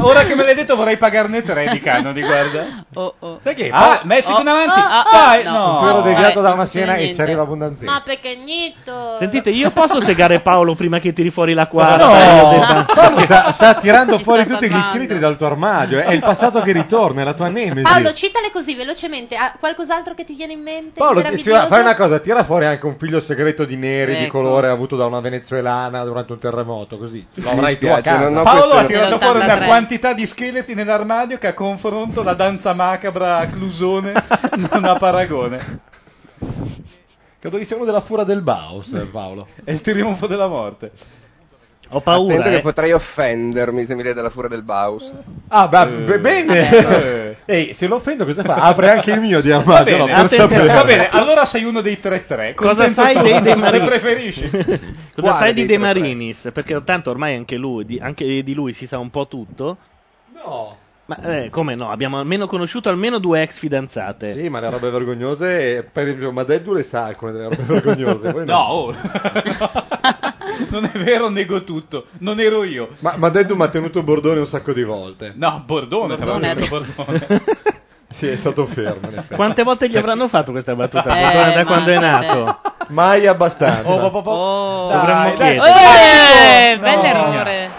S4: Ora che me l'hai detto, vorrei pagarne tre di canoni. Guarda,
S3: Oh, oh.
S4: sai
S1: Eh,
S4: che ah,
S3: Ah,
S4: Messico
S3: oh,
S4: in avanti,
S3: oh, oh,
S4: dai,
S3: no.
S4: no.
S5: Tu ero deviato da una
S1: succede
S5: scena e
S1: niente.
S5: ci arriva abbondanza.
S9: Ma pequeñito.
S1: Sentite, io posso segare Paolo prima che tiri fuori la quadra?
S5: No, Paolo sta, *laughs* sta tirando
S9: Ci sta
S5: fuori tutti gli
S9: salvando.
S5: scheletri dal tuo armadio. È il passato che ritorna, è la tua nemesi.
S9: Paolo, citale così velocemente. Ha qualcos'altro che ti viene in mente?
S5: Paolo, ti-
S9: Meraviglioso?
S5: fai una cosa, tira fuori anche un figlio segreto di neri di
S9: Ecco.
S5: colore avuto da una venezuelana durante un terremoto, così.
S13: Mi
S5: Lo avrai tu a
S13: dispiace,
S5: casa.
S13: non ho
S4: Paolo ha tirato fuori una quantità di scheletri nell'armadio che a confronto la danza macabra a Clusone
S1: *laughs*
S4: non ha paragone.
S5: Credo che sia uno della fura del Baus, Paolo.
S4: È il trionfo della morte.
S1: Ho
S13: Attento
S5: eh.
S13: che potrei offendermi se mi dai della furia del Baus.
S5: Ah, beh, be- *laughs* bene. Ehi, se lo offendo cosa fa? Apre anche il mio di armadio,
S4: Eh. Va
S5: no,
S4: bene,
S5: per sapere.
S4: va bene, allora sei uno dei 3-3.
S1: Cosa
S4: Contento
S1: sai
S4: Paolo,
S1: dei De
S4: se
S1: Marinis?
S4: preferisci.
S1: *laughs* Cosa
S4: Quale
S1: sai di
S4: dei
S1: De
S4: tre tre?
S1: Marinis? Perché tanto ormai anche lui, di, anche di lui si sa un po' tutto.
S5: No.
S1: Ma eh, come no? Abbiamo almeno conosciuto almeno due ex fidanzate.
S5: Sì, ma le robe vergognose, eh, per esempio, Madeddu le sa alcune delle
S1: *laughs*
S5: robe vergognose. voi
S4: No, oh. non è vero, nego tutto. Non ero io.
S5: Ma Madeddu mi ha tenuto Bordone un sacco di volte.
S4: No, Bordone, tra
S5: Bordone.
S4: l'altro, Bordone.
S5: Sì, è stato fermo. in effetti.
S1: Quante volte gli avranno fatto questa battuta?
S5: Eh,
S1: da da quando è
S5: ma- eh.
S1: nato?
S5: *laughs*
S1: Oh,
S5: Mai abbastanza. Oh.
S1: Dovremmo
S4: dai,
S1: chiedere.
S4: dai. Eh, No.
S9: bell'errore.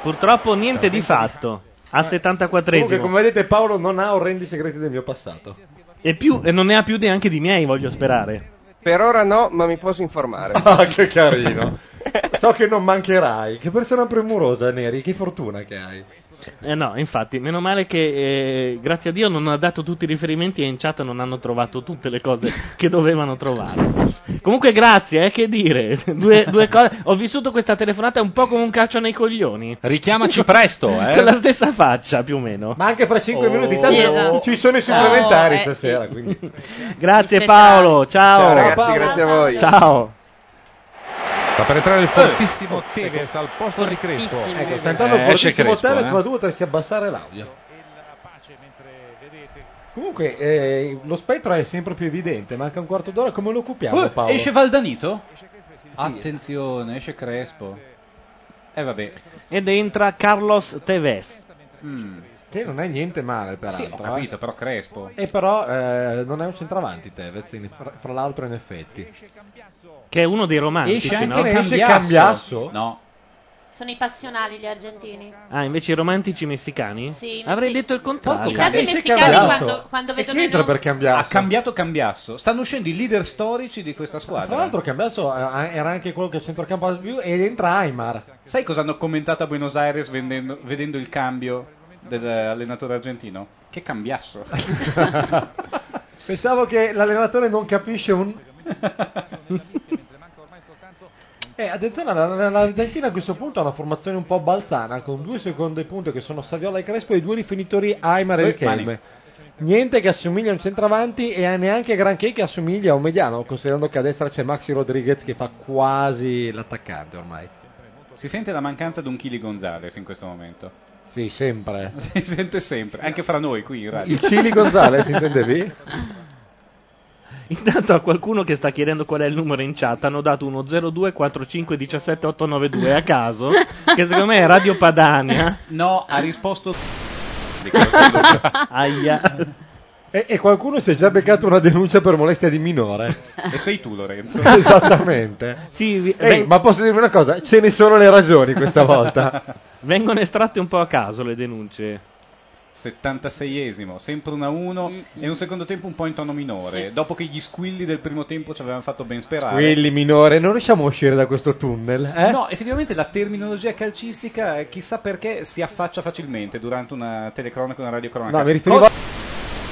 S1: Purtroppo niente di fatto. Al 74esimo.
S5: Comunque, come vedete, Paolo *laughs* non ha orrendi segreti del mio passato.
S1: E, più, e non ne ha più neanche di miei, voglio sperare.
S13: Per ora no, ma mi posso informare.
S5: Ah, che carino. So che non mancherai. Che persona premurosa, Neri. Che fortuna che hai.
S1: Eh no, infatti, meno male che eh, grazie a Dio non ha dato tutti i riferimenti e in chat non hanno trovato tutte le cose *laughs* che dovevano trovare. Comunque, grazie, eh, che dire. *laughs* Due, due cose. Ho vissuto questa telefonata un po' come un calcio nei coglioni.
S2: Richiamaci
S1: *laughs*
S2: presto, eh.
S1: Con la stessa faccia, più o meno.
S5: Ma anche fra 5
S1: Oh.
S5: minuti. Tanto
S1: Sì, esatto.
S5: Ci sono i supplementari stasera. Quindi.
S1: *laughs* Grazie Paolo, ciao.
S5: Ciao, ragazzi, Paolo. grazie a voi.
S1: Ciao.
S2: Sta per entrare il
S6: fortissimo Tevez al posto di Crespo.
S5: Ecco, sta entrando
S2: Eh, esce
S5: fortissimo
S2: Crespo,
S5: Tevez,
S2: eh.
S5: ma tu potresti abbassare l'audio. Comunque, eh, lo spettro è sempre più evidente. Manca un quarto d'ora. Come lo
S4: *laughs*
S5: occupiamo,
S4: Oh,
S5: Paolo?
S4: esce Valdanito? Attenzione, esce Crespo. Eh vabbè.
S1: Ed entra Carlos Tevez.
S5: Che non è niente male, Mm, peraltro.
S4: Sì, ho capito, però Crespo.
S5: eh. E però eh, non è un centravanti Tevez, in- fra, fra l'altro in effetti.
S1: Che è uno dei romantici,
S5: Esce anche
S1: no?
S5: Cambiasso. Esce Cambiasso?
S4: No.
S9: Sono i passionali gli argentini.
S1: Ah, invece i romantici messicani?
S9: Sì, ma
S1: Avrei
S9: sì.
S1: detto il contrario.
S9: Intanto i messicani quando, quando vedono i nomi-
S5: Cambiasso?
S4: Ha cambiato Cambiasso. Stanno uscendo i leader storici di questa squadra.
S5: Tra l'altro Cambiasso eh, era anche quello che a centrocampo ha più ed entra Aymar.
S4: Sai cosa hanno commentato a Buenos Aires vendendo- vedendo il cambio dell'allenatore argentino? Che
S5: *laughs*
S4: cambiasso.
S5: Pensavo che l'allenatore non capisce un... *laughs* Eh, attenzione, la- la- l'Argentina a questo punto ha una formazione un po' balzana, con due secondi punte che sono Saviola e Crespo e due rifinitori Aymar e
S4: Eh,
S5: Riquelme. Niente che assomiglia a un centravanti e neanche granché che assomiglia a un mediano, considerando che a destra c'è Maxi Rodriguez che fa quasi l'attaccante ormai.
S4: Si sente la mancanza di un Chili Gonzales in questo momento.
S5: Sì, sempre.
S4: *laughs* Si sente sempre, anche fra noi qui in radio.
S5: Il Cili Gonzales, intendevi?
S1: Intanto a qualcuno che sta chiedendo qual è il numero in chat hanno dato uno 0245178892 a caso, che secondo me è Radio Padania.
S4: No, ha
S1: *laughs*
S4: risposto.
S1: Aia.
S5: E, e qualcuno si è già beccato una denuncia per molestia di minore.
S4: E sei tu, Lorenzo.
S5: *laughs* Esattamente.
S1: Sì, vi-
S5: Ehi,
S1: beh-
S5: ma posso dirvi una cosa? Ce ne sono le ragioni
S4: *laughs*
S5: questa volta.
S1: Vengono estratte un po' a caso le denunce.
S4: 76esimo, sempre una 1 e un secondo tempo un po' in tono minore. Dopo che gli squilli del primo tempo ci avevano fatto ben sperare.
S5: Quelli minore, non riusciamo a uscire da questo tunnel. Eh?
S4: No, effettivamente la terminologia calcistica eh, chissà perché si affaccia facilmente durante una telecronaca o una radiocronaca.
S5: No, mi riferivo a...
S4: Cosa-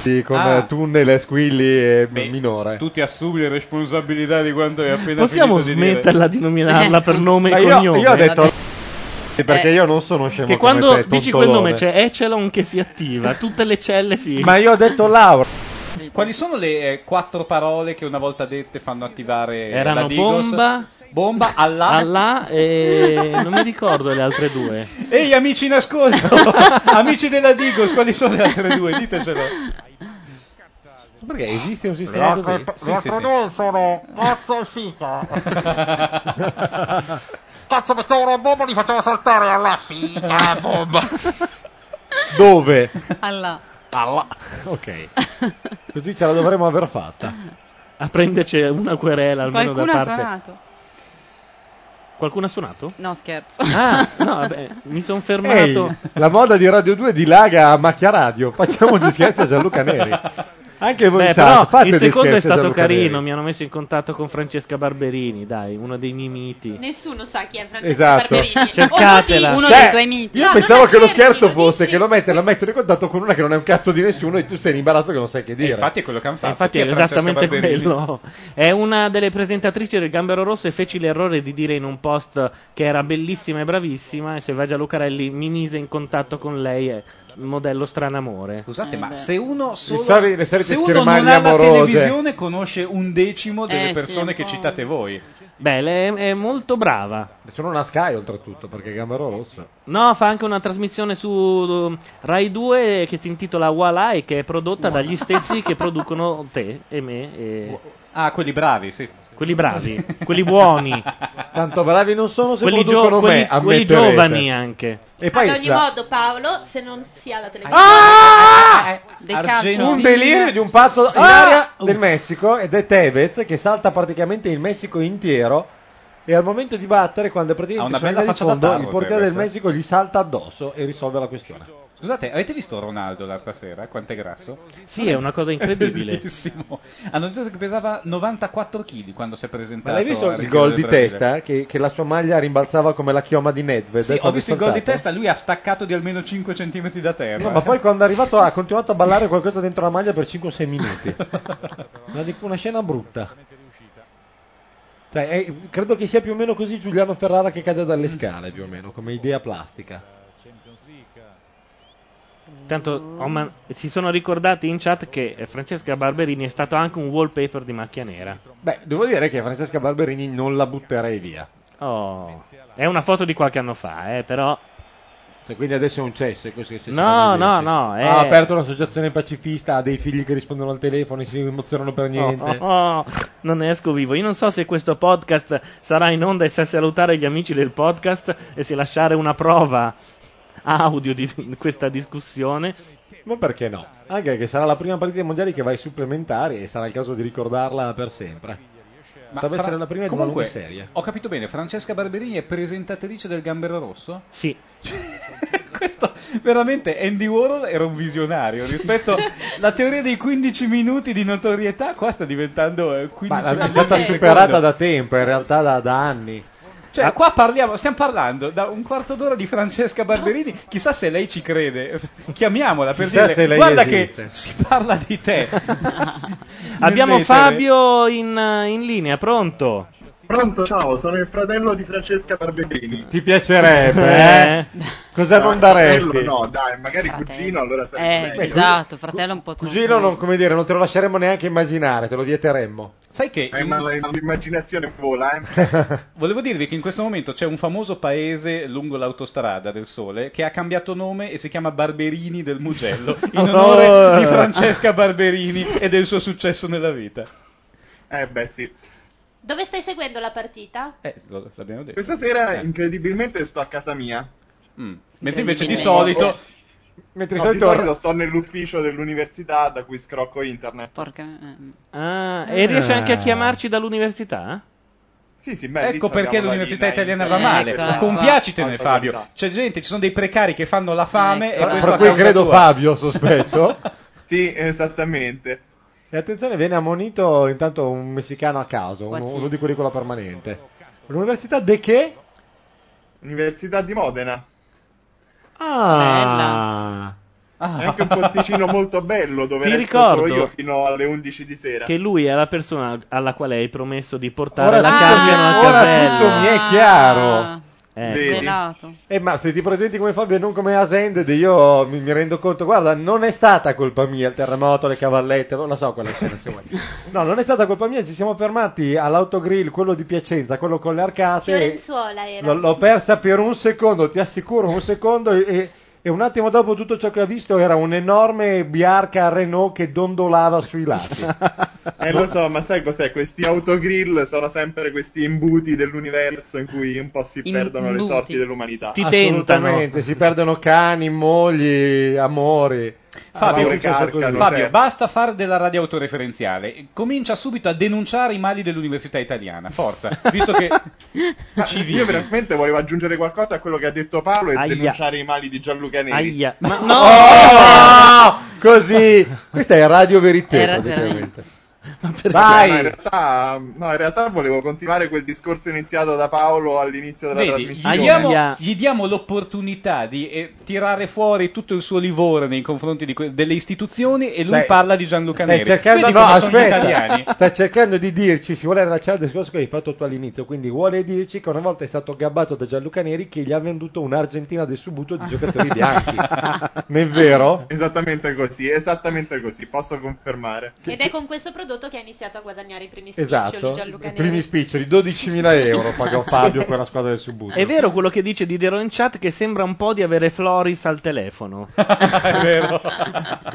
S5: Sì, con
S4: Ah.
S5: eh, tunnel e squilli e minore.
S4: Tu ti assumi le responsabilità di quanto hai appena
S1: Possiamo
S4: finito di dire. *laughs*
S1: smetterla di nominarla per nome
S5: Ma
S1: e
S5: io,
S1: cognome? Eh,
S5: io ho detto... Sì, perché io non sono scemo
S1: Che
S5: come
S1: quando
S5: te,
S1: dici quel
S5: tontolone.
S1: nome c'è Echelon che si attiva, tutte le celle si. *laughs*
S5: Ma io ho detto Laura.
S4: Quali sono le eh, quattro parole che una volta dette fanno attivare
S1: Erano
S4: la Digos?
S1: bomba.
S4: Bomba, Allah.
S1: Allah
S4: *laughs*
S1: e non mi ricordo le altre due.
S4: Ehi amici in
S1: *laughs*
S4: ascolto, amici della Digos, quali sono le altre due? Ditecelo.
S5: Perché esiste un
S4: Le
S5: sistema
S4: altre-
S5: così?
S4: le altre Sì, sì,
S2: due sono cazzo e *laughs* fica. cazzo, mettevo una bomba li faceva saltare alla fica, bomba.
S5: *laughs* Dove?
S2: Alla.
S5: Ok. Così ce la dovremmo aver fatta.
S1: A prenderci una querela almeno
S3: Qualcuno
S1: da
S3: ha
S1: parte.
S3: suonato.
S1: Qualcuno ha suonato?
S3: No, scherzo.
S1: Ah, no, vabbè, mi sono
S5: Ehi,
S1: fermato.
S5: la moda di Radio 2 dilaga a macchia radio. Facciamo gli scherzi a Gianluca Neri. Anche voi
S1: Beh,
S5: in chat,
S1: però
S5: fate
S1: il
S5: dei
S1: secondo è
S5: scherzi a
S1: stato
S5: Gianluca
S1: carino,
S5: Neri.
S1: mi hanno messo in contatto con Francesca Barberini, dai, uno dei miei miti.
S6: Nessuno sa chi è Francesco
S5: Esatto.
S6: Barberini.
S1: Cercatela.
S6: O lo dici-
S5: Cioè,
S6: No,
S5: Io
S6: non
S5: pensavo
S6: la
S5: che lo
S6: cerchi,
S5: scherzo fosse che lo mette, la mettono in contatto con una che non è un cazzo di nessuno e tu sei in imbarazzo che non sai che dire.
S4: infatti è quello che hanno fatto. Chi
S1: Infatti è
S4: è Francesca
S1: esattamente
S4: Barberini?
S1: quello. È una delle presentatrici del Gambero Rosso e feci l'errore di dire in un post che era bellissima e bravissima e Selvaggia Lucarelli mi mise in contatto con lei, eh, modello Stranamore.
S4: Scusate, ma se uno solo
S1: soliti- le solite
S4: se uno
S1: schermaglie
S4: non ha la
S1: amorose.
S4: televisione conosce un decimo delle
S1: Eh, sì,
S4: persone
S1: un
S4: che
S1: po'.
S4: citate voi.
S1: Beh, lei è molto brava.
S5: Sono una Sky oltretutto, perché Gambero Rosso.
S1: No, fa anche una trasmissione su um, Rai 2 che si intitola Voilà e che è prodotta dagli
S5: *laughs*
S1: stessi che producono te e me. E...
S4: Ah, quelli bravi, sì.
S5: *laughs*
S1: Quelli bravi, quelli buoni.
S5: Tanto bravi non sono se
S1: Quelli gio-
S5: producono
S1: quelli-
S5: me,
S1: quelli
S5: ammetterete.
S1: giovani anche.
S5: E poi
S9: Ad ogni
S5: la- Ah!
S9: modo, Paolo, se non si ha la televisione
S5: Eh,
S9: del calcio,
S5: un delirio di un pazzo in aria del Messico ed è Tevez che salta praticamente il Messico intero e al momento di battere quando è
S4: Ha
S5: praticamente
S4: una
S5: sulla
S4: bella
S5: linea di
S4: faccia da
S5: fondo,
S4: tarlo,
S5: il portiere del
S4: Tevez.
S5: Messico gli salta addosso e risolve la questione
S4: Scusate, avete visto Ronaldo l'altra sera? Quanto è grasso?
S1: Sì, è una cosa incredibile.
S4: *laughs* Bellissimo. Hanno detto che pesava 94 kg quando si è presentato.
S5: ma l'hai visto
S4: al
S5: il
S4: Rio
S5: gol
S4: del
S5: di
S4: Brasile?
S5: testa che, che la sua maglia rimbalzava come la chioma di Nedved
S4: Sì, ho
S5: quando è
S4: visto il gol di
S5: saltato?
S4: testa, lui ha staccato di almeno 5 cm da terra.
S5: No, Eh, ma poi quando è arrivato ha continuato a ballare qualcosa dentro la maglia per 5 o 6 minuti una, una scena brutta Cioè, è- credo che sia più o meno così Giuliano Ferrara che cade dalle scale più o meno come idea plastica
S1: Tanto ho man- si sono ricordati in chat che eh, Francesca Barberini è stato anche un wallpaper di macchia nera.
S5: Beh, devo dire che Francesca Barberini non la butterei via.
S1: Oh, è una foto di qualche anno fa, eh, però.
S5: Cioè, quindi adesso è un cesso. Così, se
S1: No,
S5: si fanno
S1: no,
S5: dieci.
S1: no, eh. è-
S5: Ha aperto un'associazione pacifista, ha dei figli che rispondono al telefono e si emozionano per niente.
S1: Oh, *laughs* oh, oh, non ne esco vivo. Io non so se questo podcast sarà in onda e se salutare gli amici del podcast e se lasciare una prova audio di di questa discussione.
S5: Ma perché no? Anche che sarà la prima partita dei mondiali che va ai supplementari e sarà il caso di ricordarla per sempre.
S4: Ma
S5: Potrebbe
S4: fra-
S5: essere la prima di una
S4: comunque,
S5: lunga serie.
S4: Ho capito bene, Francesca Barberini è presentatrice del Gambero Rosso? Cioè,
S1: Sì.
S4: *laughs* Questo veramente Andy Warhol era un visionario rispetto alla teoria dei 15 minuti di notorietà, qua sta diventando eh, 15
S5: Ma
S4: minuti.
S5: è stata
S4: al
S5: superata
S4: secondo.
S5: da Ah. tempo, in realtà da, da anni.
S4: Cioè, qua parliamo, stiamo parlando da un quarto d'ora di Francesca Barberini. Chissà se lei ci crede. Chiamiamola per
S5: Ah. Chissà
S4: dire:
S5: se lei
S4: Guarda
S5: esiste."
S4: che si parla di te.
S1: *laughs* Abbiamo
S4: Nell'etere.
S1: Fabio in, eh, in linea, pronto?
S19: Pronto, ciao, sono il fratello di Francesca Barberini.
S5: Ti piacerebbe, eh? Cosa non daresti?
S19: Fratello, no, dai, magari cugino, allora sarebbe
S3: Eh,
S19: meglio.
S3: esatto, fratello è un po' troppo.
S5: Cugino, non, come dire, non te lo lasceremmo neanche immaginare, te lo vieteremmo.
S4: Sai che
S19: Eh, ma la- l'immaginazione vola, eh.
S4: Volevo dirvi che in questo momento c'è un famoso paese lungo l'autostrada del Sole che ha cambiato nome e si chiama Barberini del Mugello in onore di Francesca Barberini e del suo successo nella vita.
S19: Eh beh, sì.
S20: Dove stai seguendo la partita?
S4: Eh, lo- l'abbiamo detto.
S19: Questa sera,
S4: Eh.
S19: incredibilmente, sto a casa mia. Oh,
S4: Mm. Mentre invece di solito
S5: Mentre
S19: No,
S5: di solito-
S19: di solito sto nell'ufficio dell'università da cui scrocco internet.
S3: eh.
S1: Ah, e riesce anche a chiamarci dall'università?
S19: Eh. Sì, sì, beh, lì Eh, ecco.
S4: Ecco perché
S19: abbiamo la
S4: l'università
S19: linea
S4: italiana va
S19: internet.
S4: male.
S19: Eccola qua.
S4: Compiacitene,
S19: Alta
S4: Fabio.
S19: qualità. Ecco.
S4: C'è gente, ci sono dei precari che fanno la fame e
S5: Fra-
S4: questo
S5: fra
S4: a
S5: cui
S4: causa
S5: credo
S4: tua.
S5: Fabio, sospetto.
S19: *laughs* sì, esattamente.
S5: E attenzione, viene ammonito intanto un messicano a caso, uno,
S19: Qualsiasi.
S5: uno di quelli con la permanente. L'università de che?
S19: Università di Modena.
S5: Ah,
S19: È anche un posticino molto bello dove
S1: Ti
S19: resto solo
S1: ricordo
S19: io fino alle 11 di sera.
S1: Che lui è la persona alla quale hai promesso di portare
S19: Ora
S1: la
S19: tutto
S1: carta
S19: mi-
S1: nella
S19: ora
S1: casella. Ah.
S19: tutto mi è chiaro.
S5: Vedi?
S3: Svelato.
S5: Eh, ma se ti presenti come Fabio e non come Asended, io mi, mi rendo conto, guarda, non è stata colpa mia il terremoto, le cavallette, non la so quella scena se vuoi. No, non è stata colpa mia, ci siamo fermati all'autogrill, quello di Piacenza, quello con le arcate.
S21: Fiorenzuola era.
S5: L'ho, l'ho persa per un secondo, ti assicuro, un secondo e, e un attimo dopo tutto ciò che ho visto era un'enorme biarca Renault che dondolava sui
S4: *laughs*
S5: lati.
S19: Eh lo so, ma sai cos'è? Questi autogrill sono sempre questi imbuti dell'universo in cui un po' si perdono le
S5: Imbuti.
S19: sorti dell'umanità.
S5: Assolutamente, si perdono cani, mogli, amori.
S4: Fabio,
S5: Amore, carcano,
S4: Fabio,
S5: cioè.
S4: basta fare della radio autoreferenziale. Comincia subito a denunciare i mali dell'università italiana. Forza, visto che
S19: Ma
S4: ci vivi.
S19: Ah, Io veramente volevo aggiungere qualcosa a quello che ha detto Paolo e
S4: Aia.
S19: denunciare i mali di Gianluca Neri. Oh!
S1: Aia.
S19: *laughs*
S1: Ma
S5: no! Così, questa è Radio Verité.
S19: Era
S4: *laughs*
S5: praticamente.
S19: Vai! in, realtà, no, in realtà volevo continuare quel discorso iniziato da Paolo all'inizio della
S4: Vedi, gli
S19: trasmissione.
S4: diamo, gli diamo l'opportunità di eh, tirare fuori tutto il suo livore nei confronti di que- delle istituzioni e lui
S5: Stai-
S4: parla di Gianluca
S5: Stai
S4: Neri.
S5: cercando,
S4: Vedi
S5: no,
S4: come sono gli
S5: aspetta,
S4: italiani.
S5: *laughs* stai cercando di dirci, si vuole rilacciare il discorso che hai fatto tu all'inizio, quindi vuole dirci che una volta è stato gabbato da Gianluca Neri che gli ha venduto un'Argentina del subuto
S19: *laughs*
S5: di giocatori bianchi. Non è vero?
S19: Esattamente così, esattamente così, posso confermare.
S21: Ed è con questo prodotto che ha iniziato a guadagnare i primi spiccioli
S5: Esatto,
S21: Gianluca
S5: i
S21: Neri.
S5: primi spiccioli, 12.000 euro pagò Fabio per la squadra del subuto.
S1: È vero quello che dice Didero in chat che sembra un po' di avere Floris al telefono.
S19: È vero.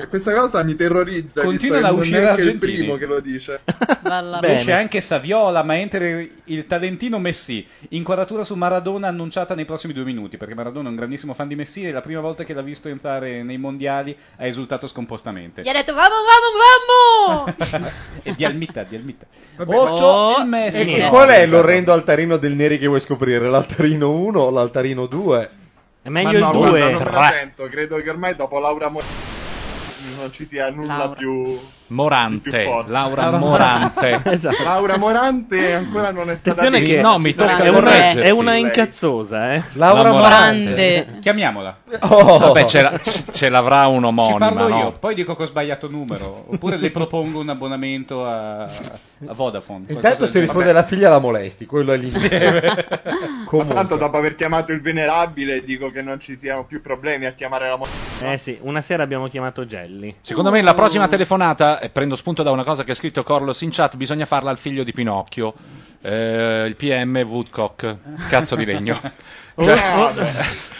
S19: Questa cosa mi terrorizza. visto che
S1: Continuano a
S19: non è
S1: uscire
S19: neanche il
S1: argentini.
S19: primo che lo dice.
S4: Beh, Esce anche Saviola, ma entra il talentino Messi. Inquadratura su Maradona annunciata nei prossimi due minuti, perché Maradona è un grandissimo fan di Messi e la prima volta che l'ha visto entrare nei mondiali ha esultato scompostamente.
S21: Gli ha detto vamo, vamo, vamo!
S4: e di Almita, di Almita.
S21: Vabbè.
S4: Occhio
S21: Oh,
S4: e Messi.
S5: E qual è l'orrendo altarino del Neri che vuoi scoprire? L'altarino 1 o l'altarino 2?
S1: È
S19: Ma no, guarda, non me la sento, credo che ormai dopo Laura Mo- non ci sia nulla più
S2: Morante,
S19: più forte.
S2: Laura Morante.
S19: *laughs*
S1: *laughs* Esatto.
S19: Laura Morante ancora non è stata
S1: Attenzione
S19: detta.
S1: che
S2: No, mi tocca
S1: è, una,
S2: correggerti.
S1: è una incazzosa, eh.
S2: Laura La Morante. Morante.
S4: Chiamiamola.
S2: Vabbè, ce, la- ce l'avrà un
S4: Ci
S2: omonima,
S4: parlo io,
S2: no?
S4: poi dico che ho sbagliato numero. Oppure le propongo un abbonamento a, a Vodafone.
S5: Intanto
S4: qualcosa
S5: se
S4: del
S5: risponde
S4: genere.
S5: la figlia la molesti, quello è l'inizio.
S19: Ma
S5: Comunque.
S19: tanto dopo aver chiamato il venerabile dico che non ci siano più problemi a chiamare la Morante.
S1: Eh sì, una sera abbiamo chiamato Gelli.
S2: Secondo me la prossima telefonata, e prendo spunto da una cosa che ha scritto Corlos in chat, bisogna farla al figlio di Pinocchio, eh, il PM Woodcock, cazzo di
S1: *laughs*
S2: legno.
S1: Oh,
S2: Cioè-
S1: oh.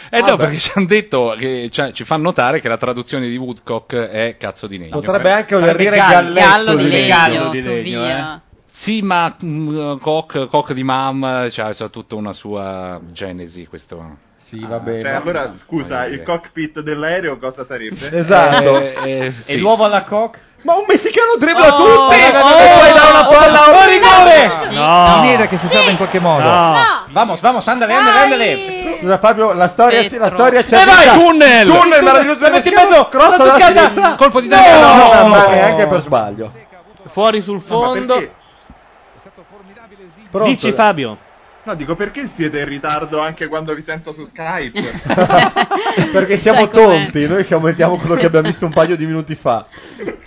S2: Eh no,
S1: Vabbè.
S2: perché ci hanno detto, che, cioè, ci fanno notare che la traduzione di Woodcock è cazzo di legno.
S5: Potrebbe anche
S2: Sarebbe
S5: voler dire
S2: gallo-
S5: galletto
S2: gallo
S5: di legno,
S2: gallo
S5: su via.
S2: Sì, ma mh, Cock, Cock di Mam cioè, c'ha, c'ha tutta una sua genesi. Questo. Ah, certo.
S5: Sì, va bene.
S19: Cioè, allora scusa, il cockpit dell'aereo cosa sarebbe?
S5: Esatto.
S13: Eh,
S2: Eh.
S4: E l'uovo alla coc?
S5: *laughs* Ma un messicano dribbla tutti!
S4: oh,
S5: e poi dà una
S4: oh,
S5: palla
S4: oh,
S5: a rigore!
S4: No.
S5: Niente che si salva in qualche modo.
S4: Vamos, vamos, andale, andale, andale.
S5: Scusa Fabio, la storia, la storia c'è.
S4: E vai,
S5: tutta.
S4: tunnel!
S5: Tunnel meraviglioso!
S4: Metti in mezzo, una
S5: cross alla
S4: toccata,
S5: sinistra!
S4: colpo di
S5: testa!
S4: testa,
S5: No,
S4: no.
S5: ma neanche per sbaglio.
S1: Fuori sul fondo.
S19: Pronto?
S1: Dici Fabio.
S19: No, dico perché siete in ritardo anche quando vi sento su Skype?
S5: *laughs* Perché siamo tonti, noi ci aumentiamo quello che abbiamo visto un paio di minuti fa.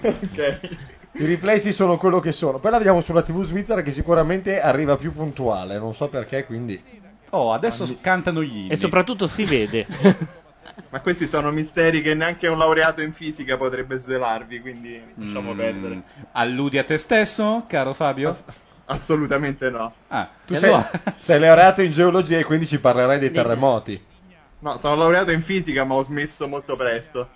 S5: I riflessi sono quello che sono. Poi la vediamo sulla TV svizzera che sicuramente arriva più puntuale, non so perché, quindi
S4: Oh, adesso cantano gli
S1: E soprattutto si vede.
S19: *laughs* Ma questi sono misteri che neanche un laureato in fisica potrebbe svelarvi, quindi lasciamo
S4: Mm.
S19: perdere.
S4: Alludi a te stesso, caro Fabio?
S19: assolutamente Eh, no.
S4: Ah,
S5: tu
S4: e
S5: sei,
S4: allora-
S5: sei laureato in geologia e quindi ci parlerai dei terremoti.
S19: No, sono laureato in fisica, ma ho smesso molto presto.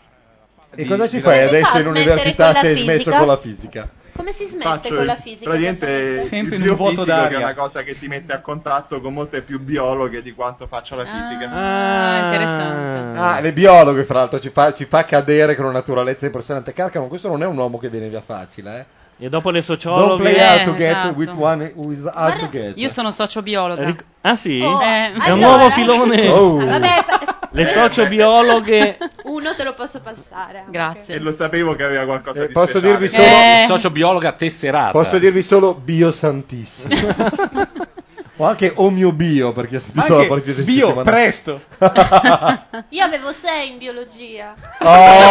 S5: E cosa ci fai adesso in università se hai smesso con la fisica?
S21: Come si smette
S19: Faccio
S21: con la
S19: il-
S21: fisica?
S19: Praticamente
S4: Sempre
S19: il
S4: in un vuoto
S19: biofisico,
S4: d'aria.
S19: che è una cosa che ti mette a contatto con molte più biologhe di quanto faccia la fisica.
S1: Ah,
S5: interessante. Ah, le biologhe, fra l'altro, ci fa, ci fa cadere con una naturalezza impressionante. Carcamo, questo non è un uomo che viene via facile, eh.
S1: E dopo le
S5: Don't
S1: sociologhe.
S5: play out to get
S1: esatto.
S5: with one who is out to get.
S3: *laughs* Io sono sociobiologa.
S1: Ric- ah sì?
S3: Oh,
S1: è
S3: allora.
S1: un nuovo filone.
S5: Oh.
S21: Vabbè,
S1: Le sociobiologhe.
S9: *laughs*
S21: uno te lo posso passare.
S3: Grazie.
S19: E lo sapevo che aveva qualcosa di
S5: posso
S19: speciale.
S5: dirvi solo- Eh.
S2: Sociobiologa tesserata.
S5: Posso dirvi solo biosantissimo. o anche oh mio bio, perché ho sentito
S2: Anche
S5: la partita di
S2: bio,
S5: settimana- *laughs*
S2: presto.
S21: Io avevo 6 in biologia.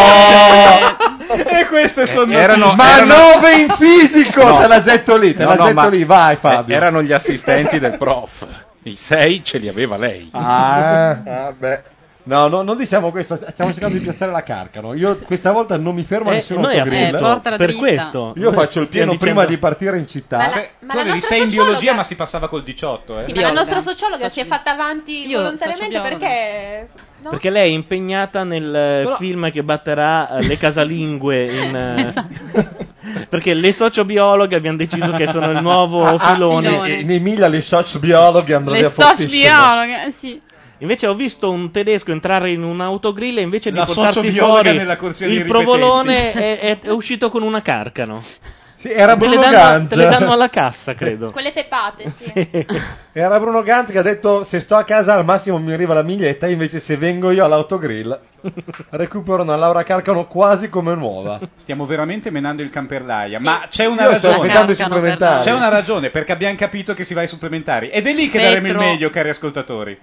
S5: Oh!
S4: e queste sono
S2: Eh, erano-
S5: ma
S2: erano-
S5: 9 in fisico!
S2: No.
S5: Te la getto lì, te
S2: No,
S5: la
S2: no,
S5: getto
S2: ma-
S5: lì, vai Fabio.
S2: eh, erano gli assistenti del prof. I sei ce li aveva lei.
S5: Ah.
S19: Vabbè.
S5: No, no, non diciamo questo, stiamo cercando di piazzare la carcano. Io questa volta non mi fermo a
S1: Eh,
S5: nessuno
S1: noi
S5: autogrill.
S1: appunto, Eh, portala per dritta. questo.
S5: Io faccio il pieno
S1: Stiamo
S5: prima
S1: dicendo-
S5: di partire in città.
S6: ma la
S4: Quello di
S6: nostra
S4: 6 in biologia,
S6: sociologa-
S4: ma si passava col 18. Eh.
S6: Sì, ma la nostra sociologa si è fatta avanti
S9: Io,
S6: volontariamente
S9: sociobiologa.
S6: perché... No?
S1: Perché lei è impegnata nel eh,
S6: Però-
S1: film che batterà eh, le casalingue in, eh, Perché le sociobiologhe abbiamo deciso che sono il nuovo
S5: *laughs* Ah, ah,
S1: filone.
S4: Eh,
S5: in- in Emilia le sociobiologhe andranno
S1: Le
S5: via fortissimo.
S1: sociobiologhe, Invece ho visto un tedesco entrare in un autogrill e invece
S4: La
S1: di portarsi
S4: sociobiologa
S1: fuori
S4: nella corsia dei
S1: il provolone è,
S4: ripetenti.
S1: è- è uscito con una carcano.
S5: Sì, era
S1: te le,
S5: Bruno
S1: danno,
S5: Ganz.
S1: te le danno alla cassa, credo.
S9: Con le pepate, sì.
S5: Era Bruno Ganz che ha detto se sto a casa al massimo mi arriva la miglietta, invece se vengo io all'autogrill *laughs* recupero una Laura Carcano quasi come nuova.
S4: Stiamo veramente menando il camperlaia, ma c'è
S5: Io
S4: una
S5: sto
S4: ragione.
S5: aspettando i Mancano supplementari.
S4: C'è una ragione, perché abbiamo capito che si va ai supplementari. Ed è lì che daremo il
S5: Spettro.
S4: meglio, cari ascoltatori.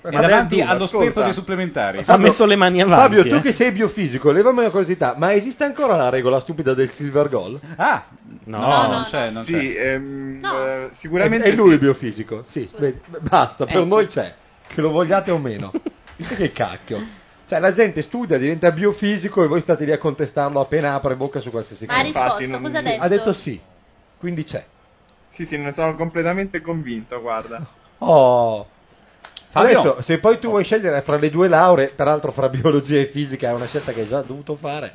S4: È
S5: Fabio,
S4: davanti
S5: ascolta.
S4: allo spettro dei supplementari.
S5: Fabio- Fabio, tu
S4: eh.
S5: che sei biofisico, levami una curiosità, ma esiste ancora la regola stupida del silver goal?
S4: Ah,
S5: no,
S19: No,
S5: cioè,
S19: no, non
S4: c'è, non
S19: sì, ehm, eh, sicuramente
S5: È, è lui
S19: sì.
S5: il biofisico, sì, beh, basta, per
S19: Ecco.
S5: noi c'è, che lo vogliate o meno. *laughs* che cacchio. Cioè la gente studia, diventa biofisico e voi state lì a contestarlo appena apre bocca su qualsiasi
S9: Ma
S5: cosa.
S9: ha risposto, Infatti, non- cosa ha
S5: Sì,
S9: detto?
S5: Ha detto sì, quindi c'è.
S19: Sì, sì, ne sono completamente convinto, guarda.
S5: Oh.
S19: Fabio.
S5: Adesso, se poi tu vuoi scegliere fra le due lauree, peraltro fra biologia e fisica, è una scelta che hai già dovuto fare.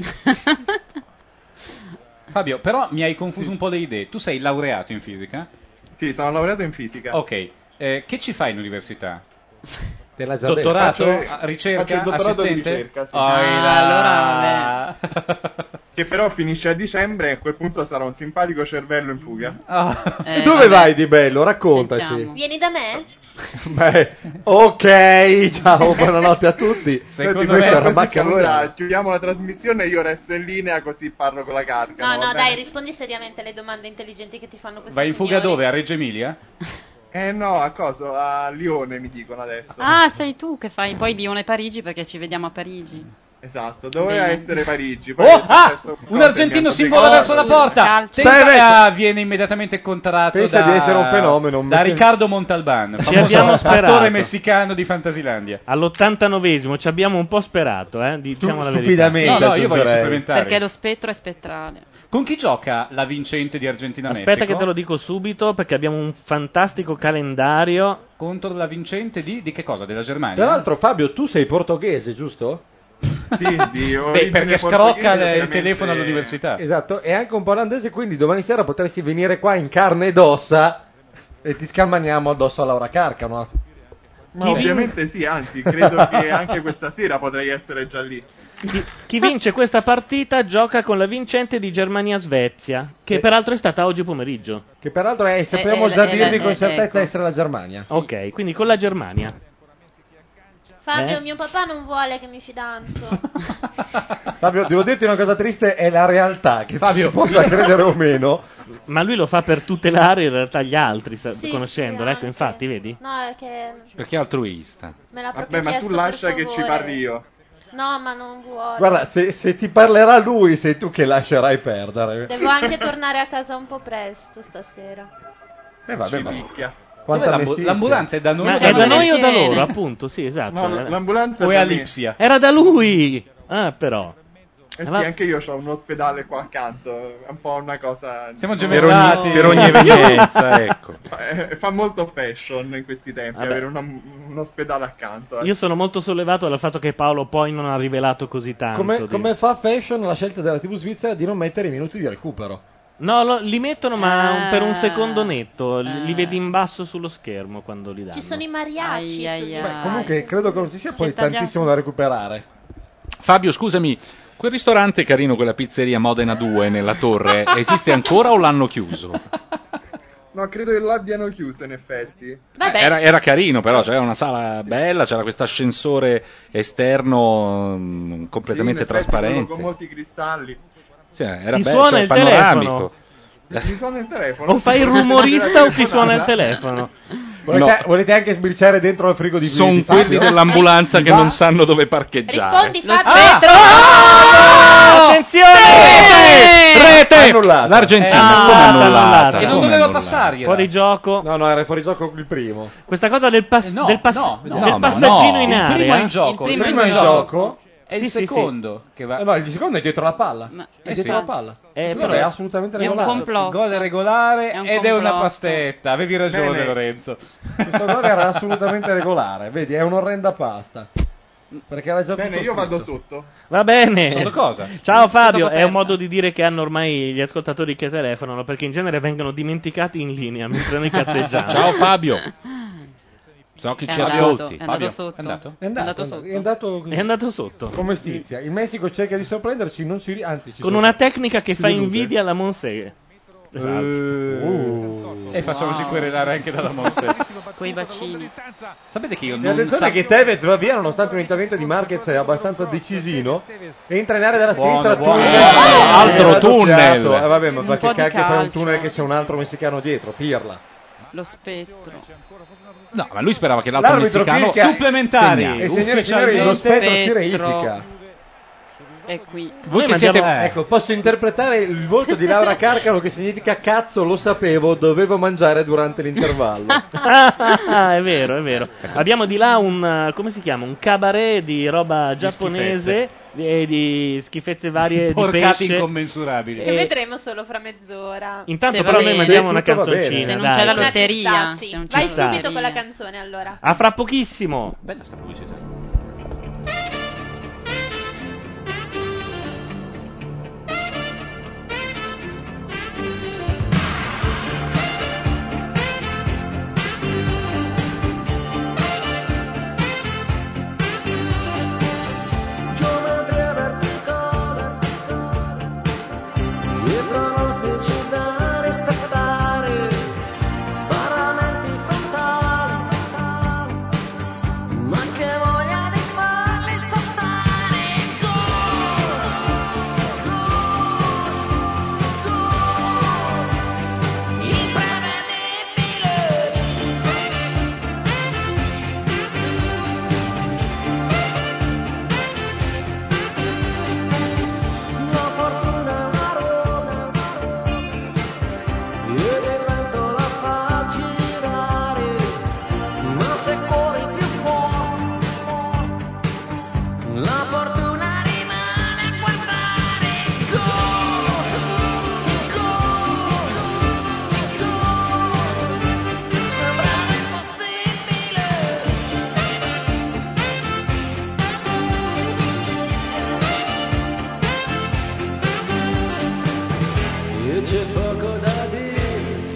S4: Fabio, però mi hai confuso un po' le idee. Tu sei laureato in fisica?
S19: Sì, sono laureato in fisica.
S4: Ok, eh, che ci fai in università?
S5: Te l'ha già detto.
S4: Dottorato?
S19: Faccio-
S4: Ah, ricerca?
S19: faccio il dottorato di
S4: assistente?
S19: ricerca, sì.
S4: Oh, là.
S19: che però finisce a dicembre e a quel punto sarà un simpatico cervello in fuga.
S5: Ah.
S1: Eh,
S5: Dove vai di bello? Raccontaci.
S9: Vieni da me?
S5: Beh, ok,
S1: *laughs*
S5: ciao, buonanotte a tutti. Senti,
S19: Secondo
S5: questa
S19: me
S5: era
S19: così che
S5: Macca Mondiale.
S19: allora chiudiamo la trasmissione, io resto in linea così parlo con la carca.
S9: No,
S19: va
S9: no,
S19: bene?
S9: dai, rispondi seriamente alle domande intelligenti che ti fanno questi
S4: Vai in fuga
S9: signori.
S4: dove? A Reggio Emilia?
S19: Eh no, a cosa? A Lione mi dicono adesso.
S3: Ah, sei tu che fai poi Lione Parigi perché ci vediamo a Parigi.
S19: Esatto, doveva
S3: Bene.
S19: essere Parigi.
S3: Oh, ah!
S4: Un argentino si invola verso la porta.
S3: Calcio.
S4: Tenta viene immediatamente contratto
S5: Pensa
S4: da,
S5: di essere un fenomeno, un
S4: da
S5: messian-
S4: Riccardo Montalban,
S1: Ci
S4: famoso
S1: abbiamo
S4: attore
S1: sperato.
S4: messicano di Fantasilandia.
S1: All'89esimo ci abbiamo un po' sperato, eh, diciamo la verità.
S4: stupidamente, No, no, io voglio aggiungerei. supplementare.
S3: Perché lo spettro è spettrale.
S4: Con chi gioca la vincente di Argentina
S1: Aspetta che te lo dico subito perché abbiamo un fantastico calendario
S4: contro la vincente di, di che cosa? Della Germania?
S5: Peraltro, Fabio, tu sei portoghese, giusto?
S19: Sì,
S4: Beh, perché scrocca le- il telefono all'università.
S5: Esatto, e anche un po' olandese, quindi domani sera potresti venire qua in carne ed ossa e ti scamaniamo addosso a Laura Carcano.
S19: Ma ovviamente sì, anzi, credo che anche questa sera potrei essere già lì.
S1: Chi vince questa partita gioca con la vincente di Germania-Svezia, che
S5: Eh.
S1: peraltro è stata oggi pomeriggio.
S5: Che peraltro è, sappiamo
S1: Eh, eh,
S5: già
S1: eh,
S5: dirvi
S1: eh,
S5: con
S1: eh,
S5: certezza
S1: ecco.
S5: essere la Germania.
S1: Ok, quindi con la Germania.
S9: Fabio,
S5: Eh?
S9: mio papà non vuole che mi fidanzo.
S5: Fabio, devo dirti una cosa triste, è la realtà, che Fabio
S1: Fabio-
S5: possa credere o meno.
S1: Ma lui lo fa per tutelare in realtà gli altri, sa-
S9: Sì,
S1: conoscendolo.
S9: sì,
S1: ecco, infatti, vedi?
S9: No, è che
S2: Perché è altruista.
S9: me l'ha proprio
S19: Vabbè, ma
S9: chiesto,
S19: tu lascia
S9: per
S19: che ci
S9: favore.
S19: parli io.
S9: No, ma non vuole.
S5: Guarda, se, se ti parlerà lui, sei tu che lascerai perdere.
S9: Devo anche tornare a casa un po' presto stasera.
S5: Eh, vabbè, ma-
S19: Cicchia.
S5: Quanta
S4: Dov'è l'ambu-
S5: mestizia.
S4: l'ambulanza è da noi
S1: Ma
S4: o
S1: è da noi o da
S4: Sirene.
S1: loro, appunto? Sì, esatto.
S19: No,
S1: Era-
S19: l'ambulanza è da me.
S1: Era da lui! Ah, però.
S19: Eh sì,
S1: Ma-
S19: anche io ho un ospedale qua accanto, è un po' una cosa...
S4: Siamo gemellati. Per ogni- per ogni evenienza, ecco.
S19: Fa, eh, fa molto fashion in questi tempi
S1: Vabbè.
S19: avere una- un ospedale accanto. eh.
S1: Io sono molto sollevato dal fatto che Paolo poi non ha rivelato così tanto.
S5: Come,
S1: di-
S5: come fa Fashion la scelta della TV svizzera di non mettere i minuti di recupero?
S1: No, lo- li mettono ma
S9: Ah.
S1: un- per un secondo netto. Li,
S5: Ah.
S1: li vedi in basso sullo schermo quando li danno.
S9: Ci sono i mariachi. sugli
S5: Beh,
S22: Ah,
S9: stai.
S5: comunque credo che non ci sia
S9: Si è
S5: poi
S9: tagliato.
S5: tantissimo da recuperare.
S2: Fabio, scusami, quel ristorante carino, quella pizzeria Modena 2 nella torre, esiste ancora o l'hanno chiuso?
S19: No, credo che l'abbiano chiuso in effetti.
S2: Era, era carino, però c'era una sala bella, c'era questo ascensore esterno mm, completamente
S19: Sì, in effetti, quello
S2: trasparente.
S19: Con molti cristalli.
S2: Sì, era
S1: Ti
S2: bello,
S1: suona
S2: cioè,
S1: il
S2: panoramico.
S19: Mi suona il telefono.
S1: O fai il rumorista o ti suona il telefono.
S5: Volete, volete anche sbirciare dentro al frigo di
S2: Sono
S5: di
S2: quelli
S5: Fabio?
S2: dell'ambulanza che
S5: Va.
S2: non sanno dove parcheggiare.
S9: Rispondi, Fabio.
S2: Ah!
S9: Ah!
S1: Attenzione!
S2: Rete!
S5: annullata.
S2: L'Argentina,
S5: Eh,
S2: come
S5: annullata,
S2: annullata?
S5: annullata. E non
S2: Come
S5: doveva
S2: annullata?
S5: passargliela.
S1: Fuori gioco.
S5: No, no, era fuori gioco il primo.
S1: Questa cosa del, pass-
S5: Eh, no,
S1: del, pass-
S5: no, no,
S1: del
S5: no,
S1: passaggino
S5: no.
S1: in
S5: Il
S1: area.
S5: primo è in gioco, Il il primo è in gioco.
S1: eh. Sì, sì, sì.
S22: che va.
S5: Eh no, il secondo è dietro la palla.
S22: eh
S5: è dietro
S22: sì.
S5: la palla.
S22: Eh,
S5: Il
S22: però-
S5: gol è assolutamente
S22: è un
S5: regolare.
S22: complotto. Il gol è regolare ed è una pastetta. Avevi ragione,
S5: Bene.
S22: Lorenzo.
S5: Questo gol era assolutamente regolare. Vedi, è un'orrenda pasta. Perché era già
S19: Bene,
S5: tutto
S19: io vado
S5: scritto.
S19: sotto.
S1: Va bene.
S5: Sotto cosa?
S1: Ciao
S5: Sotto
S1: Fabio, è
S5: coperta.
S1: un modo di dire che hanno ormai gli ascoltatori che telefonano perché in genere vengono dimenticati in linea mentre noi cazzeggiamo.
S2: Ciao Fabio. So chi
S1: È
S2: ci
S1: andato,
S2: ascolti.
S1: è andato
S2: Fabio.
S1: sotto.
S5: È andato,
S1: È andato
S5: sotto. È andato,
S1: È andato sotto.
S5: Come stizia. Il Messico cerca di sorprenderci, non ci ri- anzi ci
S1: Con
S5: sorprende.
S1: una tecnica che
S5: Ci
S1: fa
S5: delude.
S1: invidia alla
S5: Eh.
S1: Esatto. Monseghe.
S5: Uh.
S22: E facciamoci querelare anche dalla Monse.
S3: Coi bacini.
S22: Sapete che io
S5: E
S22: non
S5: attenzione
S22: sa-
S5: che Tevez va via nonostante un intervento di Marquez abbastanza decisino. Entra in area della sinistra,
S22: buono.
S5: tunnel.
S22: Eh, altro
S5: Era
S22: tunnel.
S5: doppiato. Eh, vabbè, ma
S3: Un
S5: perché
S3: po' di
S5: cacchio fai un
S3: calcio.
S5: tunnel che c'è un altro messicano dietro? Pirla.
S3: Lo spettro.
S2: No, ma lui sperava che l'altro
S5: L'arbitro
S2: messicano
S5: fischia-
S2: supplementari.
S5: E signori e signori, lo spettro si reifica.
S3: È qui.
S2: Voi che siete-
S5: Eh. Ecco, posso interpretare il volto di Laura Carcano che significa cazzo, lo sapevo, dovevo mangiare durante
S3: *laughs*
S5: l'intervallo.
S1: Ah, è vero, è
S22: *laughs*
S1: vero. Abbiamo di là un uh, come si chiama? Un cabaret di roba giapponese e di schifezze varie di
S22: Porcate
S1: pesce.
S22: incommensurabili.
S1: E-
S21: Che vedremo solo fra mezz'ora.
S1: eh, Intanto però noi mandiamo una canzoncina,
S21: Se non
S1: dai.
S21: c'è la lotteria, Sì,
S1: se non ci
S21: vai
S1: sta.
S21: subito con la canzone allora.
S1: A fra pochissimo.
S22: Bella sta pubblicità.
S6: Yo vendré a ver tu cara e pronostici da rispettare, sparamenti frontali, ma che voglia di farli saltare. Gol, gol, gol, imprevedibile. La fortuna la ruota ed il vento la fa girare, ma se corri più forte, la fortuna rimane a guardare. Gol, gol, gol, sembrava impossibile.
S23: E c'è poco da dire.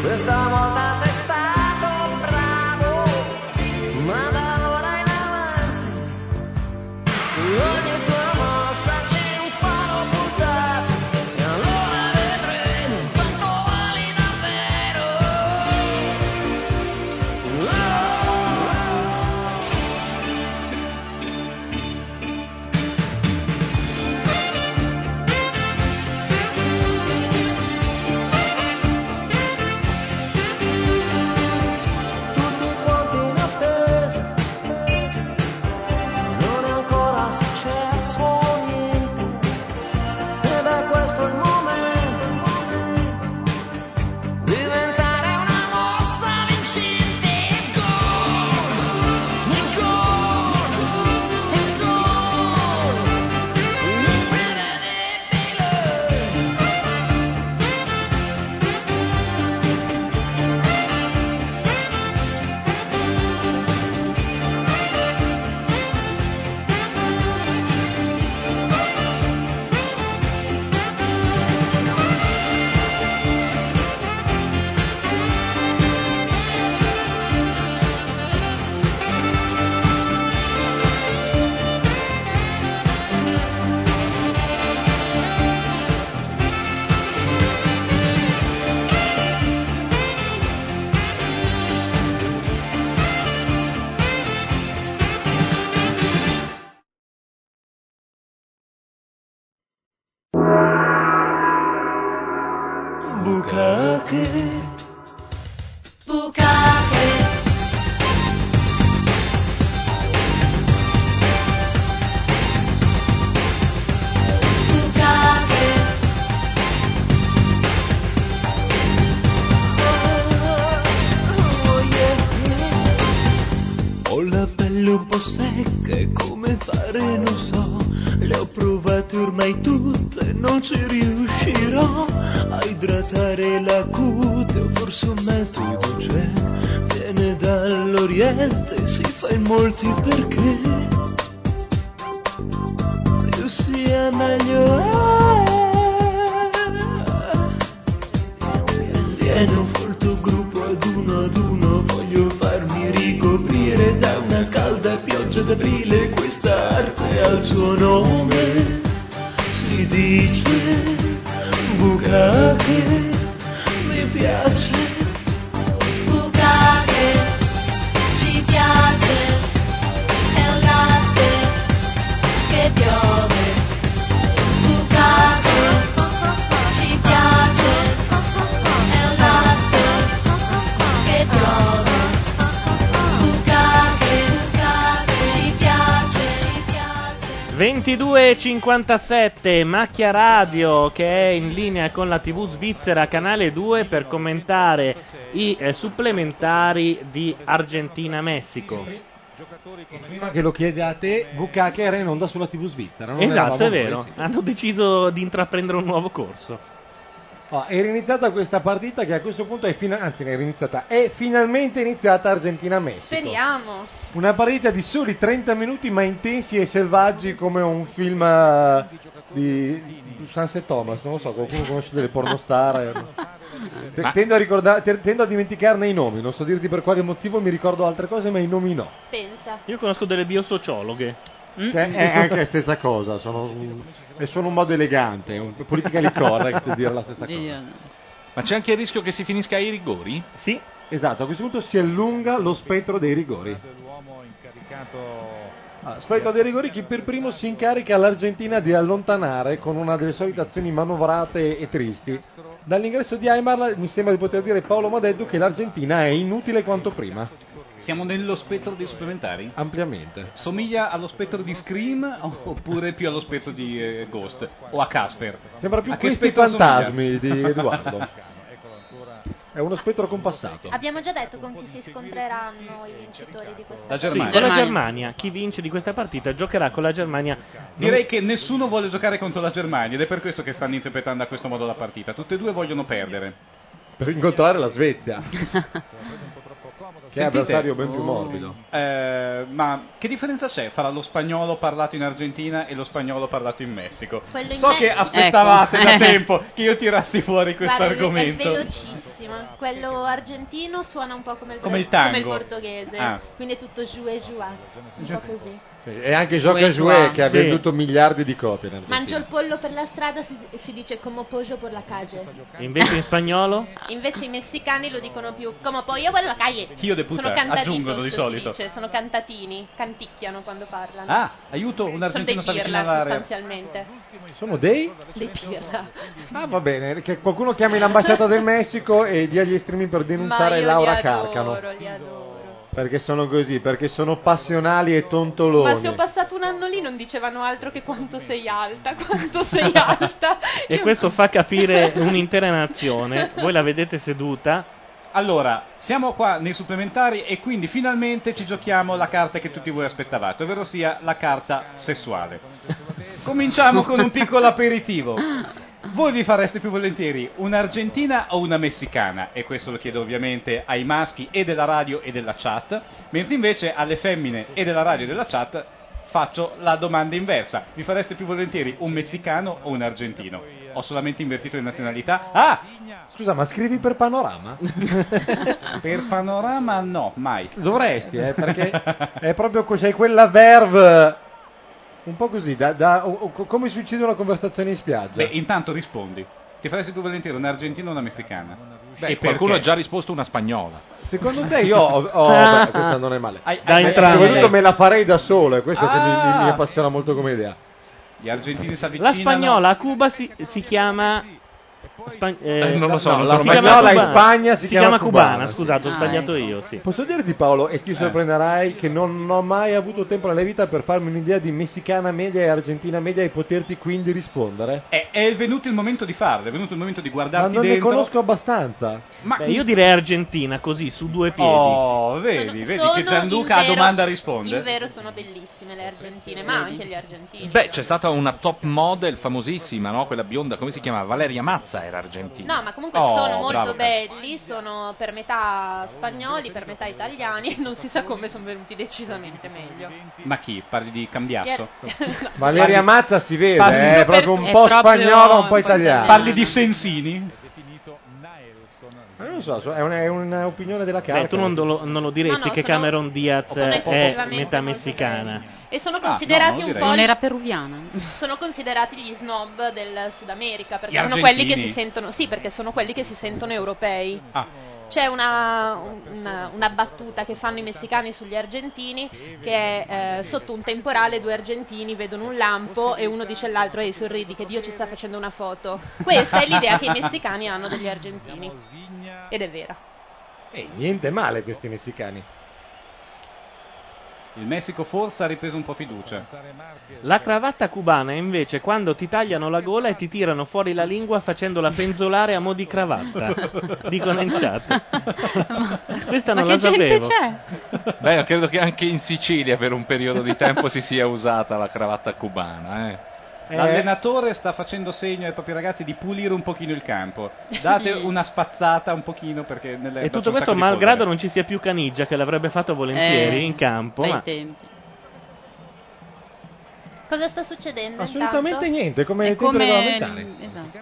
S6: Questa volta sei stato bravo, ma da ora in avanti su ogni tua mossa c'è un faro puntato e allora vedremo quanto vali davvero. Tutti quanti in attesa, non è ancora successo niente, ed è questo il momento, diventare una mossa vincente. Gol, gol, gol, imprevedibile. Bukake. Bukake. Bukake. Oh, ormai tutte non ci riuscirò a idratare la cute, forse un metodo c'è, viene dall'oriente, si fa in molti perché più sia meglio è. Viene un folto gruppo ad uno ad uno, voglio farmi ricoprire da una calda pioggia d'aprile, questa arte al suo nome si dice bucate, mi piace.
S12: Bucate, ci piace, è un latte che piove. Bucate, ci piace, è un latte che piove. Bucate, ci piace, ci piace.
S1: 22.57 Macchia Radio che è in linea con la TV svizzera canale 2 per commentare i eh, supplementari di Argentina-Messico.
S5: Prima che lo chiede a te, Bukake era in onda sulla TV svizzera. non
S1: Esatto, è
S5: eravamo
S1: vero.
S5: noi, sì.
S1: Hanno deciso di intraprendere un nuovo corso.
S5: Ah, era iniziata questa partita che a questo punto è, fina- anzi, era iniziata, è finalmente iniziata Argentina-Messico.
S24: Speriamo.
S5: Una partita di soli 30 minuti ma intensi e selvaggi come un film eh, di Sunset Thomas, non lo so, qualcuno conosce delle pornostar. eh. Te-
S3: Ma-
S5: Tendo, a ricorda- te- tendo a dimenticarne i nomi, non so dirti per quale motivo mi ricordo altre cose ma i nomi no.
S24: Pensa.
S1: Io conosco delle biosociologhe.
S9: Mm.
S1: Cioè,
S5: Che Cioè, è anche
S9: *laughs*
S5: la stessa cosa, sono, è solo un modo elegante, un politically correct dire la stessa cosa.
S3: Ma c'è anche il rischio che si finisca ai rigori?
S1: Sì.
S5: Esatto, a questo punto si allunga lo spettro dei rigori. Ah, spettro dei rigori che per primo si incarica l'Argentina di allontanare con una delle solite azioni manovrate e tristi. Dall'ingresso di Aymar mi sembra di poter dire Paolo Madeddu che l'Argentina è inutile quanto prima.
S4: Siamo nello spettro dei supplementari?
S5: Ampiamente.
S4: Somiglia allo spettro di Scream oppure più allo spettro di eh, Ghost o a Casper?
S5: Sembra più
S4: A che
S5: questi
S4: spettro somiglia?
S5: fantasmi di
S4: *laughs*
S5: Edoardo. È uno spettro compassato.
S9: Abbiamo già detto con chi si scontreranno i vincitori di questa
S1: Sì, con la Germania. Chi vince di questa partita giocherà con la Germania.
S4: Direi che nessuno vuole giocare contro la Germania ed è per questo che stanno interpretando a questo modo la partita. Tutte e due vogliono perdere.
S5: Per incontrare la Svezia. Che è
S4: Sentite-
S5: avversario ben più morbido.
S4: Eh, ma che differenza c'è fra lo spagnolo parlato in Argentina e lo spagnolo parlato in Messico?
S9: Quello in
S4: so che
S9: Messico-
S4: aspettavate
S9: Ecco.
S4: da tempo che io tirassi fuori questo
S9: Guarda, è
S4: argomento.
S9: velocissima. Quello argentino suona un po' come il,
S4: Come il
S9: bra- come
S4: tango.
S9: il portoghese.
S5: Ah.
S9: Quindi è tutto giù e giù. ah. Un po' così.
S5: Sì, E anche Joca
S9: Joué,
S5: Joué
S9: Joué.
S5: che ha
S9: Sì.
S5: venduto miliardi di copie. in Argentina.
S9: Mangio il pollo per la strada si, si dice como pollo por la calle. *laughs*
S1: Invece in spagnolo?
S9: Invece i messicani lo dicono più como pollo por la calle.
S1: Hijo de puta,
S9: sono cantatitos,
S4: aggiungono di
S9: si
S4: solito.
S9: dice, sono cantatini, canticchiano quando parlano.
S4: Ah, aiuto, un
S9: sono
S4: argentino
S9: dei
S4: sta vicino
S9: pirla
S4: all'area.
S9: sostanzialmente.
S5: Sono dei?
S9: Dei pirla.
S5: Ah, va bene, che qualcuno chiami l'ambasciata del Messico e dia gli estremi per
S9: Ma
S5: denunciare
S9: io
S5: Laura
S9: li adoro,
S5: Carcano.
S9: li adoro.
S5: Perché sono così, perché sono passionali e
S24: Ma
S5: tontoloni.
S24: se ho passato un anno lì non dicevano altro che quanto sei alta, quanto sei
S9: *laughs*
S1: E questo fa capire un'intera nazione. Voi la vedete seduta.
S4: Allora, siamo qua nei supplementari e quindi finalmente ci giochiamo la carta che tutti voi aspettavate, ovvero sia la carta sessuale. Cominciamo con un piccolo aperitivo. Voi vi fareste più volentieri un'argentina o una messicana? E questo lo chiedo ovviamente ai maschi e della radio e della chat, mentre invece alle femmine e della radio e della chat faccio la domanda inversa. Vi fareste più volentieri un messicano o un argentino? Ho solamente invertito le nazionalità. Ah,
S5: Scusa, ma scrivi per panorama?
S4: per panorama no, mai.
S5: Dovresti, eh, perché è proprio co- c'hai quella verve. Un po' così, da, da- o- o- co- come si uccide una conversazione in spiaggia.
S4: Beh, intanto rispondi. Ti faresti più volentieri un'argentina o una messicana?
S3: Beh,
S4: E
S3: qualcuno ha
S4: perché?
S3: già risposto una spagnola.
S5: Secondo te io ho, ho-
S1: Ah.
S5: beh, questa non è male.
S4: Hai-
S5: Da
S4: hai-
S5: entrambi.
S4: hai-
S5: Soprattutto me la farei da solo, è questo che mi- mi- mi
S4: Ah.
S5: appassiona molto come idea.
S4: Gli argentini si
S1: La
S4: avvicinano.
S1: spagnola a Cuba si, si chiama Span- eh,
S2: non lo so,
S1: no,
S2: non
S1: la-
S2: sono
S1: si
S2: mai
S1: chiama
S2: stato.
S1: cubana.
S2: In Spagna si
S1: chiama,
S2: chiama
S1: cubana,
S2: cubana, sì.
S1: scusate, ho
S2: Ah,
S1: sbagliato
S9: ecco.
S1: io, sì.
S5: ecco.
S1: Eh.
S5: Posso dirti Paolo, e ti sorprenderai, che non ho mai avuto tempo nella vita per farmi un'idea di messicana media e argentina media e poterti quindi rispondere.
S4: È, è venuto il momento di farlo, è venuto il momento di
S5: Ma
S4: guardarti
S5: non ne
S4: dentro.
S5: conosco abbastanza.
S4: Ma-
S1: Beh, Eh, io direi Argentina così su due piedi.
S4: Oh, vedi, Sono- vedi che Gianluca
S1: a
S4: a domanda risponde.
S9: In vero sono bellissime le argentine, ma anche gli argentini.
S2: Eh, Beh, c'è stata una top model famosissima, no? Quella bionda, come si chiamava? Valeria Mazza era argentina.
S9: No, ma comunque
S2: Oh,
S9: sono molto
S2: bravo.
S9: belli, sono per metà spagnoli, per metà italiani, *laughs* non si sa come sono venuti decisamente meglio.
S4: Ma chi? Parli di
S5: *laughs*
S4: Cambiasso?
S5: Valeria
S4: Parli-
S5: Mazza si vede,
S4: parli-
S5: eh, è proprio un po' spagnola, un po' italiana.
S4: Parli di Sensini?
S5: Ma non lo so, so- è una- è un'opinione della carta.
S1: Beh, Cioè, tu non lo, non lo diresti
S9: No, no,
S1: che
S9: sono-
S1: Cameron Diaz
S9: sono
S1: è
S9: effettivamente
S1: metà
S9: molto
S1: messicana.
S9: E sono
S1: Ah, no,
S9: considerati
S1: non
S9: un
S1: direi.
S9: po'.
S1: Non
S9: gli-
S1: era
S3: peruviana.
S9: Sono considerati gli snob del Sud America, perché
S3: Gli
S9: sono quelli che
S3: argentini.
S9: si sentono. Sì, perché sono quelli che si sentono europei.
S4: Ah.
S9: C'è una, una- una battuta che fanno i messicani sugli argentini che è eh, sotto un temporale due argentini vedono un lampo e uno dice all'altro e sorridi che Dio ci sta facendo
S5: *laughs*
S9: una foto. Questa è l'idea che i messicani hanno degli argentini. Ed è vera.
S5: Eh, niente male questi messicani.
S4: Il Messico forse ha ripreso un po' fiducia.
S1: La cravatta cubana invece quando ti tagliano la gola e ti tirano fuori la lingua facendola penzolare a mo'
S4: *laughs*
S1: di cravatta. Dicono in chat. Questa non la sapevo.
S4: Certo,
S2: Beh, io credo che anche in Sicilia per un periodo di tempo si sia usata la cravatta cubana, eh.
S4: L'allenatore sta facendo segno ai propri ragazzi di pulire un pochino il campo. Date una spazzata un pochino perché nelle
S1: E tutto questo malgrado non ci sia più Caniggia che l'avrebbe fatto volentieri
S4: Eh,
S1: in campo.
S3: bei
S1: ma-
S3: tempi.
S25: Cosa sta succedendo?
S5: Assolutamente
S25: intanto?
S5: niente, come
S25: È
S5: tempo regolamentare.
S25: esatto.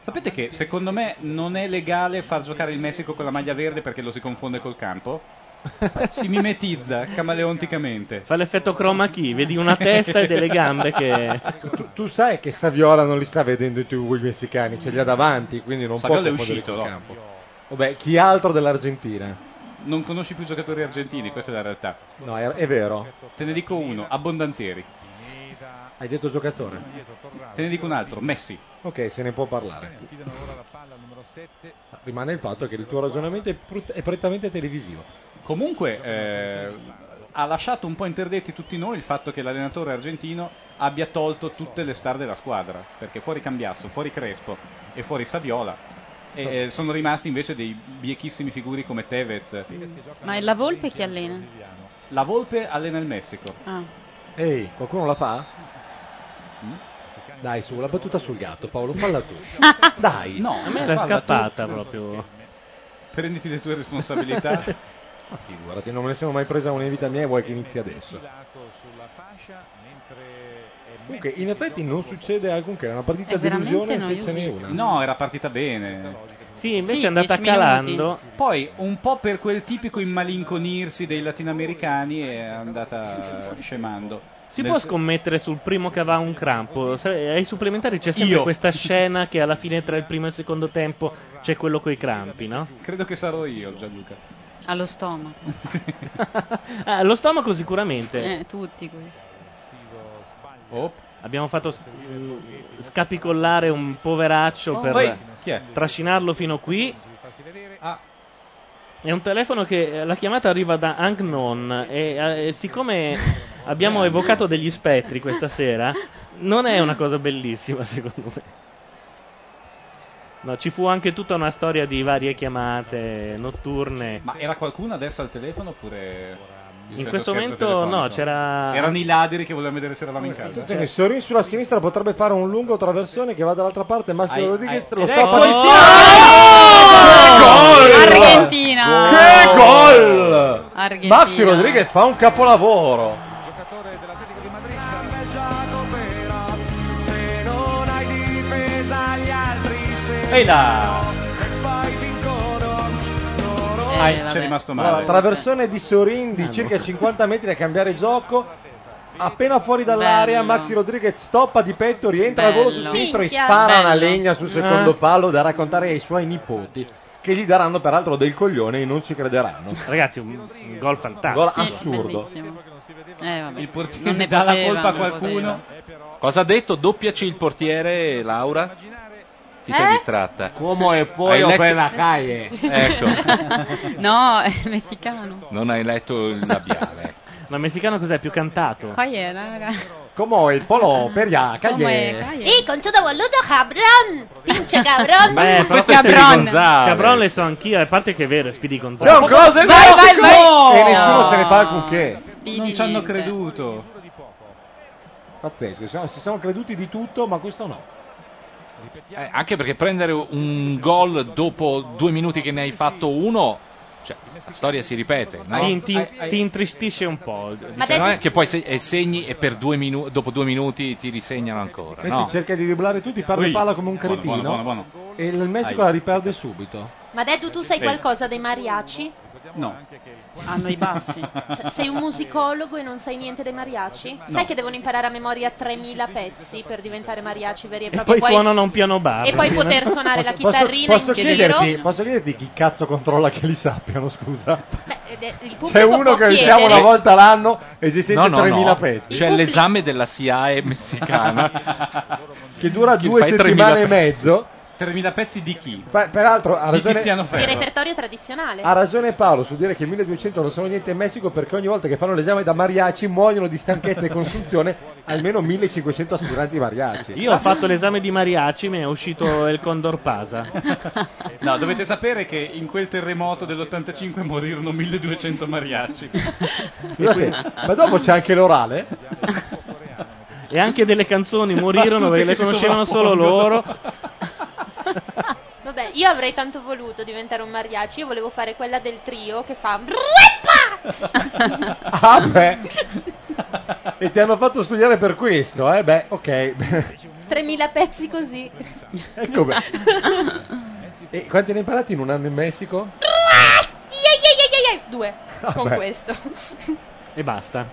S4: Sapete che secondo me non è legale far giocare il Messico con la maglia verde perché lo si confonde col campo?
S1: *laughs*
S4: Si mimetizza camaleonticamente.
S1: Fa l'effetto chroma key, vedi una testa e delle gambe che...
S5: Ecco, Tu, tu sai che Saviola non li sta vedendo tu i messicani, ce li ha davanti, quindi non
S4: Saviola è
S5: può confondere
S4: uscito,
S5: col
S4: no?
S5: campo. Vabbè, chi altro dell'Argentina?
S4: Non conosci più giocatori argentini, questa è la realtà.
S5: No, è, è vero.
S4: Te ne dico uno, Abbondanzieri.
S5: Hai detto giocatore.
S4: Te ne dico un altro, Messi.
S5: Ok, se ne può parlare. Rimane il fatto che il tuo ragionamento è, prut- è prettamente televisivo.
S4: Comunque eh, ha lasciato un po' interdetti tutti noi il fatto che l'allenatore argentino abbia tolto tutte le star della squadra, perché fuori Cambiasso, fuori Crespo e fuori Saviola. E, eh, sono rimasti invece dei biechissimi figuri come Tevez.
S3: Ma è la Volpe chi allena?
S4: La Volpe allena il Messico.
S3: Ah.
S5: Ehi, qualcuno la fa?
S4: Mm?
S5: Dai, su, la battuta sul gatto, Paolo, falla
S1: *laughs*
S5: tu. Dai.
S4: No,
S1: A me era
S4: falla tu.
S1: scappata proprio.
S4: Prenditi le tue responsabilità.
S5: *laughs* Ma figurati, non me ne sono mai presa una in vita mia e vuoi che inizi adesso. Comunque, in effetti non succede alcunché, è una partita
S1: È
S5: di
S1: veramente
S5: illusione se ce n'è una.
S1: noiosissimo.
S4: No, era partita bene.
S1: Sì, invece Sì, è andata 10 calando. minuti.
S4: Poi, un po' per quel tipico immalinconirsi dei latinoamericani, è andata scemando.
S1: Si
S4: Nel
S1: può
S4: se-
S1: scommettere sul primo che va un crampo? Sai, eh, Ai supplementari c'è sempre
S4: Io. *laughs*
S1: questa scena che alla fine tra il primo e il secondo tempo c'è quello coi crampi, no?
S4: Credo che sarò io, Gianluca. *laughs*
S3: Allo stomaco.
S1: *laughs* Ah, lo stomaco sicuramente.
S3: Eh, tutti questi.
S1: Abbiamo fatto s- mh, scapicollare un poveraccio
S3: Oh.
S1: per
S3: Poi,
S4: chi è?
S1: trascinarlo fino qui.
S4: Ah.
S1: È un telefono che eh, la chiamata arriva da Angnon e eh, e siccome abbiamo evocato degli spettri questa sera, non è una cosa bellissima secondo me. No, ci fu anche tutta una storia di varie chiamate notturne.
S4: Ma era qualcuno adesso al telefono oppure...
S1: In questo momento no, c'era-
S4: Erano i ladri che volevano vedere se eravamo
S5: Eh,
S4: in casa.
S5: Attenzione, Sorin sulla sinistra potrebbe fare un lungo traversone che va dall'altra parte, Massimo
S4: Ai-
S5: Rodriguez
S4: ai-
S5: lo
S4: ed
S5: sta
S4: ecco il
S5: partendo.
S3: Argentina!
S5: Che gol!
S3: Argentina.
S5: Maxi Rodriguez fa un capolavoro.
S6: Se non hai difesa agli altri se
S4: Ehi là!
S6: poi vincono loro
S26: Eh,
S4: Ah, c'è rimasto male. Eh,
S5: Allora, traversone di Sorin di circa 50 metri a cambiare gioco. Appena fuori dall'area,
S26: Bello.
S5: Maxi Rodriguez stoppa di petto, rientra al volo su
S26: Bello.
S5: sinistro e
S26: Minchia,
S5: spara una
S26: bello.
S5: legna sul secondo
S26: Eh.
S5: palo da raccontare ai suoi nipoti, che gli daranno peraltro del coglione e non ci crederanno.
S1: Ragazzi, un gol fantastico.
S5: Gol
S1: Sì,
S5: assurdo.
S3: Bellissimo. Eh, vabbè.
S4: Il portiere
S3: Non ne
S4: dà la
S3: poteva,
S4: colpa a
S3: non ne
S4: qualcuno.
S3: poteva.
S2: Cosa ha detto? Doppia C il portiere, Laura? Ti sei
S3: Eh?
S2: distratta.
S27: Como e
S2: Hai
S27: pollo
S2: letto-
S27: per la calle.
S2: Ecco.
S1: *laughs*
S3: no, è messicano.
S2: Non hai letto il labiale.
S1: *laughs* Ma il messicano cos'è? Più cantato?
S3: Calle, raga.
S1: Come il polo per
S6: Y
S9: Ecco,
S6: con todo boludo, cabrón. Pinche
S5: *laughs*
S6: cabrón.
S1: Beh, però questo è Speedy Gonzales. Cabron le so anch'io, a parte che è vero, è Speedy Gonzales.
S5: Sono cose
S1: Vai,
S5: tossiche!
S1: vai, vai!
S5: E nessuno se ne fa alcunché.
S4: Non ci hanno creduto.
S5: Pazzesco, si sono, si sono creduti di tutto, ma questo no.
S2: Eh, anche perché prendere un gol dopo due minuti che ne hai fatto uno, cioè, la storia si ripete. no?
S1: Ti, ti- ti intristisce un po'. diciamo.
S2: Ma non è che poi se- eh, segni e per due minu- dopo due minuti ti risegnano
S1: Eh
S2: ancora.
S5: Invece
S2: No.
S5: cerca di dribblare tutti, perde
S2: Ui.
S5: palla come un
S2: Buono,
S5: cretino.
S2: buono, buono,
S5: E il Messico
S2: Ai.
S5: la riperde subito.
S9: Ma Dedu, tu sai
S5: Sì.
S9: qualcosa dei mariachi?
S4: No.
S3: Hanno i baffi.
S9: Cioè, Sei un musicologo e non sai niente dei mariachi? Sai che devono imparare a memoria 3000 pezzi per diventare mariachi veri e
S1: E
S9: propri?
S1: poi suonano un piano bar.
S9: e poi poter suonare la
S5: Posso-
S9: chitarrina
S5: posso,
S9: in
S5: chiederti,
S9: giro?
S5: posso chiederti chi cazzo controlla che li sappiano, scusa?
S9: Ed è- il
S5: C'è
S9: pubblico
S5: uno
S9: può
S5: che
S9: chiedere-
S5: siamo una volta l'anno e si sente
S2: No, no,
S5: 3000
S2: no.
S5: pezzi.
S2: C'è l'esame della SIAE
S1: *laughs*
S2: messicana
S5: che dura
S2: Chi
S5: due
S2: fai 3000
S5: settimane e
S2: pezzi?
S5: mezzo.
S4: 3.000 pezzi di chi?
S5: Pa- peraltro ha
S4: Di
S5: ragione,
S4: Tiziano
S9: Il repertorio tradizionale.
S5: ha ragione Paolo su dire che 1200 non sono niente in Messico perché ogni volta che fanno l'esame da mariachi muoiono di stanchezza e consunzione almeno 1500 aspiranti mariachi.
S1: Io ho fatto l'esame di mariachi, mi è uscito il Condor Pasa.
S4: No, dovete sapere che in quel terremoto dell'85 morirono 1200 mariachi.
S5: Scusate, ma dopo c'è anche l'orale?
S1: E anche delle canzoni
S4: Battute
S1: morirono perché
S4: che
S1: le
S4: si
S1: conoscevano solo loro.
S4: sovrappongono.
S9: Vabbè, io avrei tanto voluto diventare un mariachi. Io volevo fare quella del trio che fa.
S5: Ah beh. E ti hanno fatto studiare per questo, eh? Beh, ok. *laughs*
S9: 3000 pezzi così.
S5: Ecco beh. E quanti ne hai imparati in un anno in Messico?
S9: Yeah, yeah, yeah, yeah, yeah. Due.
S5: Ah,
S9: con
S5: beh.
S9: questo.
S1: E basta.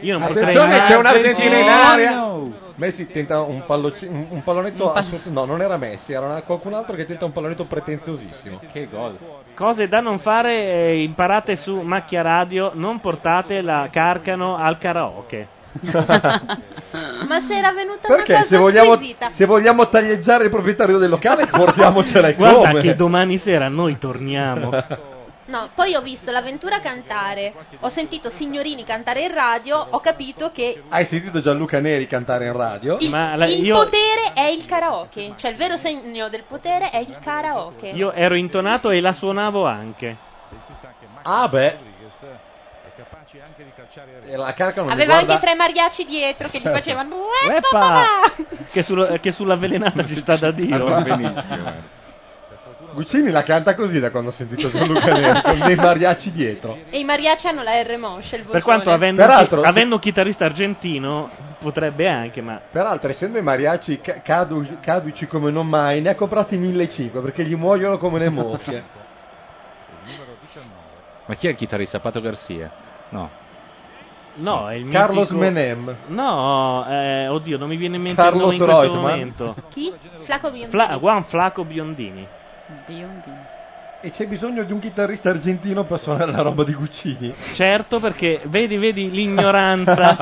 S1: Io non potrei
S5: Attenzione,
S1: mai-
S5: c'è un'Argentina in area.
S1: No.
S5: Messi tenta un, palloci- un- un pallonetto. assolut- no, non era Messi, era una- qualcun altro che tenta un pallonetto pretenziosissimo. Che gol.
S1: Cose da non fare, eh, imparate su Macchia Radio, non portate la Carcano al karaoke.
S9: Ma se era venuta
S5: Perché
S9: una
S5: se
S9: cosa
S5: vogliamo,
S9: squisita.
S5: se vogliamo taglieggiare il proprietario del locale, portiamocela in
S1: Guarda
S5: come.
S1: che domani sera noi
S9: *laughs*
S1: torniamo.
S9: No, poi ho visto l'avventura cantare. Ho sentito signorini cantare in radio. Ho capito che
S5: Hai sentito Gianluca Neri cantare in radio?
S1: Ma la-
S9: il
S1: io,
S9: potere è il karaoke. Cioè, il vero segno del potere è il karaoke.
S1: io ero intonato e la suonavo anche.
S5: Ah beh.
S1: la
S5: Carcano
S9: Aveva anche tre mariachi dietro che gli
S1: Certo.
S9: facevano.
S1: Che, sul- che sull'avvelenata ci sta da Dio.
S5: Ah, benissimo, eh.
S4: *laughs*
S5: Guccini la canta così da quando ho sentito
S1: *laughs*
S5: Gianluca Neri *laughs* con dei mariachi dietro.
S9: E i mariachi hanno la R Mosce. Il
S1: Per quanto
S9: bottone.
S1: avendo,
S5: Peraltro,
S1: chi-
S5: se-
S1: avendo un chitarrista argentino potrebbe anche, ma
S5: Peraltro, essendo i mariachi ca- cadu- caduci come non mai, ne ha comprati 1.500 perché gli muoiono come le mosche.
S2: Ma chi è il chitarrista? Pato Garcia? No.
S1: no, è il
S5: Carlos
S1: mitico-
S5: Menem.
S1: No, eh, oddio, non mi viene in mente
S5: Carlos
S1: il nome in questo
S5: Reutemann.
S1: momento.
S9: Chi? Flaco Biondi.
S1: Fla- Juan Flaco Biondini.
S5: E c'è bisogno di un chitarrista argentino per suonare la roba di Guccini.
S1: Certo, perché vedi, vedi
S4: *laughs*
S1: l'ignoranza.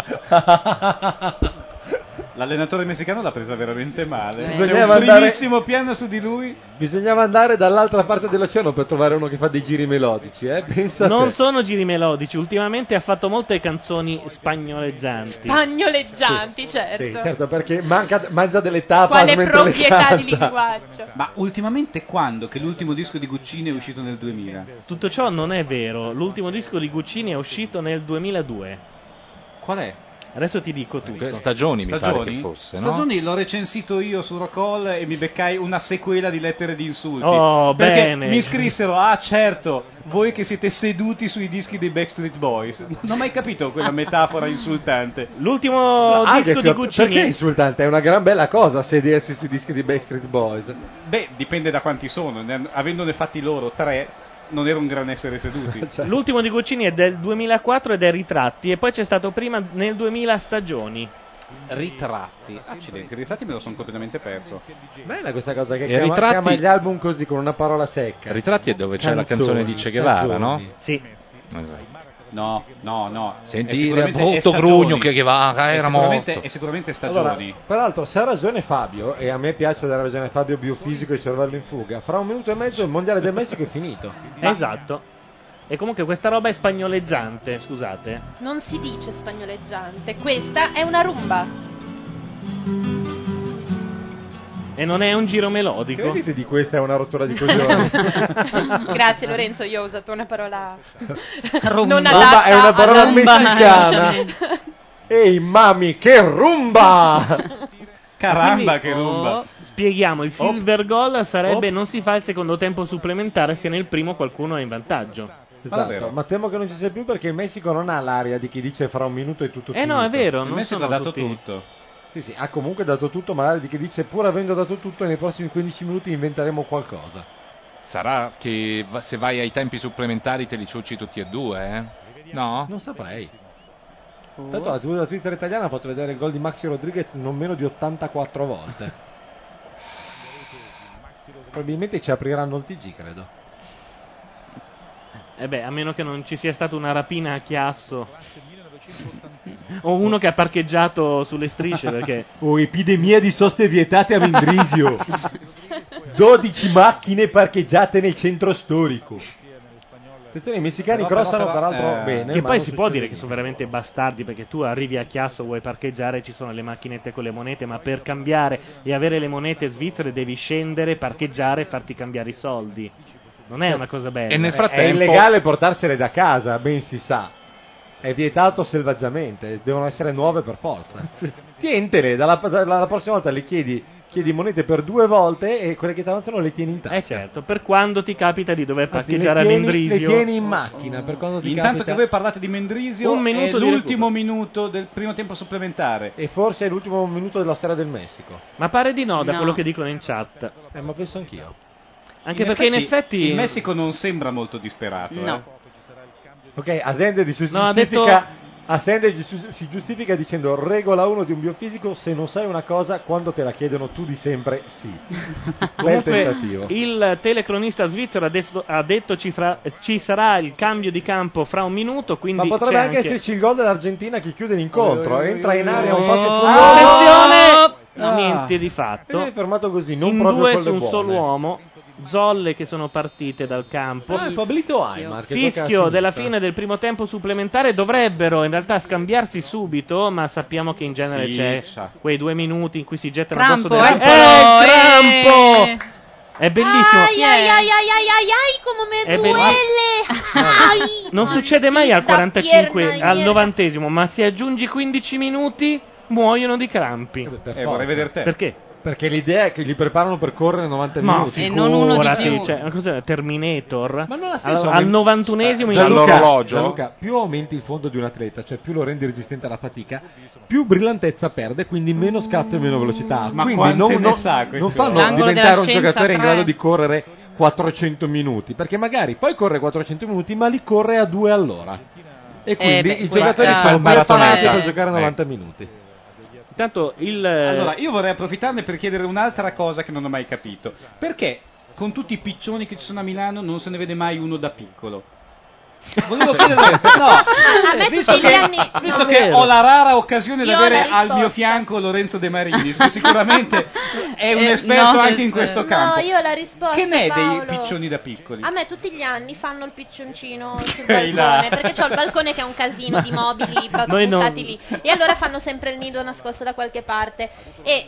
S4: L'allenatore messicano l'ha presa veramente male.
S5: Eh.
S4: C'è un
S5: Bisognava andare-
S4: primissimo piano su di lui.
S5: Bisognava andare dall'altra parte dell'oceano per trovare uno che fa dei giri melodici, eh? Pensa a
S1: Non
S5: te.
S1: sono giri melodici, ultimamente ha fatto molte canzoni spagnoleggianti.
S9: Bagnoleggianti, certo.
S5: Sì, certo, perché manca- mangia delle tapas
S9: Quale
S5: mentre le
S9: proprietà di
S5: canta.
S9: linguaggio?
S4: Ma ultimamente quando? Che l'ultimo disco di Guccini è uscito nel 2000.
S1: Tutto ciò non è vero. L'ultimo disco di Guccini è uscito nel 2002.
S4: Qual è?
S1: Adesso ti dico tutto.
S2: Stagioni, mi pare
S4: Stagioni?
S2: che fosse, no?
S4: Stagioni l'ho recensito io su Rockall e mi beccai una sequela di lettere di insulti.
S1: Oh,
S4: perché
S1: bene.
S4: mi scrissero, ah certo, voi che siete seduti sui dischi dei Backstreet Boys. Non ho mai capito quella metafora insultante.
S1: L'ultimo
S5: Ah, che fio- Perché è insultante? È una gran bella cosa sedersi sui dischi di Backstreet Boys.
S4: Beh, dipende da quanti sono. Ne- Avendone fatti loro tre, non era un gran essere
S2: *laughs*
S4: seduti.
S2: Cioè.
S1: L'ultimo di Guccini è del 2004 ed è Ritratti e poi c'è stato prima nel 2000 Stagioni.
S4: Ritratti. Accidenti, Ah, i ritratti me lo sono completamente perso.
S5: Bella questa cosa che
S2: E
S5: chiama,
S2: ritratti-
S5: chiama gli album così con una parola secca.
S2: Ritratti è dove c'è la canzone di Che Guevara, no?
S1: Sì.
S2: Esatto.
S4: No, no, no.
S2: Sentire
S4: È sicuramente-
S2: brutto
S4: è stagioni.
S2: grugno che- che va, ah,
S4: È
S2: era
S4: sicuramente-
S2: morto.
S4: È sicuramente
S5: Allora,
S4: stagioni.
S5: peraltro, se ha ragione Fabio, e a me piace dare ragione a Fabio, biofisico e cervello in fuga, fra un minuto e mezzo il mondiale del Messico è finito.
S1: *laughs* Esatto. E comunque questa roba è spagnoleggiante, scusate.
S3: Non si dice spagnoleggiante, questa è
S1: *laughs*
S3: una rumba.
S1: E non è un giro melodico.
S5: Che vedete di questa è una rottura di coglioni?
S3: Grazie Lorenzo, io ho usato una parola
S5: *laughs* Rumba.
S3: non adatta
S5: è una parola
S3: ad un- *laughs*
S5: messicana. Ehi, mami, che
S3: *laughs*
S5: rumba!
S1: Caramba,
S4: che rumba.
S1: oh, Spieghiamo, il silver goal sarebbe non si fa il secondo tempo supplementare se nel primo qualcuno è in vantaggio.
S5: Esatto, ma temo che non ci sia più perché il Messico non ha l'aria di chi dice fra un minuto è tutto
S1: Eh
S5: finito.
S1: no, è vero, Il non Messico sono ha dato tutti-
S4: tutto.
S5: Sì, sì, ha comunque dato tutto, ma l'aria di chi dice pur avendo dato tutto nei prossimi 15 minuti inventeremo qualcosa.
S2: Sarà che va- se vai ai tempi supplementari te li ciucci tutti e due, eh? No?
S5: Non saprei. Tanto la TV della Twitter italiana ha fatto vedere il gol di Maxi Rodriguez non meno di
S28: *laughs*
S5: 84 volte. Probabilmente ci apriranno il TG, credo.
S1: E Eh beh, a meno che non ci sia stata una rapina a chiasso. o uno che ha parcheggiato sulle strisce perché...
S28: O epidemia di soste vietate a
S1: *laughs*
S28: Mendrisio. 12 macchine parcheggiate nel centro storico.
S5: Attenzione, i messicani
S1: Però,
S5: crossano
S1: però, però,
S5: peraltro
S1: eh,
S5: bene.
S1: Che
S5: ma
S1: poi
S5: non
S1: si può
S5: succede
S1: dire che sono veramente bastardi perché tu arrivi a Chiasso, vuoi parcheggiare, ci sono le macchinette con le monete, ma per cambiare e avere le monete svizzere devi scendere, parcheggiare e farti cambiare i soldi. Non è una cosa bella.
S2: E nel
S5: Eh, È illegale portarsele da casa, ben si sa. È vietato selvaggiamente, devono essere nuove
S4: *laughs*
S5: per forza. Tientele, dalla, dalla prossima volta le chiedi, chiedi monete per due volte e quelle che ti avanzano le tieni in tasca.
S1: Eh certo, per quando ti capita di dover
S5: Anzi, le
S1: parcheggiare a
S5: tieni-
S1: Mendrisio.
S5: Le tieni in macchina per quando ti
S4: Intanto
S5: capita.
S4: che voi parlate di Mendrisio,
S5: Un minuto
S4: è
S5: di
S4: l'ultimo minuto del primo tempo supplementare.
S5: E forse è l'ultimo minuto della storia del Messico.
S1: Ma pare di no da
S4: No.
S1: quello che dicono in chat.
S5: Eh, ma penso anch'io.
S1: Anche perché in effetti-
S4: il Messico non sembra molto disperato.
S5: No.
S4: eh.
S5: Ok, Asende di- si
S4: No, ha detto-
S5: giustifica, Asende gi- su- si giustifica dicendo regola 1 di un biofisico, se non sai una cosa, quando te la chiedono tu di sempre
S1: *laughs*
S5: sì. Bel
S1: Comunque,
S5: tentativo.
S1: il telecronista svizzero ha detto, ha detto ci, fra- ci sarà il cambio di campo fra un minuto, quindi
S5: Ma potrebbe
S1: c'è
S5: anche esserci il gol dell'Argentina che chiude l'incontro, entra in area un po' più
S1: Attenzione! No, niente di
S5: Ah. E viene
S1: fatto.
S5: fermato così, non
S1: In
S5: proprio
S1: due
S5: con
S1: su
S5: le
S1: un
S5: buone.
S1: solo uomo, zolle che sono partite dal campo.
S5: Ah, è Pablito Aimar che gioca a
S1: Fischio
S5: sinistra.
S1: della fine del primo tempo supplementare dovrebbero in realtà scambiarsi subito, ma sappiamo che in genere
S4: Sì,
S1: c'è
S4: sa.
S1: quei due minuti in cui si gettano
S6: Crampo,
S1: addosso della-
S6: eccolo,
S1: Eh, Crampo!
S6: eh.
S1: È bellissimo.
S6: Ay, ay, ay, ay, ay, ay, ay, como me
S1: È
S6: duele. Ay.
S1: Non succede mai al
S6: Da
S1: 45,
S6: pierna
S1: al
S6: in
S1: 90, ma se aggiungi 15 minuti muoiono di crampi.
S5: Eh, vorrei vedere te.
S1: Perché?
S5: Perché l'idea è che li preparano per correre 90
S1: Ma
S5: minuti.
S1: figurati, cioè, una cosa Terminator?
S5: Ma non ha
S1: al,
S5: senso
S1: al
S5: aument-
S1: 91esimo in
S5: Eh, Gianluca,
S1: all'orologio?
S5: Gianluca, più aumenti il fondo di un atleta, cioè più lo rendi resistente alla fatica, più brillantezza perde, quindi meno scatto e meno velocità.
S4: Ma
S5: quindi
S4: quante
S5: non,
S4: ne
S5: non-
S4: sa questo?
S5: non fanno
S4: L'angolo
S5: diventare
S4: della
S5: un
S4: scienza,
S5: giocatore in
S4: tre.
S5: grado di correre 400 minuti, perché magari poi corre 400 minuti, ma li corre a due all'ora. E quindi
S4: Eh, beh,
S5: i
S4: questa-
S5: giocatori sono
S4: questa
S5: preparati
S4: è-
S5: per giocare
S4: eh.
S5: 90 minuti.
S1: Intanto il.
S4: Allora, io vorrei approfittarne per chiedere un'altra cosa che non ho mai capito. Perché con tutti i piccioni che ci sono a Milano non se ne vede mai uno da piccolo? Volevo chiedere, no,
S6: A me
S4: visto
S6: tutti gli
S4: che,
S6: anni-
S4: visto
S6: no.
S4: che ho la rara occasione di
S6: Io ho
S4: avere
S6: la
S4: al mio
S6: risposta.
S4: fianco Lorenzo De Marinis, che sicuramente è un
S6: Eh,
S4: esperto
S6: no,
S4: anche in
S6: eh,
S4: questo
S6: no,
S4: campo.
S9: io ho la risposta,
S4: Che ne è
S9: Paolo.
S4: dei piccioni da piccoli?
S9: A me tutti gli anni fanno il piccioncino sul
S4: Ehi là.
S9: balcone, perché c'ho il balcone che è un casino di
S1: Ma-
S9: mobili pa-
S1: Noi
S9: buttati
S1: non-
S9: lì. E allora fanno sempre il nido nascosto da qualche parte. E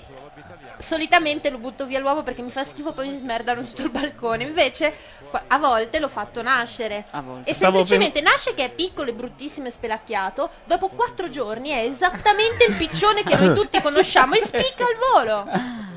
S9: solitamente lo butto via l'uovo perché mi fa schifo, poi mi smerdano tutto il balcone. Invece qua- a volte l'ho fatto nascere.
S6: Ah,
S9: E
S1: Stavo
S9: semplicemente nasce che è piccolo e bruttissimo e spelacchiato. Dopo quattro giorni è esattamente il piccione che noi tutti conosciamo e spicca al volo.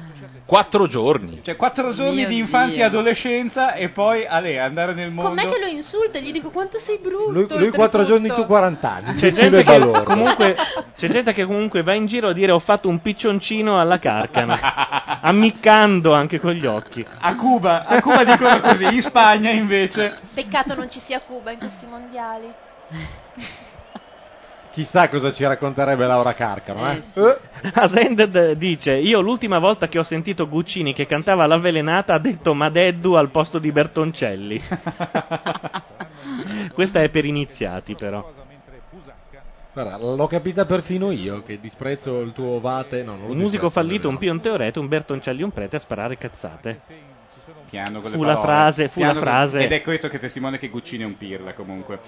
S2: Quattro giorni.
S4: Cioè, quattro giorni
S9: Mio
S4: di infanzia e
S9: Dio.
S4: adolescenza e poi a lei andare nel mondo.
S9: Com'è che lo insulto e gli dico quanto sei brutto?
S5: Lui, lui 4 giorni,
S9: Certo.
S5: tu 40 anni. cioè, Nessuno
S1: C'è gente,
S5: è
S1: che
S5: valore.
S1: comunque, c'è gente che comunque va in giro a dire ho fatto un piccioncino
S4: *laughs*
S1: alla carcana, ammiccando anche con gli occhi.
S4: A Cuba, a Cuba dicono così, in Spagna invece.
S9: Peccato non ci sia Cuba in questi mondiali.
S5: Chissà cosa ci racconterebbe Laura Carcano, eh? Eh,
S1: Asended dice: Io l'ultima volta che ho sentito Guccini
S4: *laughs*
S1: che cantava La Velenata ha detto Madeddu al posto di Bertoncelli. Questa è per iniziati, però.
S5: Guarda, l'ho capita perfino io che disprezzo il tuo vate. No, non lo
S1: Un musico
S5: disprezzo,
S1: fallito, un
S5: no.
S1: pion teoreto, un Bertoncelli, un prete a sparare cazzate.
S4: Piano con le
S1: Fu la
S4: parole.
S1: frase, fu
S4: Piano
S1: la
S4: con-
S1: frase.
S4: Ed è questo che testimonia che Guccini è un pirla comunque.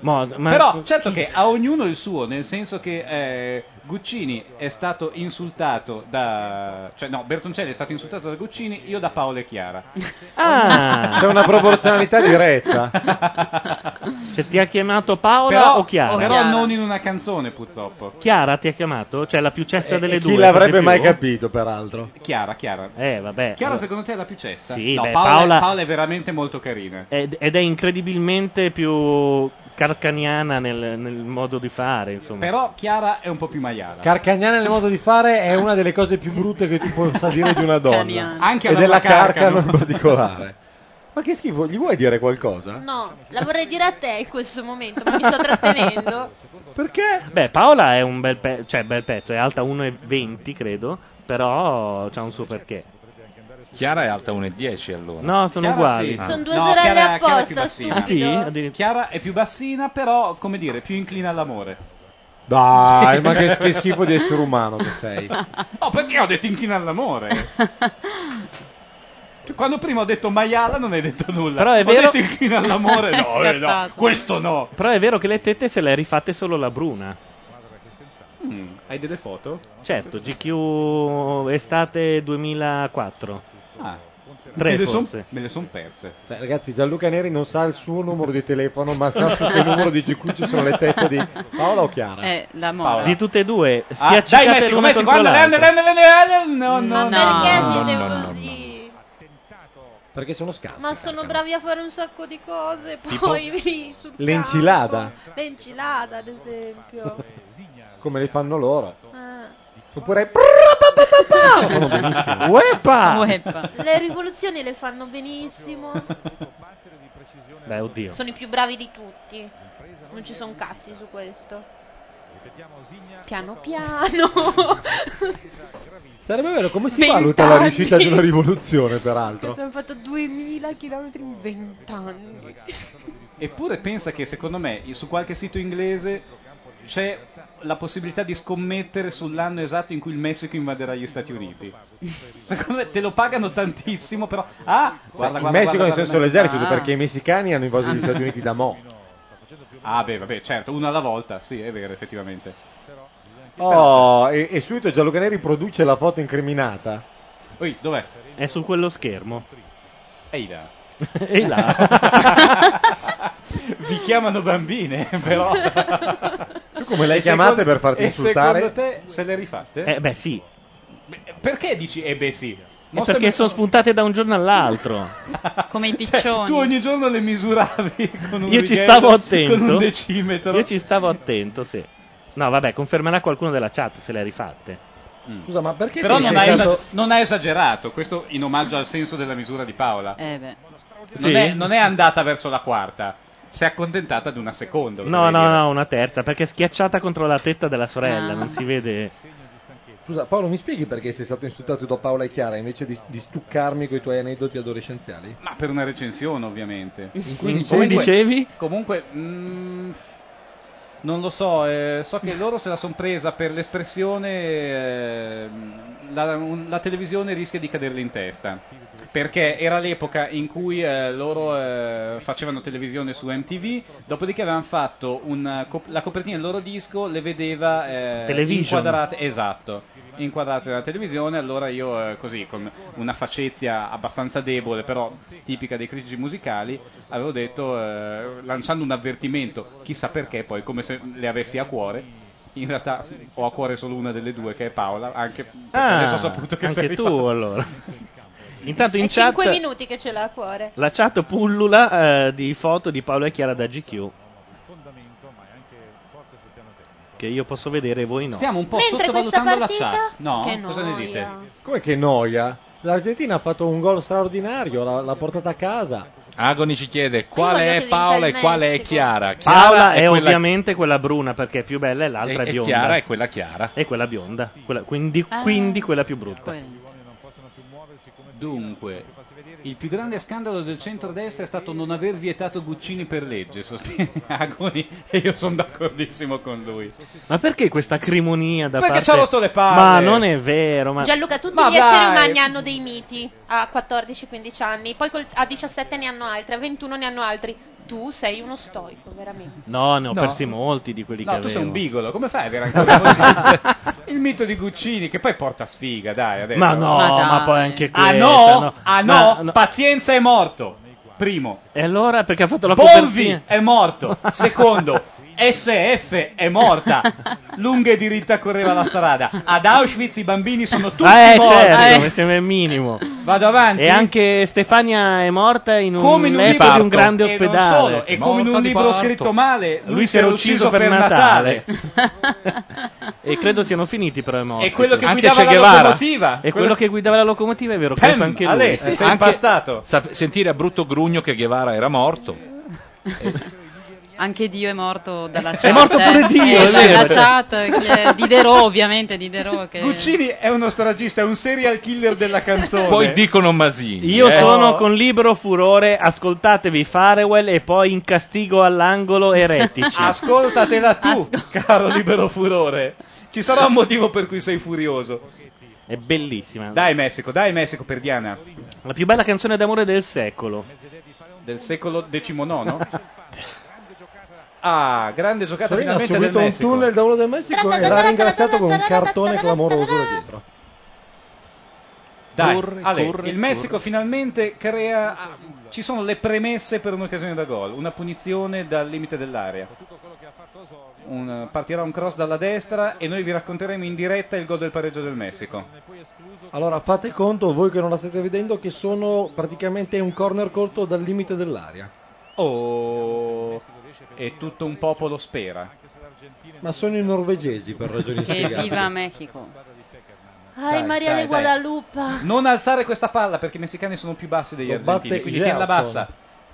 S1: Mo- ma-
S4: Però certo che a ognuno il suo, nel senso che eh, Guccini è stato insultato da... cioè no, Bertoncelli è stato insultato da Guccini, io da Paolo e Chiara.
S1: *laughs* Ah.
S5: C'è una *laughs* proporzionalità diretta.
S1: *laughs* Cioè, ti ha chiamato Paola
S4: però,
S1: o Chiara?
S4: però non in una canzone purtroppo.
S1: Chiara ti ha chiamato? Cioè, la più cessa
S4: E-
S1: delle
S4: e chi
S1: due.
S4: l'avrebbe
S1: per di
S4: mai
S1: più?
S5: Capito, peraltro.
S4: Chiara, Chiara.
S1: Eh, vabbè.
S4: Chiara
S1: Allora-
S4: secondo te è la più cessa?
S1: Sì,
S4: no,
S1: beh,
S4: Paola,
S1: Paola-
S4: Paola è veramente molto carina.
S1: Ed, ed è incredibilmente più carcaniana nel, nel modo di fare, insomma.
S4: Però Chiara è un po' più maiala.
S5: Carcagnana nel modo di fare è una delle cose più brutte che tu possa dire di una donna.
S4: Carcagnana. Anche
S5: e
S4: alla
S5: della
S4: Carcano.
S5: carcano in particolare. Ma che schifo, gli vuoi dire qualcosa?
S9: No, la vorrei dire a te in questo momento, ma mi sto trattenendo.
S5: Perché?
S1: Beh, Paola è un bel, pe- cioè, bel pezzo, è alta 1,20 credo, però c'ha un suo perché.
S2: Chiara è alta 1,10 allora.
S1: No, sono
S4: Chiara
S1: uguali. Ah.
S4: sì. Ah.
S9: Sono due
S4: No,
S9: sorelle
S4: Chiara- Chiara è più
S9: apposta,
S4: bassina.
S9: stupido.
S4: Chiara è più bassina, però, come dire, più inclina all'amore.
S5: Dai, ma che, che schifo di essere umano che sei.
S4: No, perché ho detto inclina
S9: *laughs*
S4: all'amore? Cioè, Quando prima ho detto maiala non hai detto nulla.
S1: Però è
S4: ho
S1: vero.
S4: detto inclina
S1: *laughs*
S4: all'amore, no, eh, no, questo no.
S1: Però è vero che le tette se le ha rifatte solo la Bruna.
S4: Mm, hai delle foto?
S1: Certo, GQ estate 2004.
S4: Ah.
S1: Tre
S4: me le son-
S1: forse.
S4: me le son perse.
S5: Cioè, ragazzi, Gianluca Neri non sa il suo numero di telefono, ma sa su che numero di GQ ci sono le tette di Paola o Chiara?
S3: Eh, la mora.
S1: Di tutte e due,
S5: Ah,
S1: spiaccicate
S5: dai, Messico,
S1: l'una
S5: Messico,
S1: contro
S5: andale,
S1: l'altra.
S4: andale, No,
S9: Ma
S4: no,
S9: perché
S4: no,
S9: siete
S4: no, no,
S9: così?
S5: Perché sono scarsi.
S9: Ma sono bravi a fare un sacco di cose,
S5: Tipo?
S9: *laughs* poi vi insultate.
S5: L'encilada,
S9: L'encilada, ad esempio.
S5: come le fanno loro.
S9: Ah.
S5: Oppure... *laughs*
S9: Fanno
S5: Oh, benissimo. Uepa!
S9: Le rivoluzioni le fanno benissimo.
S1: Beh, oddio. *laughs*
S9: Sono i più bravi di tutti. Non ci sono cazzi su questo. Piano piano.
S5: Sarebbe vero, come si
S9: Vent'anni.
S5: valuta la riuscita di una rivoluzione, peraltro?
S9: Cazzo, hanno fatto 2000 km in 20 anni.
S4: Eppure pensa che secondo me su qualche sito inglese c'è la possibilità di scommettere sull'anno esatto in cui il Messico invaderà gli Stati Uniti. *laughs* Secondo me te lo pagano tantissimo, però ah, guarda, guarda,
S5: in Messico
S4: guarda,
S5: nel
S4: guarda,
S5: senso
S4: guarda.
S5: l'esercito,
S4: Ah.
S5: perché i messicani hanno invaso gli Stati Uniti
S4: *laughs*
S5: da mo'.
S4: Ah, beh, vabbè, certo, una alla volta, sì, è vero, effettivamente.
S5: Oh, e, e subito Gianluca Neri produce la foto incriminata.
S4: Ui, dov'è?
S1: È su quello schermo.
S4: Ehi là.
S1: Ehi là.
S4: *laughs* Vi chiamano bambine, però.
S5: Tu come le hai
S4: E
S5: chiamate
S4: secondo-
S5: per farti
S4: e
S5: insultare?
S4: Secondo te se le rifatte?
S1: Eh, beh, sì.
S4: Perché dici eh beh sì?
S1: È perché sono spuntate da un giorno all'altro.
S3: Come
S4: *laughs*
S3: i
S4: Cioè,
S3: piccioni.
S4: tu ogni giorno le misuravi con un
S1: Io ci
S4: righello,
S1: stavo attento.
S4: Con un decimetro.
S1: Io ci stavo attento, sì. No, vabbè, confermerà qualcuno della chat se le ha rifatte.
S5: Scusa, ma perché
S4: Però
S5: ti
S4: non
S5: sei
S4: ha,
S5: stato-
S4: esag- non ha esagerato, questo in omaggio al senso della misura di Paola.
S3: Eh beh.
S4: Non,
S1: Sì.
S4: è, non è andata verso la quarta, si è accontentata di una seconda.
S1: No,
S4: vorrei
S1: no,
S4: dire.
S1: no, una terza, perché è schiacciata contro la tetta della sorella,
S5: Ah.
S1: non si vede.
S5: Scusa, Paolo, mi spieghi perché sei stato insultato da Paola e Chiara invece di, di stuccarmi con i tuoi aneddoti adolescenziali?
S4: Ma per una recensione, ovviamente.
S5: cui In cui dicevi? dicevi?
S4: Comunque, mm, non lo so, eh, so che loro se la son presa per l'espressione eh, la, un- la televisione rischia di caderle in testa. Perché era l'epoca in cui eh, loro eh, facevano televisione su MTV, dopodiché avevano fatto una cop- la copertina del loro disco, le vedeva eh,
S1: Television.
S4: inquadrate, esatto, inquadrate dalla televisione, allora io eh, così, con una facezia abbastanza debole, però tipica dei critici musicali, avevo detto, eh, lanciando un avvertimento, chissà perché poi, come se le avessi a cuore, in realtà ho a cuore solo una delle due, che è Paola, anche *laughs* perché
S1: Ah,
S4: adesso ho saputo che
S1: anche
S4: sei
S1: tu,
S4: arrivata. *laughs*
S1: allora. Intanto in
S9: È
S1: chat
S9: 5 minuti che ce l'ha a cuore.
S1: la chat pullula eh, di foto di Paolo e Chiara da GQ, che io posso vedere e voi no.
S4: Stiamo un po'
S9: Mentre questa
S4: sottovalutando la
S9: partita-
S4: chat. No,
S9: Che
S4: cosa ne dite?
S5: Come che noia? L'Argentina ha fatto un gol straordinario, l'ha, l'ha portata a casa.
S2: Agoni ci chiede qual è Eh, Paola e qual è Chiara. Chiara
S1: Paola è,
S2: quella-
S1: ovviamente quella bruna perché è più bella e l'altra
S2: E-
S1: è
S2: e
S1: bionda.
S2: Chiara è quella chiara.
S1: E quella bionda, quella- quindi,
S2: Ah.
S1: quindi quella più brutta.
S6: Dunque,
S4: Il più grande scandalo del centrodestra è stato non aver vietato Guccini per legge, sostiene *laughs* Agoni, e io sono d'accordissimo con lui.
S1: Ma perché questa acrimonia da
S4: Perché
S1: parte...
S4: ci ha rotto le palle.
S1: Ma non è vero, ma...
S9: Gianluca, tutti
S4: Ma
S9: gli esseri
S4: dai.
S9: umani hanno dei miti a 14-15 anni, poi col- a 17 ne hanno altri, a 21 ne hanno altri. Tu sei uno stoico, veramente.
S1: No, ne ho
S4: No.
S1: persi molti di quelli
S4: No,
S1: che
S4: tu
S1: avevo.
S4: sei un bigolo, come fai a
S1: *laughs*
S4: avere ancora così? Il mito di Guccini, che poi porta sfiga, dai. adesso.
S1: Ma no, Ma dai. ma poi
S4: Ah
S1: anche questa,
S4: no,
S1: no.
S4: ah
S1: Ma-
S4: no, Pazienza è morto, primo.
S1: E allora perché ha fatto la
S4: Bonvi
S1: copertina?
S4: è
S1: *laughs*
S4: morto, secondo. SF è morta, lunga e diritta correva la strada. Ad Auschwitz i bambini sono tutti
S1: Ah, eh,
S4: morti.
S1: certo,
S4: Eh,
S1: mi sembra il minimo.
S4: Vado avanti.
S1: E anche Stefania è morta in un,
S4: come in un
S1: epoca
S4: libro
S1: di un grande
S4: e non
S1: ospedale.
S4: solo, e come in un libro scritto male, lui, si era ucciso, per Natale.
S1: *laughs* e credo siano finiti però i morti.
S4: E quello che
S1: Anche
S4: guidava
S1: Che
S4: la
S1: Guevara.
S4: locomotiva.
S1: E quello che guidava la locomotiva è vero,
S4: Pem,
S1: credo anche lui.
S4: Ale,
S1: Eh,
S4: si sei impastato.
S6: sa- sentire a brutto grugno che Guevara era morto.
S3: Anche Dio è morto dalla chat.
S6: morto
S3: eh.
S6: pure Dio,
S3: Eh,
S6: è
S3: Dalla
S6: vero.
S3: chat, eh, chi è- Diderot ovviamente, Diderot che...
S4: Guccini è uno stragista, è un serial killer della canzone.
S6: Poi dicono Masini.
S1: Io
S6: eh.
S1: sono con libero furore, ascoltatevi Farewell e poi in castigo all'angolo eretici.
S4: *laughs* Ascoltatela tu, caro libero furore. Ci sarà un motivo per cui sei furioso.
S1: È bellissima.
S4: Dai Messico, dai Messico per Diana.
S1: La più bella canzone d'amore del secolo.
S4: Del secolo XIX? ah, grande giocata
S5: Torino ha
S4: finalmente del
S5: subito un
S4: Messico.
S5: tunnel da uno del Messico e l'ha ringraziato con un cartone clamoroso da dietro.
S4: Dai,
S5: Corre,
S4: Ale,
S5: corre,
S4: il Messico
S5: corre.
S4: finalmente crea. Ci sono le premesse per un'occasione da gol, una punizione dal limite dell'area. Un- partirà un cross dalla destra e noi vi racconteremo in diretta il gol del pareggio del Messico.
S5: Allora fate conto, voi che non la state vedendo, che sono praticamente un corner corto dal limite dell'aria.
S4: Oh, e tutto un popolo spera.
S5: Ma sono i norvegesi per ragioni
S3: *laughs* Che
S5: inspiegabili.
S3: viva Mexico.
S9: Ai
S4: Dai,
S9: Maria
S4: dai, dai.
S9: de Guadalupa.
S4: Non alzare questa palla perché i messicani sono più bassi degli
S5: Lo
S4: argentini.
S5: batte
S4: Quindi tienila
S5: Gerson.
S4: bassa,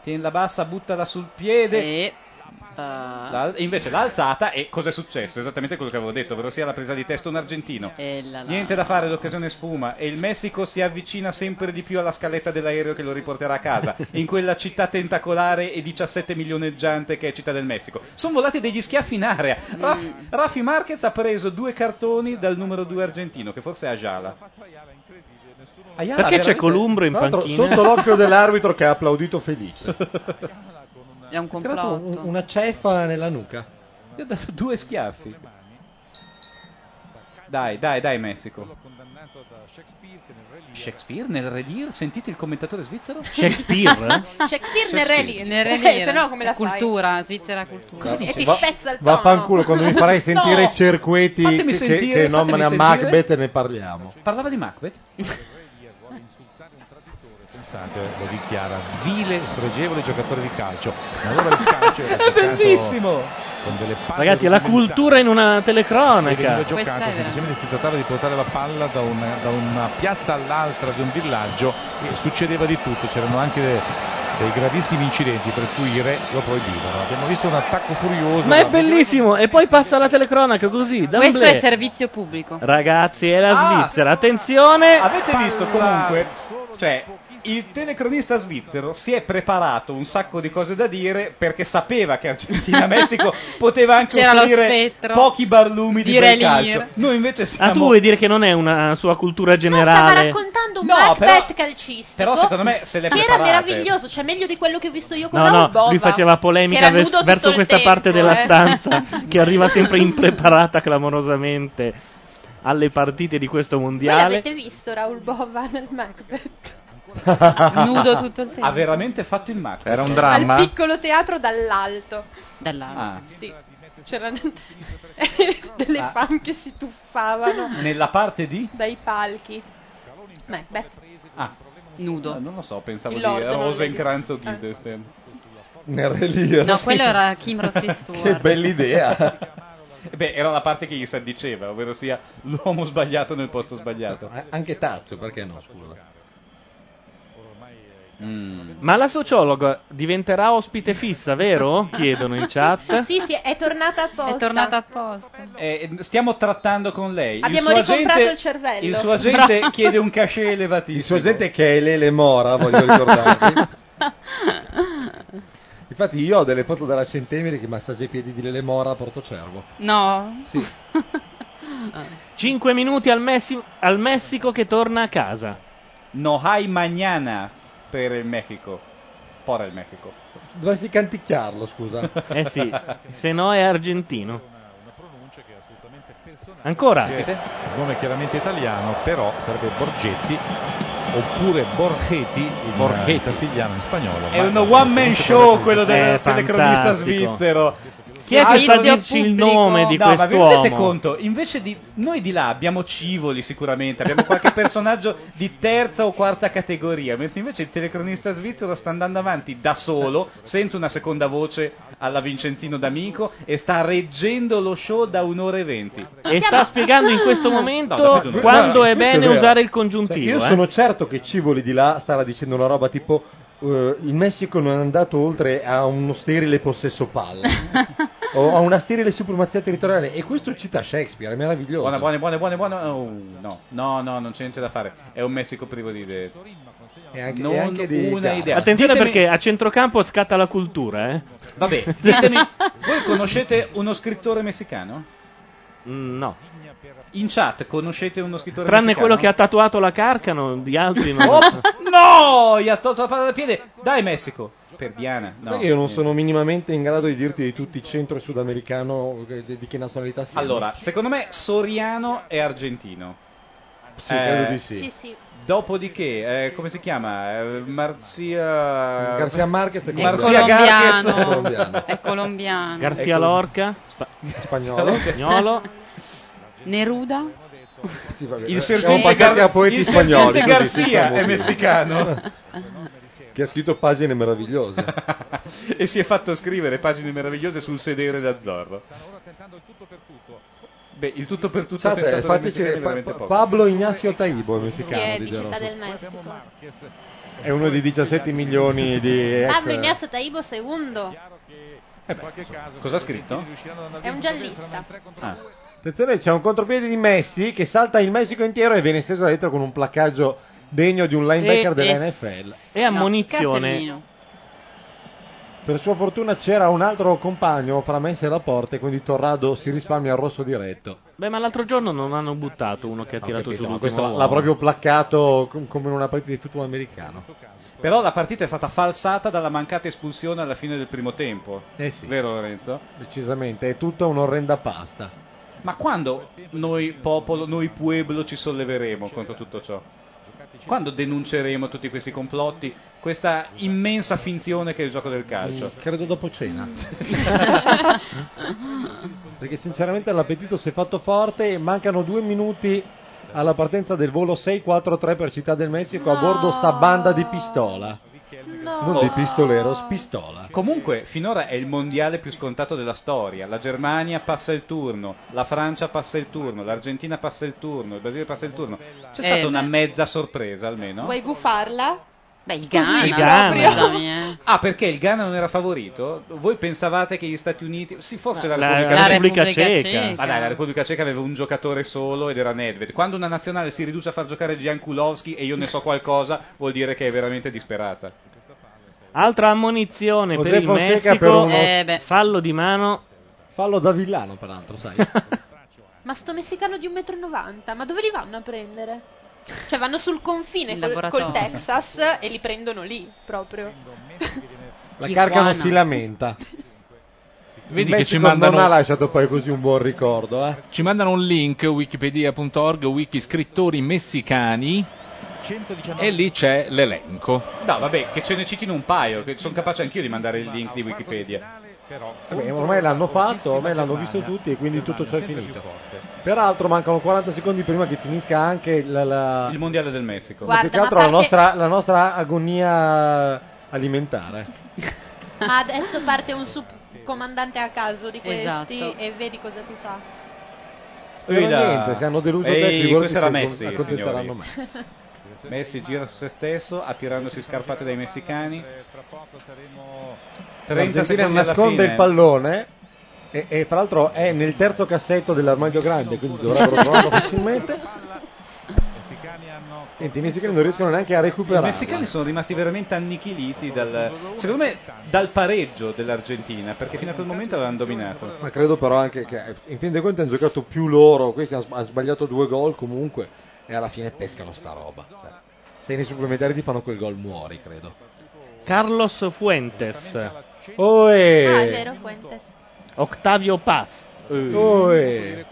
S4: tienila bassa, buttala sul piede.
S3: uh,
S4: La- invece l'ha alzata e cos'è successo? Esattamente quello che avevo detto, ovvero sia la presa di testa un argentino.
S3: E la- la-
S4: Niente da fare, l'occasione sfuma e il Messico si avvicina sempre di più alla scaletta dell'aereo che lo riporterà a casa, in quella città tentacolare e 17 milioneggiante che è Città del Messico. Sono volati degli schiaffi in area.
S3: Mm.
S4: Raf- Raffi Marquez ha preso due cartoni dal numero 2 argentino, che forse è Ajala. Ayala veramente-
S5: Tra l'altro, Sotto l'occhio dell'arbitro che ha applaudito
S9: *laughs*
S5: felice.
S3: È un
S5: Ha tirato
S3: complotto.
S5: un- una ceffa nella nuca.
S4: Gli ha dato due schiaffi. Dai, dai, dai, Messico. Shakespeare nel redir? Sentite il commentatore svizzero?
S1: Shakespeare?
S9: Shakespeare nel relì.
S3: Nel
S9: Eh,
S3: relire.
S9: *laughs* se no come la
S3: cultura, Svizzera cultura.
S9: E ti
S5: Eh, Va-
S9: spezza il tono.
S5: Vaffanculo, quando mi farai sentire
S9: *laughs* No.
S5: Cerqueti che,
S9: Fatemi
S5: che-
S9: sentire,
S5: che nomina
S4: fatemi sentire.
S5: Macbeth e ne parliamo.
S4: Parlava di Macbeth?
S2: Pensate, lo dichiara vile, spregevole giocatore di calcio. Ma allora il calcio era giocato
S1: bellissimo!
S2: Con delle palle
S1: Ragazzi, è la
S2: rudimentali.
S1: cultura in una
S2: E veniva
S1: telecronaca.
S2: giocato, semplicemente si trattava di portare la palla da una, da una piazza all'altra di un villaggio e succedeva di tutto, c'erano anche de- dei gravissimi incidenti per cui i re lo proibivano. Abbiamo visto un attacco furioso.
S1: Ma è
S2: da-
S1: bellissimo! E poi passa alla telecronaca così. da un
S3: Questo è
S1: blè.
S3: servizio pubblico.
S1: Ragazzi, è la
S3: Ah!
S1: Svizzera. Attenzione! Ah,
S4: Avete visto comunque? Cioè, il telecronista svizzero si è preparato un sacco di cose da dire perché sapeva che Argentina-Messico poteva anche
S3: C'era lo
S4: offrire
S3: spettro
S4: pochi barlumi di,
S3: di
S4: bel
S3: Relir.
S4: calcio. Noi invece
S1: Ah,
S4: stiamo...
S1: tu vuoi dire che non è una sua cultura
S9: No, stava
S1: generale?
S9: raccontando un
S4: No,
S9: Macbeth
S4: però-
S9: calcistico.
S4: però secondo me se l'è
S9: Che era
S4: preparate.
S9: meraviglioso, cioè meglio di quello che ho visto io con
S1: No, no,
S9: Raul
S1: lui
S9: Bova,
S1: faceva
S9: che
S1: polemica
S9: era
S1: vers-
S9: nudo tutto
S1: verso
S9: il
S1: questa
S9: tempo,
S1: parte della
S9: eh. *laughs*
S1: stanza che arriva sempre impreparata clamorosamente alle partite di questo
S9: Voi
S1: mondiale.
S9: l'avete visto Raul Bova nel
S1: *laughs*
S9: Macbeth?
S3: Nudo tutto il tempo.
S4: Ah, Ha veramente fatto il Macbeth.
S6: Era un
S9: Al piccolo teatro dall'alto.
S3: Dall'alto.
S4: Ah.
S9: Sì. C'erano *laughs* delle
S4: Ah.
S9: fan che si tuffavano
S4: Nella parte di...
S9: dai palchi. Macbeth.
S4: Ah.
S3: Nudo.
S4: non lo so, pensavo
S9: Il
S4: di
S9: Lord, non lo Eh.
S4: Rosencrantz o Guildenstern.
S5: Nel relire,
S3: No,
S5: sì.
S3: quello era Kim
S5: *laughs*
S3: Rossi Stewart.
S5: idea.
S4: Eh, Beh, era la parte che gli si addiceva, ovvero sia l'uomo
S5: Eh,
S4: sbagliato nel posto sbagliato.
S5: Anche Tazio, perché no? Scusa.
S1: Ma la sociologa diventerà ospite fissa,
S9: *laughs*
S1: vero? Chiedono in chat.
S9: Ah, Sì, sì, è tornata apposta.
S3: È tornata apposta.
S4: Eh, stiamo trattando con lei.
S9: Abbiamo
S4: suo
S9: ricomprato
S4: agente-
S9: il cervello.
S4: Il suo agente chiede un cachet elevatissimo.
S5: Il suo agente che è Lele Mora, voglio ricordarvi. *laughs* Infatti io ho delle foto della Centemeri che massaggia i piedi di Lele Mora a Portocervo.
S3: No.
S5: Sì.
S1: 5 minuti al, Messi- al Messico che torna a casa.
S4: No hay mañana per il Mexico. Por il Mexico.
S5: Dovresti canticchiarlo, scusa.
S1: *laughs* Eh sì, se no è argentino. Ancora.
S7: Sì, il nome è chiaramente italiano, però sarebbe Borgetti oppure Borgetti
S2: eh,
S7: in
S4: Borgetti.
S7: in castigliano in spagnolo.
S4: È
S7: ma-
S4: uno one man show eh, quello Eh, del
S7: È
S4: telecronista
S7: fantastico.
S4: svizzero. Ah,
S7: Chi è che sa
S4: Servizio
S7: dirci il
S4: pubblico.
S1: nome di
S4: no, Ma vi
S1: quest'uomo?
S4: rendete conto? Invece di noi di là abbiamo Civoli sicuramente, abbiamo qualche personaggio di terza o quarta categoria, mentre invece il telecronista svizzero sta andando avanti da solo, senza una seconda voce alla Vincenzino d'amico e sta reggendo lo show da un'ora e venti.
S1: E sta spiegando in questo momento
S4: No, da più di un'ora.
S1: quando è
S5: Questo
S1: bene
S5: vero.
S1: usare il
S5: Cioè,
S1: congiuntivo.
S5: io
S1: eh.
S5: sono certo che Civoli di là stava dicendo una roba tipo eh, il Messico non è andato oltre a uno sterile possesso palla *laughs* o a una sterile supremazia territoriale e questo cita Shakespeare, è meraviglioso.
S4: Buona, buona, buona, buona, buona. oh, no, no, no, non c'è niente da fare. È un Messico privo di idee.
S5: E anche-
S4: non
S5: e anche di
S4: una
S5: gambe.
S4: idea.
S1: Attenzione
S4: Ditemi-
S1: perché a centrocampo scatta la cultura, eh. *laughs*
S4: Vabbè, ditemi, voi conoscete uno scrittore messicano?
S1: No.
S4: In chat conoscete uno scrittore
S1: Tranne
S4: messicano?
S1: quello che ha tatuato la carcano, di altri
S4: *laughs*
S1: non
S4: Oh, no! Gli ha tolto la palla dal piede. Dai, Messico. Per Diana. No.
S5: Sai che io non sono minimamente in grado di dirti di tutti il centro e sudamericano eh, di di che nazionalità sia.
S4: Allora, secondo me Soriano è argentino. Eh,
S5: Sì, credo di sì. Sì,
S9: sì.
S4: Dopodiché, eh, come si chiama? Eh, Marzia.
S5: Garcia Marquez è
S4: Marzia
S5: colombiano. È
S4: Garquez.
S5: colombiano.
S3: È colombiano.
S1: Garcia
S4: Ecco.
S1: Lorca, spa-
S5: Spagnolo.
S1: *laughs* spagnolo.
S3: *laughs* Neruda.
S5: Eh,
S4: Il
S5: siamo
S4: sergente,
S5: passati
S4: Gar-
S5: a poeti
S4: il
S5: spagnoli,
S4: sergente
S5: così,
S4: Garcia
S5: possiamo
S4: è
S5: dire.
S4: messicano.
S5: *laughs* che ha scritto
S4: *laughs*
S5: pagine meravigliose.
S4: *laughs* e si è fatto scrivere pagine meravigliose sul sedere da Zorro. Beh, il tutto per tutto ha
S5: Pensate,
S4: tentato
S5: fateci-
S4: fateci,
S5: Pa-
S4: veramente
S5: Pa-
S4: poco.
S5: Pablo Ignacio Taibo è
S9: Sì,
S5: messicano.
S9: è
S5: di
S9: di
S5: Geronimo.
S9: Città del Messico.
S5: È uno dei 17 milioni di ex.
S9: Pablo Ignacio Taibo secondo.
S2: Eh,
S4: Cosa ha scritto?
S9: È un Ah. giallista.
S2: Ah,
S5: Attenzione, c'è un contropiede di Messi che salta il Messico intero e viene steso dentro con un placcaggio degno di un linebacker
S1: E-
S5: della
S1: e-
S5: NFL.
S1: e ammonizione. Catellino.
S5: Per sua fortuna c'era un altro compagno fra Messi e la porta e quindi Torrado si risparmia il rosso diretto.
S1: Beh, ma l'altro giorno non hanno buttato uno che
S4: Ah,
S1: ha tirato giù l'ultimo
S5: Questo l'ha-
S1: uomo.
S5: l'ha proprio placcato com- come in una partita di football americano.
S4: Però la partita è stata falsata dalla mancata espulsione alla fine del primo tempo.
S5: Eh sì.
S4: Vero Lorenzo?
S5: Decisamente, è tutta un'orrenda pasta.
S4: Ma quando noi popolo, noi pueblo ci solleveremo contro tutto ciò? Quando denunceremo tutti questi complotti, questa immensa finzione che è il gioco del calcio?
S5: Mm, credo dopo cena. Perché sinceramente l'appetito si è fatto forte, mancano due minuti alla partenza del volo 643 per Città del Messico, a bordo sta banda di pistola. Non di pistolero, spistola.
S4: *laughs* Comunque, finora è il mondiale più scontato della storia. La Germania passa il turno, la Francia passa il turno, l'Argentina passa il turno, il Brasile passa il turno. C'è
S9: Eh,
S4: stata
S9: beh.
S4: una mezza sorpresa almeno.
S9: Vuoi gufarla?
S3: Beh, il
S9: Ghana,
S4: Il
S9: proprio.
S4: Ghana.
S3: Scusami, eh.
S4: Ah, perché il Ghana non era favorito? Voi pensavate che gli Stati Uniti. Sì, forse la,
S1: La-
S4: Repubblica,
S1: la Repubblica Repubblica Ceca. Ceca.
S4: Ma dai, la Repubblica Ceca aveva un giocatore solo ed era Nedved. Quando una nazionale si riduce a far giocare Gian Kulowski e io ne so qualcosa, vuol dire che è veramente disperata.
S1: Altra ammonizione
S4: José
S1: per il
S4: Fonseca
S1: Messico.
S4: per uno-
S3: Eh, beh.
S1: fallo di mano.
S5: Fallo da villano, peraltro, sai.
S9: Ma sto messicano di 1,90 m, ma dove li vanno a prendere? Cioè vanno sul confine
S3: In
S9: col,
S3: laboratorio.
S9: col Texas e li prendono lì, proprio. *laughs*
S5: La
S9: Tijuana.
S5: carca non si lamenta.
S2: Vedi
S5: Il
S2: che ci
S5: Messico
S2: mandano-
S5: Non ha lasciato poi così un buon ricordo, eh.
S2: Ci mandano un link wikipedia.org, wiki scrittori messicani e lì c'è l'elenco.
S4: No, vabbè, che ce ne citino un paio, che sono capace anch'io di mandare il link di Wikipedia.
S5: Vabbè, ormai l'hanno fatto, ormai l'hanno
S4: eh.
S5: visto tutti e quindi tutto ciò è finito. Peraltro mancano 40 secondi prima che finisca anche la, la-
S4: Il mondiale del Messico.
S5: ma più che altro la, nostra, la nostra agonia alimentare.
S9: Ma adesso parte un subcomandante a caso di questi
S3: Esatto.
S9: e vedi cosa ti fa.
S5: Veramente, se hanno deluso te,
S4: Ehi,
S5: figurati
S4: questo era
S5: se
S4: Messi,
S5: accontenteranno
S4: *laughs* signori.
S5: me.
S4: Messi gira su se stesso, attirandosi scarpate dai messicani.
S7: Fra Eh, poco saremo
S4: 30
S5: L'Argentina
S4: secondi alla
S5: nasconde
S4: fine.
S5: il pallone e, e fra l'altro è nel terzo cassetto dell'armadio grande, quindi dovrebbero
S4: *laughs*
S6: *laughs*
S5: trovarlo facilmente. Niente, i messicani non riescono neanche a
S4: I
S5: recuperare.
S4: messicani sono rimasti veramente annichiliti dal, secondo me, dal pareggio dell'Argentina, perché fino a quel momento avevano dominato.
S5: Ma credo però anche che in fin dei conti hanno giocato più loro, questi hanno s- hanno sbagliato due gol comunque e alla fine pescano sta roba. Cioè, se nei supplementari ti fanno quel gol muori, credo.
S1: *laughs* Carlos Fuentes.
S5: Oe.
S21: Ah, è vero, Fuentes.
S1: Octavio Paz.
S5: Oe.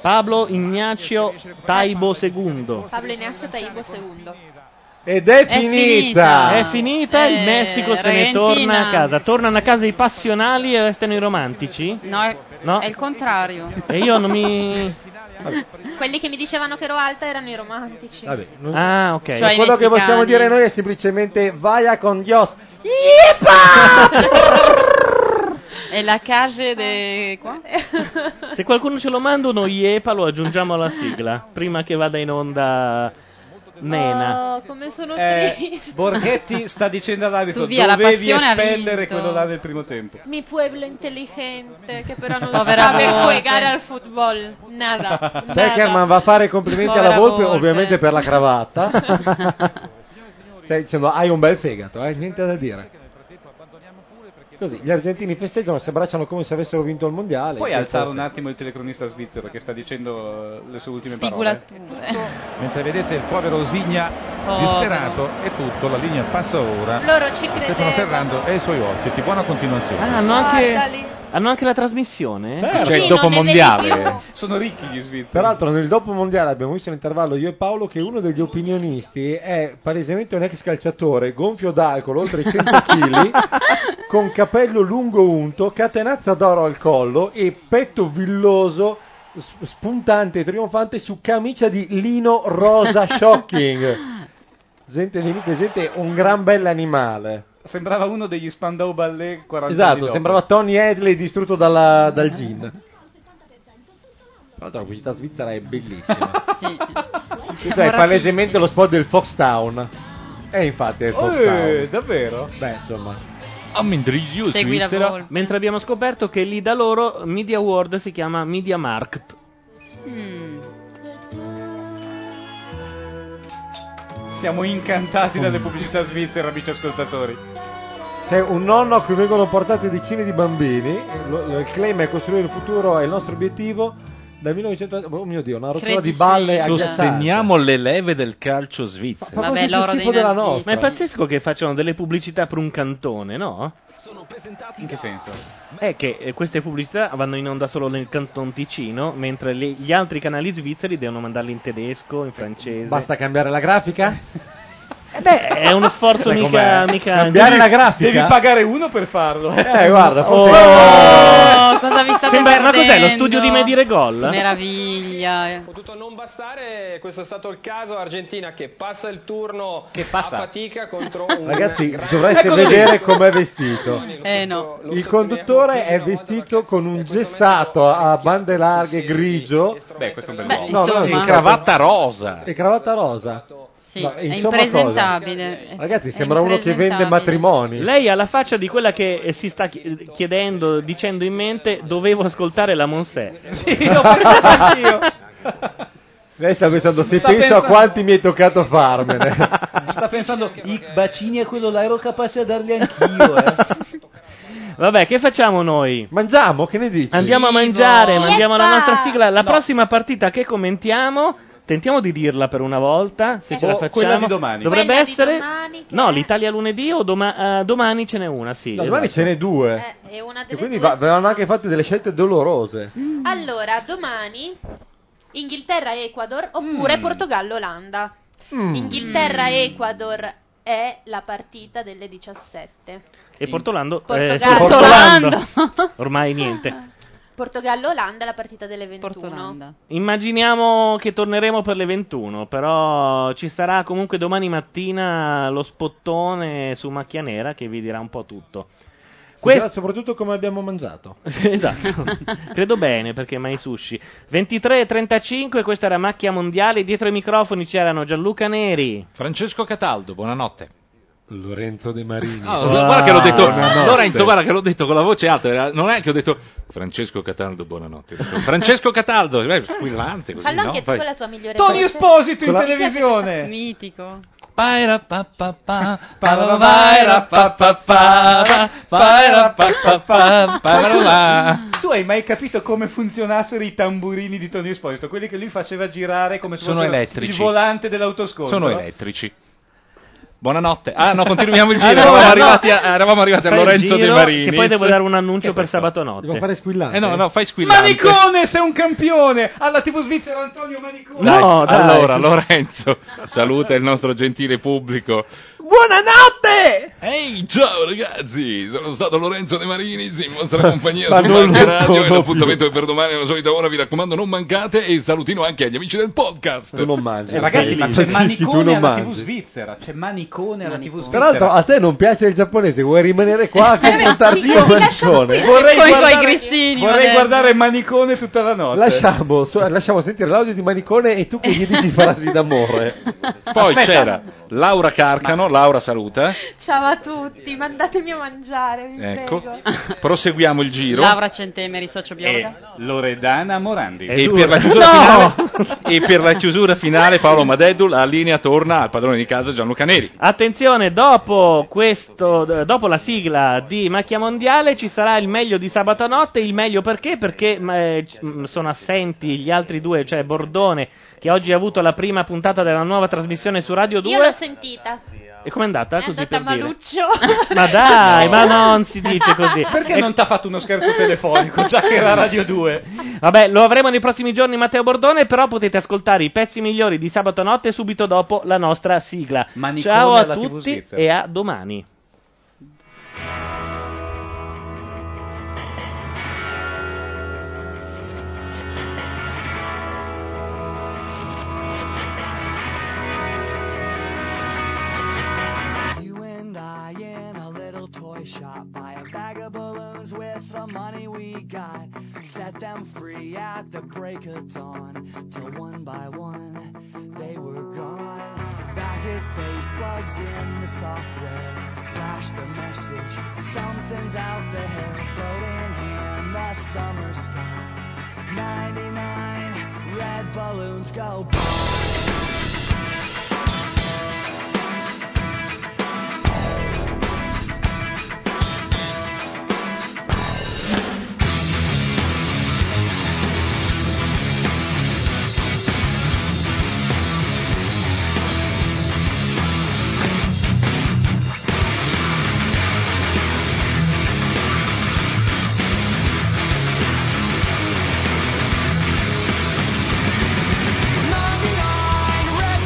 S1: Pablo Ignacio Taibo II.
S9: Pablo Inácio Taibo II.
S5: Ed è,
S1: finita! È finita, il
S9: Eh,
S1: Messico se ne
S9: Argentina.
S1: torna a casa. Tornano a casa i passionali e restano i romantici?
S3: No, è,
S1: No.
S3: è il contrario.
S1: E io non mi...
S9: *laughs* Quelli che mi dicevano che ero alta erano i romantici.
S5: Vabbè, non-
S1: Ah, ok.
S5: Ma quello che possiamo dire noi è semplicemente vaya con Dios. *laughs*
S3: È la cage de... qua?
S1: Se qualcuno ce lo manda uno IEPA lo aggiungiamo alla sigla, prima che vada in onda Nena.
S9: Oh, come sono
S4: Eh,
S9: triste.
S4: Borghetti sta dicendo all'arbitro
S3: Su, via, la
S4: dovevi
S3: passione ha
S4: espellere
S3: vinto."
S4: quello là del primo tempo.
S9: Mi pueblo intelligente, che però non
S3: Povera
S9: sabe
S3: volpe.
S9: giocare al football.
S5: *laughs*
S9: Nada.
S5: Beckerman va a fare i complimenti
S9: Povera
S5: alla Volpe,
S9: Volpe.
S5: ovviamente per la *laughs* cravatta. Stai dicendo, hai un bel fegato, eh? niente da dire. Così, gli argentini festeggiano, si abbracciano come se avessero vinto il mondiale.
S4: Puoi
S5: Che
S4: alzare
S5: cosa-
S4: un attimo il telecronista svizzero che sta dicendo eh, le sue ultime parole.
S3: Spigulature.
S7: Mentre vedete il povero Osigna
S3: Povero.
S7: disperato è tutto, la linea passa ora.
S9: Loro ci
S7: Stefano
S9: credevano.
S7: Ferrando e i suoi ospiti, buona continuazione.
S1: Ah, hanno anche, hanno anche la trasmissione? Cioè,
S5: Certo. Sì, non ne
S1: mondiale.
S5: vedi più.
S4: Sono ricchi gli svizzeri.
S5: Peraltro nel dopo mondiale abbiamo visto all'intervallo io e Paolo che uno degli opinionisti è palesemente un ex calciatore, gonfio d'alcol, oltre i 100 kg, con capello lungo unto, catenazza d'oro al collo e petto villoso, s- spuntante e trionfante su camicia di lino rosa shocking. Gente, venite, gente, un gran bell'animale.
S4: Sembrava uno degli Spandau Ballet 40 anni
S5: Esatto,
S4: dopo.
S5: sembrava Tony Hadley distrutto dalla- dal gin. Tra l'altro la pubblicità svizzera è bellissima.
S3: Sì.
S5: Cioè, è palesemente lo spot del Fox Town. E infatti è il Fox Town.
S4: davvero?
S5: Beh, insomma.
S3: Segui la Svizzera. Volpe.
S1: Mentre abbiamo scoperto che lì da loro Media World si chiama Media Markt.
S4: Siamo incantati dalle pubblicità svizzere, amici ascoltatori.
S5: C'è un nonno a cui vengono portati decine di bambini. Lo- il claim è costruire il futuro, è il nostro obiettivo. Dal 1900. Oh mio dio, una rottura di balle agghiacciate.
S2: Sosteniamo le leve del calcio svizzero.
S5: Vabbè, proprio l'oro schifo dei della nazismo. nostra.
S1: Ma è pazzesco che facciano delle pubblicità per un cantone, no?
S4: In che senso?
S1: È che eh, queste pubblicità vanno in onda solo nel canton Ticino, mentre le- gli altri canali svizzeri devono mandarli in tedesco, in francese.
S5: Basta cambiare la grafica?
S1: *laughs* Eh beh, è uno sforzo
S5: Sai
S1: mica,
S5: com'è?
S1: mica.
S5: Cambiare la grafica?
S4: Devi pagare uno per farlo.
S5: Eh, guarda, forse-
S1: Oh,
S3: cosa vi state
S1: Sembra- ma cos'è, lo
S3: perdendo?
S1: studio di Medire Gol?
S3: Meraviglia.
S29: Eh, Questo è stato il caso Argentina che passa il turno
S4: passa.
S29: a fatica
S5: *laughs*
S29: contro Ecco, un
S5: Ragazzi,
S29: grande-
S5: dovreste
S29: Eccolo lì!
S5: vedere com'è vestito.
S3: Ecco Eh no.
S5: Il conduttore è vestito con un gessato a bande larghe grigio.
S4: Beh, questo è un
S3: Beh,
S4: bel
S5: No, no,
S3: insomma,
S5: in
S2: cravatta rosa.
S5: E cravatta rosa.
S3: sì,
S5: No,
S3: è
S5: insomma,
S3: impresentabile.
S5: Ragazzi,
S3: È
S5: sembra uno che vende
S3: impresentabile.
S5: matrimoni.
S1: Lei ha la faccia di quella che eh, si sta chi- chiedendo, dicendo in mente, dovevo ascoltare la Monsè.
S4: Sì, l'ho pensato anch'io.
S1: *laughs*
S5: Lei sta pensando, se
S4: Sta
S5: penso
S4: pensando-
S5: a quanti mi è toccato farmene.
S22: Sta pensando, i bacini a quello là ero capace a darli anch'io. eh."
S1: *laughs* Vabbè, che facciamo noi?
S5: Mangiamo, che ne dici?
S1: Andiamo a mangiare, mandiamo la nostra sigla. La prossima partita che commentiamo, tentiamo di dirla per una volta, se ce la
S4: Oh,
S1: facciamo.
S4: quella di domani.
S1: Dovrebbe
S4: Quella di
S1: essere... no, l'Italia lunedì o doma- eh, domani ce n'è una, sì.
S5: No, domani
S1: esatto.
S5: ce n'è due.
S4: Eh.
S9: E Eh, una
S5: e
S9: delle
S5: quindi
S9: due
S5: va- verranno anche fatte delle scelte dolorose.
S9: Allora, domani Inghilterra e Ecuador oppure
S5: Mm.
S9: Portogallo-Olanda.
S5: Mm.
S9: Inghilterra e Ecuador è la partita delle 17.
S1: E Portolando... eh,
S9: Portogallo.
S1: sì, Portolando.
S4: *laughs*
S1: Ormai niente.
S9: Portogallo-Olanda è la partita delle 21.
S1: Immaginiamo che torneremo per le 21, però ci sarà comunque domani mattina lo spottone su Macchia Nera che vi dirà un po' tutto. Questo-
S5: Questo... Soprattutto come abbiamo mangiato.
S1: *laughs* esatto. Credo bene perché mai sushi. 23.35, questa era Macchia Mondiale. Dietro i microfoni c'erano Gianluca Neri,
S2: Francesco Cataldo, buonanotte.
S5: Lorenzo De Marini.
S2: Ah, guarda che l'ho detto, Lorenzo, guarda che l'ho detto con la voce alta. era- Non è che ho detto Francesco Cataldo, buonanotte. Ho detto, Francesco Cataldo, beh, squillante così.
S3: Fallo
S2: no?
S3: anche tu
S2: Fai-
S3: con la tua migliore
S2: Tony
S3: voce.
S2: Esposito in
S3: Mi piace
S2: televisione.
S3: questa- Mitico.
S2: Paira pa pa pa,
S6: pa vai ra pa pa Ah, pa, vai ra pa pa pa, pa va ra va.
S4: Tu hai mai capito come funzionassero i tamburini di Tony Esposito? Quelli che lui faceva girare come se
S2: Sono
S4: fossero
S2: elettrici.
S4: il volante dell'autoscontro.
S2: Sono elettrici. Buonanotte. Ah, no, continuiamo il
S4: Ah,
S2: giro.
S4: no,
S2: eravamo,
S4: no.
S2: arrivati a, eravamo arrivati a
S4: Fai il
S2: Lorenzo De
S1: giro,
S2: Marini.
S1: che poi devo dare un annuncio per sabato notte.
S2: Devo
S1: fare
S5: squillante.
S2: Eh no, no, fai squillante.
S4: Manicone, sei un campione! Alla TV svizzera Antonio Manicone!
S2: Dai,
S1: No, dai.
S2: Allora, Lorenzo, saluta il nostro gentile pubblico.
S6: Buonanotte!
S2: Ehi, ciao ragazzi, sono stato Lorenzo De Marinis in vostra compagnia
S6: Ma
S2: su
S6: non
S2: Macchia
S6: lo
S2: Radio
S6: sono
S2: e l'appuntamento è per domani alla solita ora, vi raccomando non mancate e salutino anche agli amici del podcast.
S5: Tu non mangi.
S4: Eh, ragazzi, ma c'è
S5: Francischi, tu
S4: Manicone
S5: non
S4: alla TV
S5: mangi.
S4: svizzera! C'è Manicone alla TV svizzera!
S5: Peraltro,
S22: ah,
S5: a te non piace il giapponese, vuoi rimanere qua
S2: *laughs*
S5: a confrontarti
S4: mi-
S5: io
S4: mi
S5: persone?
S4: Vorrei,
S6: Poi coi
S4: guardare,
S6: cristini,
S4: vorrei
S6: vabbè.
S4: guardare Manicone tutta la notte.
S5: Lasciamo, so- lasciamo sentire l'audio di Manicone e tu che gli *laughs* dici frasi d'amore.
S2: Poi
S5: Aspetta.
S2: c'era Laura Carcano, Laura saluta.
S3: Ciao a tutti, mandatemi a mangiare, vi
S2: Ecco.
S3: prego.
S2: Proseguiamo il giro.
S30: Laura Centemeri, socio biologa.
S4: Loredana Morandi.
S2: E per, la chiusura finale, e per la chiusura finale Paolo Madedul a linea torna al padrone di casa Gianluca Neri.
S1: Attenzione, dopo, questo, d- dopo la sigla di Macchia Mondiale ci sarà il meglio di sabato notte. Il meglio perché? Perché ma, eh, c- mh, sono assenti gli altri due, cioè Bordone, che oggi ha avuto la prima puntata della nuova trasmissione su Radio 2.
S3: Io l'ho sentita.
S1: E com'è andata?
S3: È
S1: eh. Così
S3: andata
S1: per dire.
S3: maluccio.
S1: Ma dai, ma non si dice così.
S4: Perché
S1: E-
S4: non ti ha fatto uno scherzo telefonico, già che era Radio 2?
S1: Vabbè, lo avremo nei prossimi giorni Matteo Bordone, però potete ascoltare i pezzi migliori di sabato notte subito dopo la nostra sigla.
S4: Manicone
S1: Ciao a
S4: alla TV
S1: tutti
S4: svizzera.
S1: e a domani.
S12: You and I in a little toy shop buy a bag of balloons with the money we got. Set them free at the break of dawn. Till one by one they were gone. Back at base, plugs in the software. Flash the message. Something's out there floating in the summer sky. 99 red balloons go. Red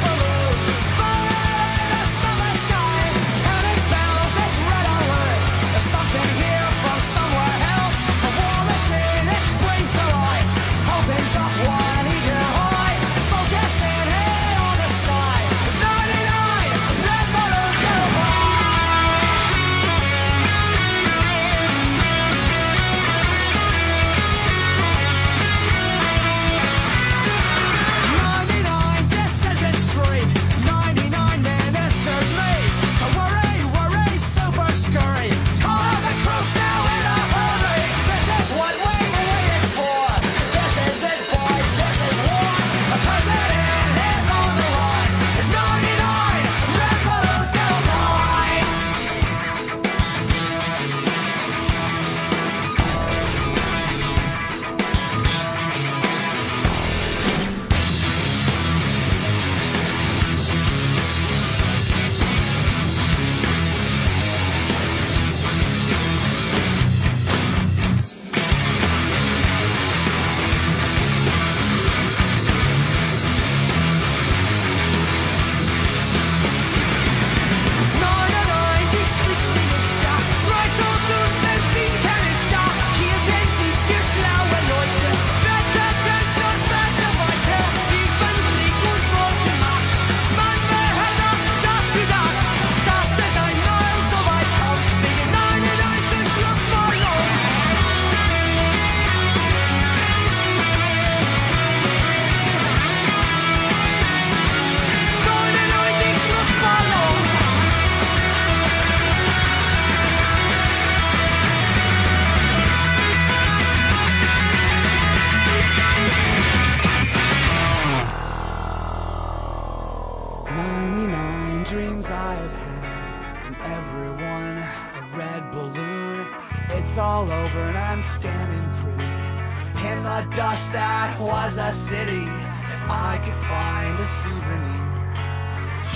S12: it's all over and I'm standing pretty in the dust that was a city. If I could find a souvenir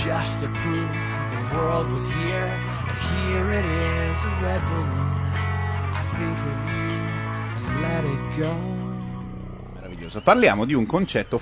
S12: just to prove the world was here, and here it is, a red balloon. I think of you and let it go.
S22: Meraviglioso. Parliamo di un concetto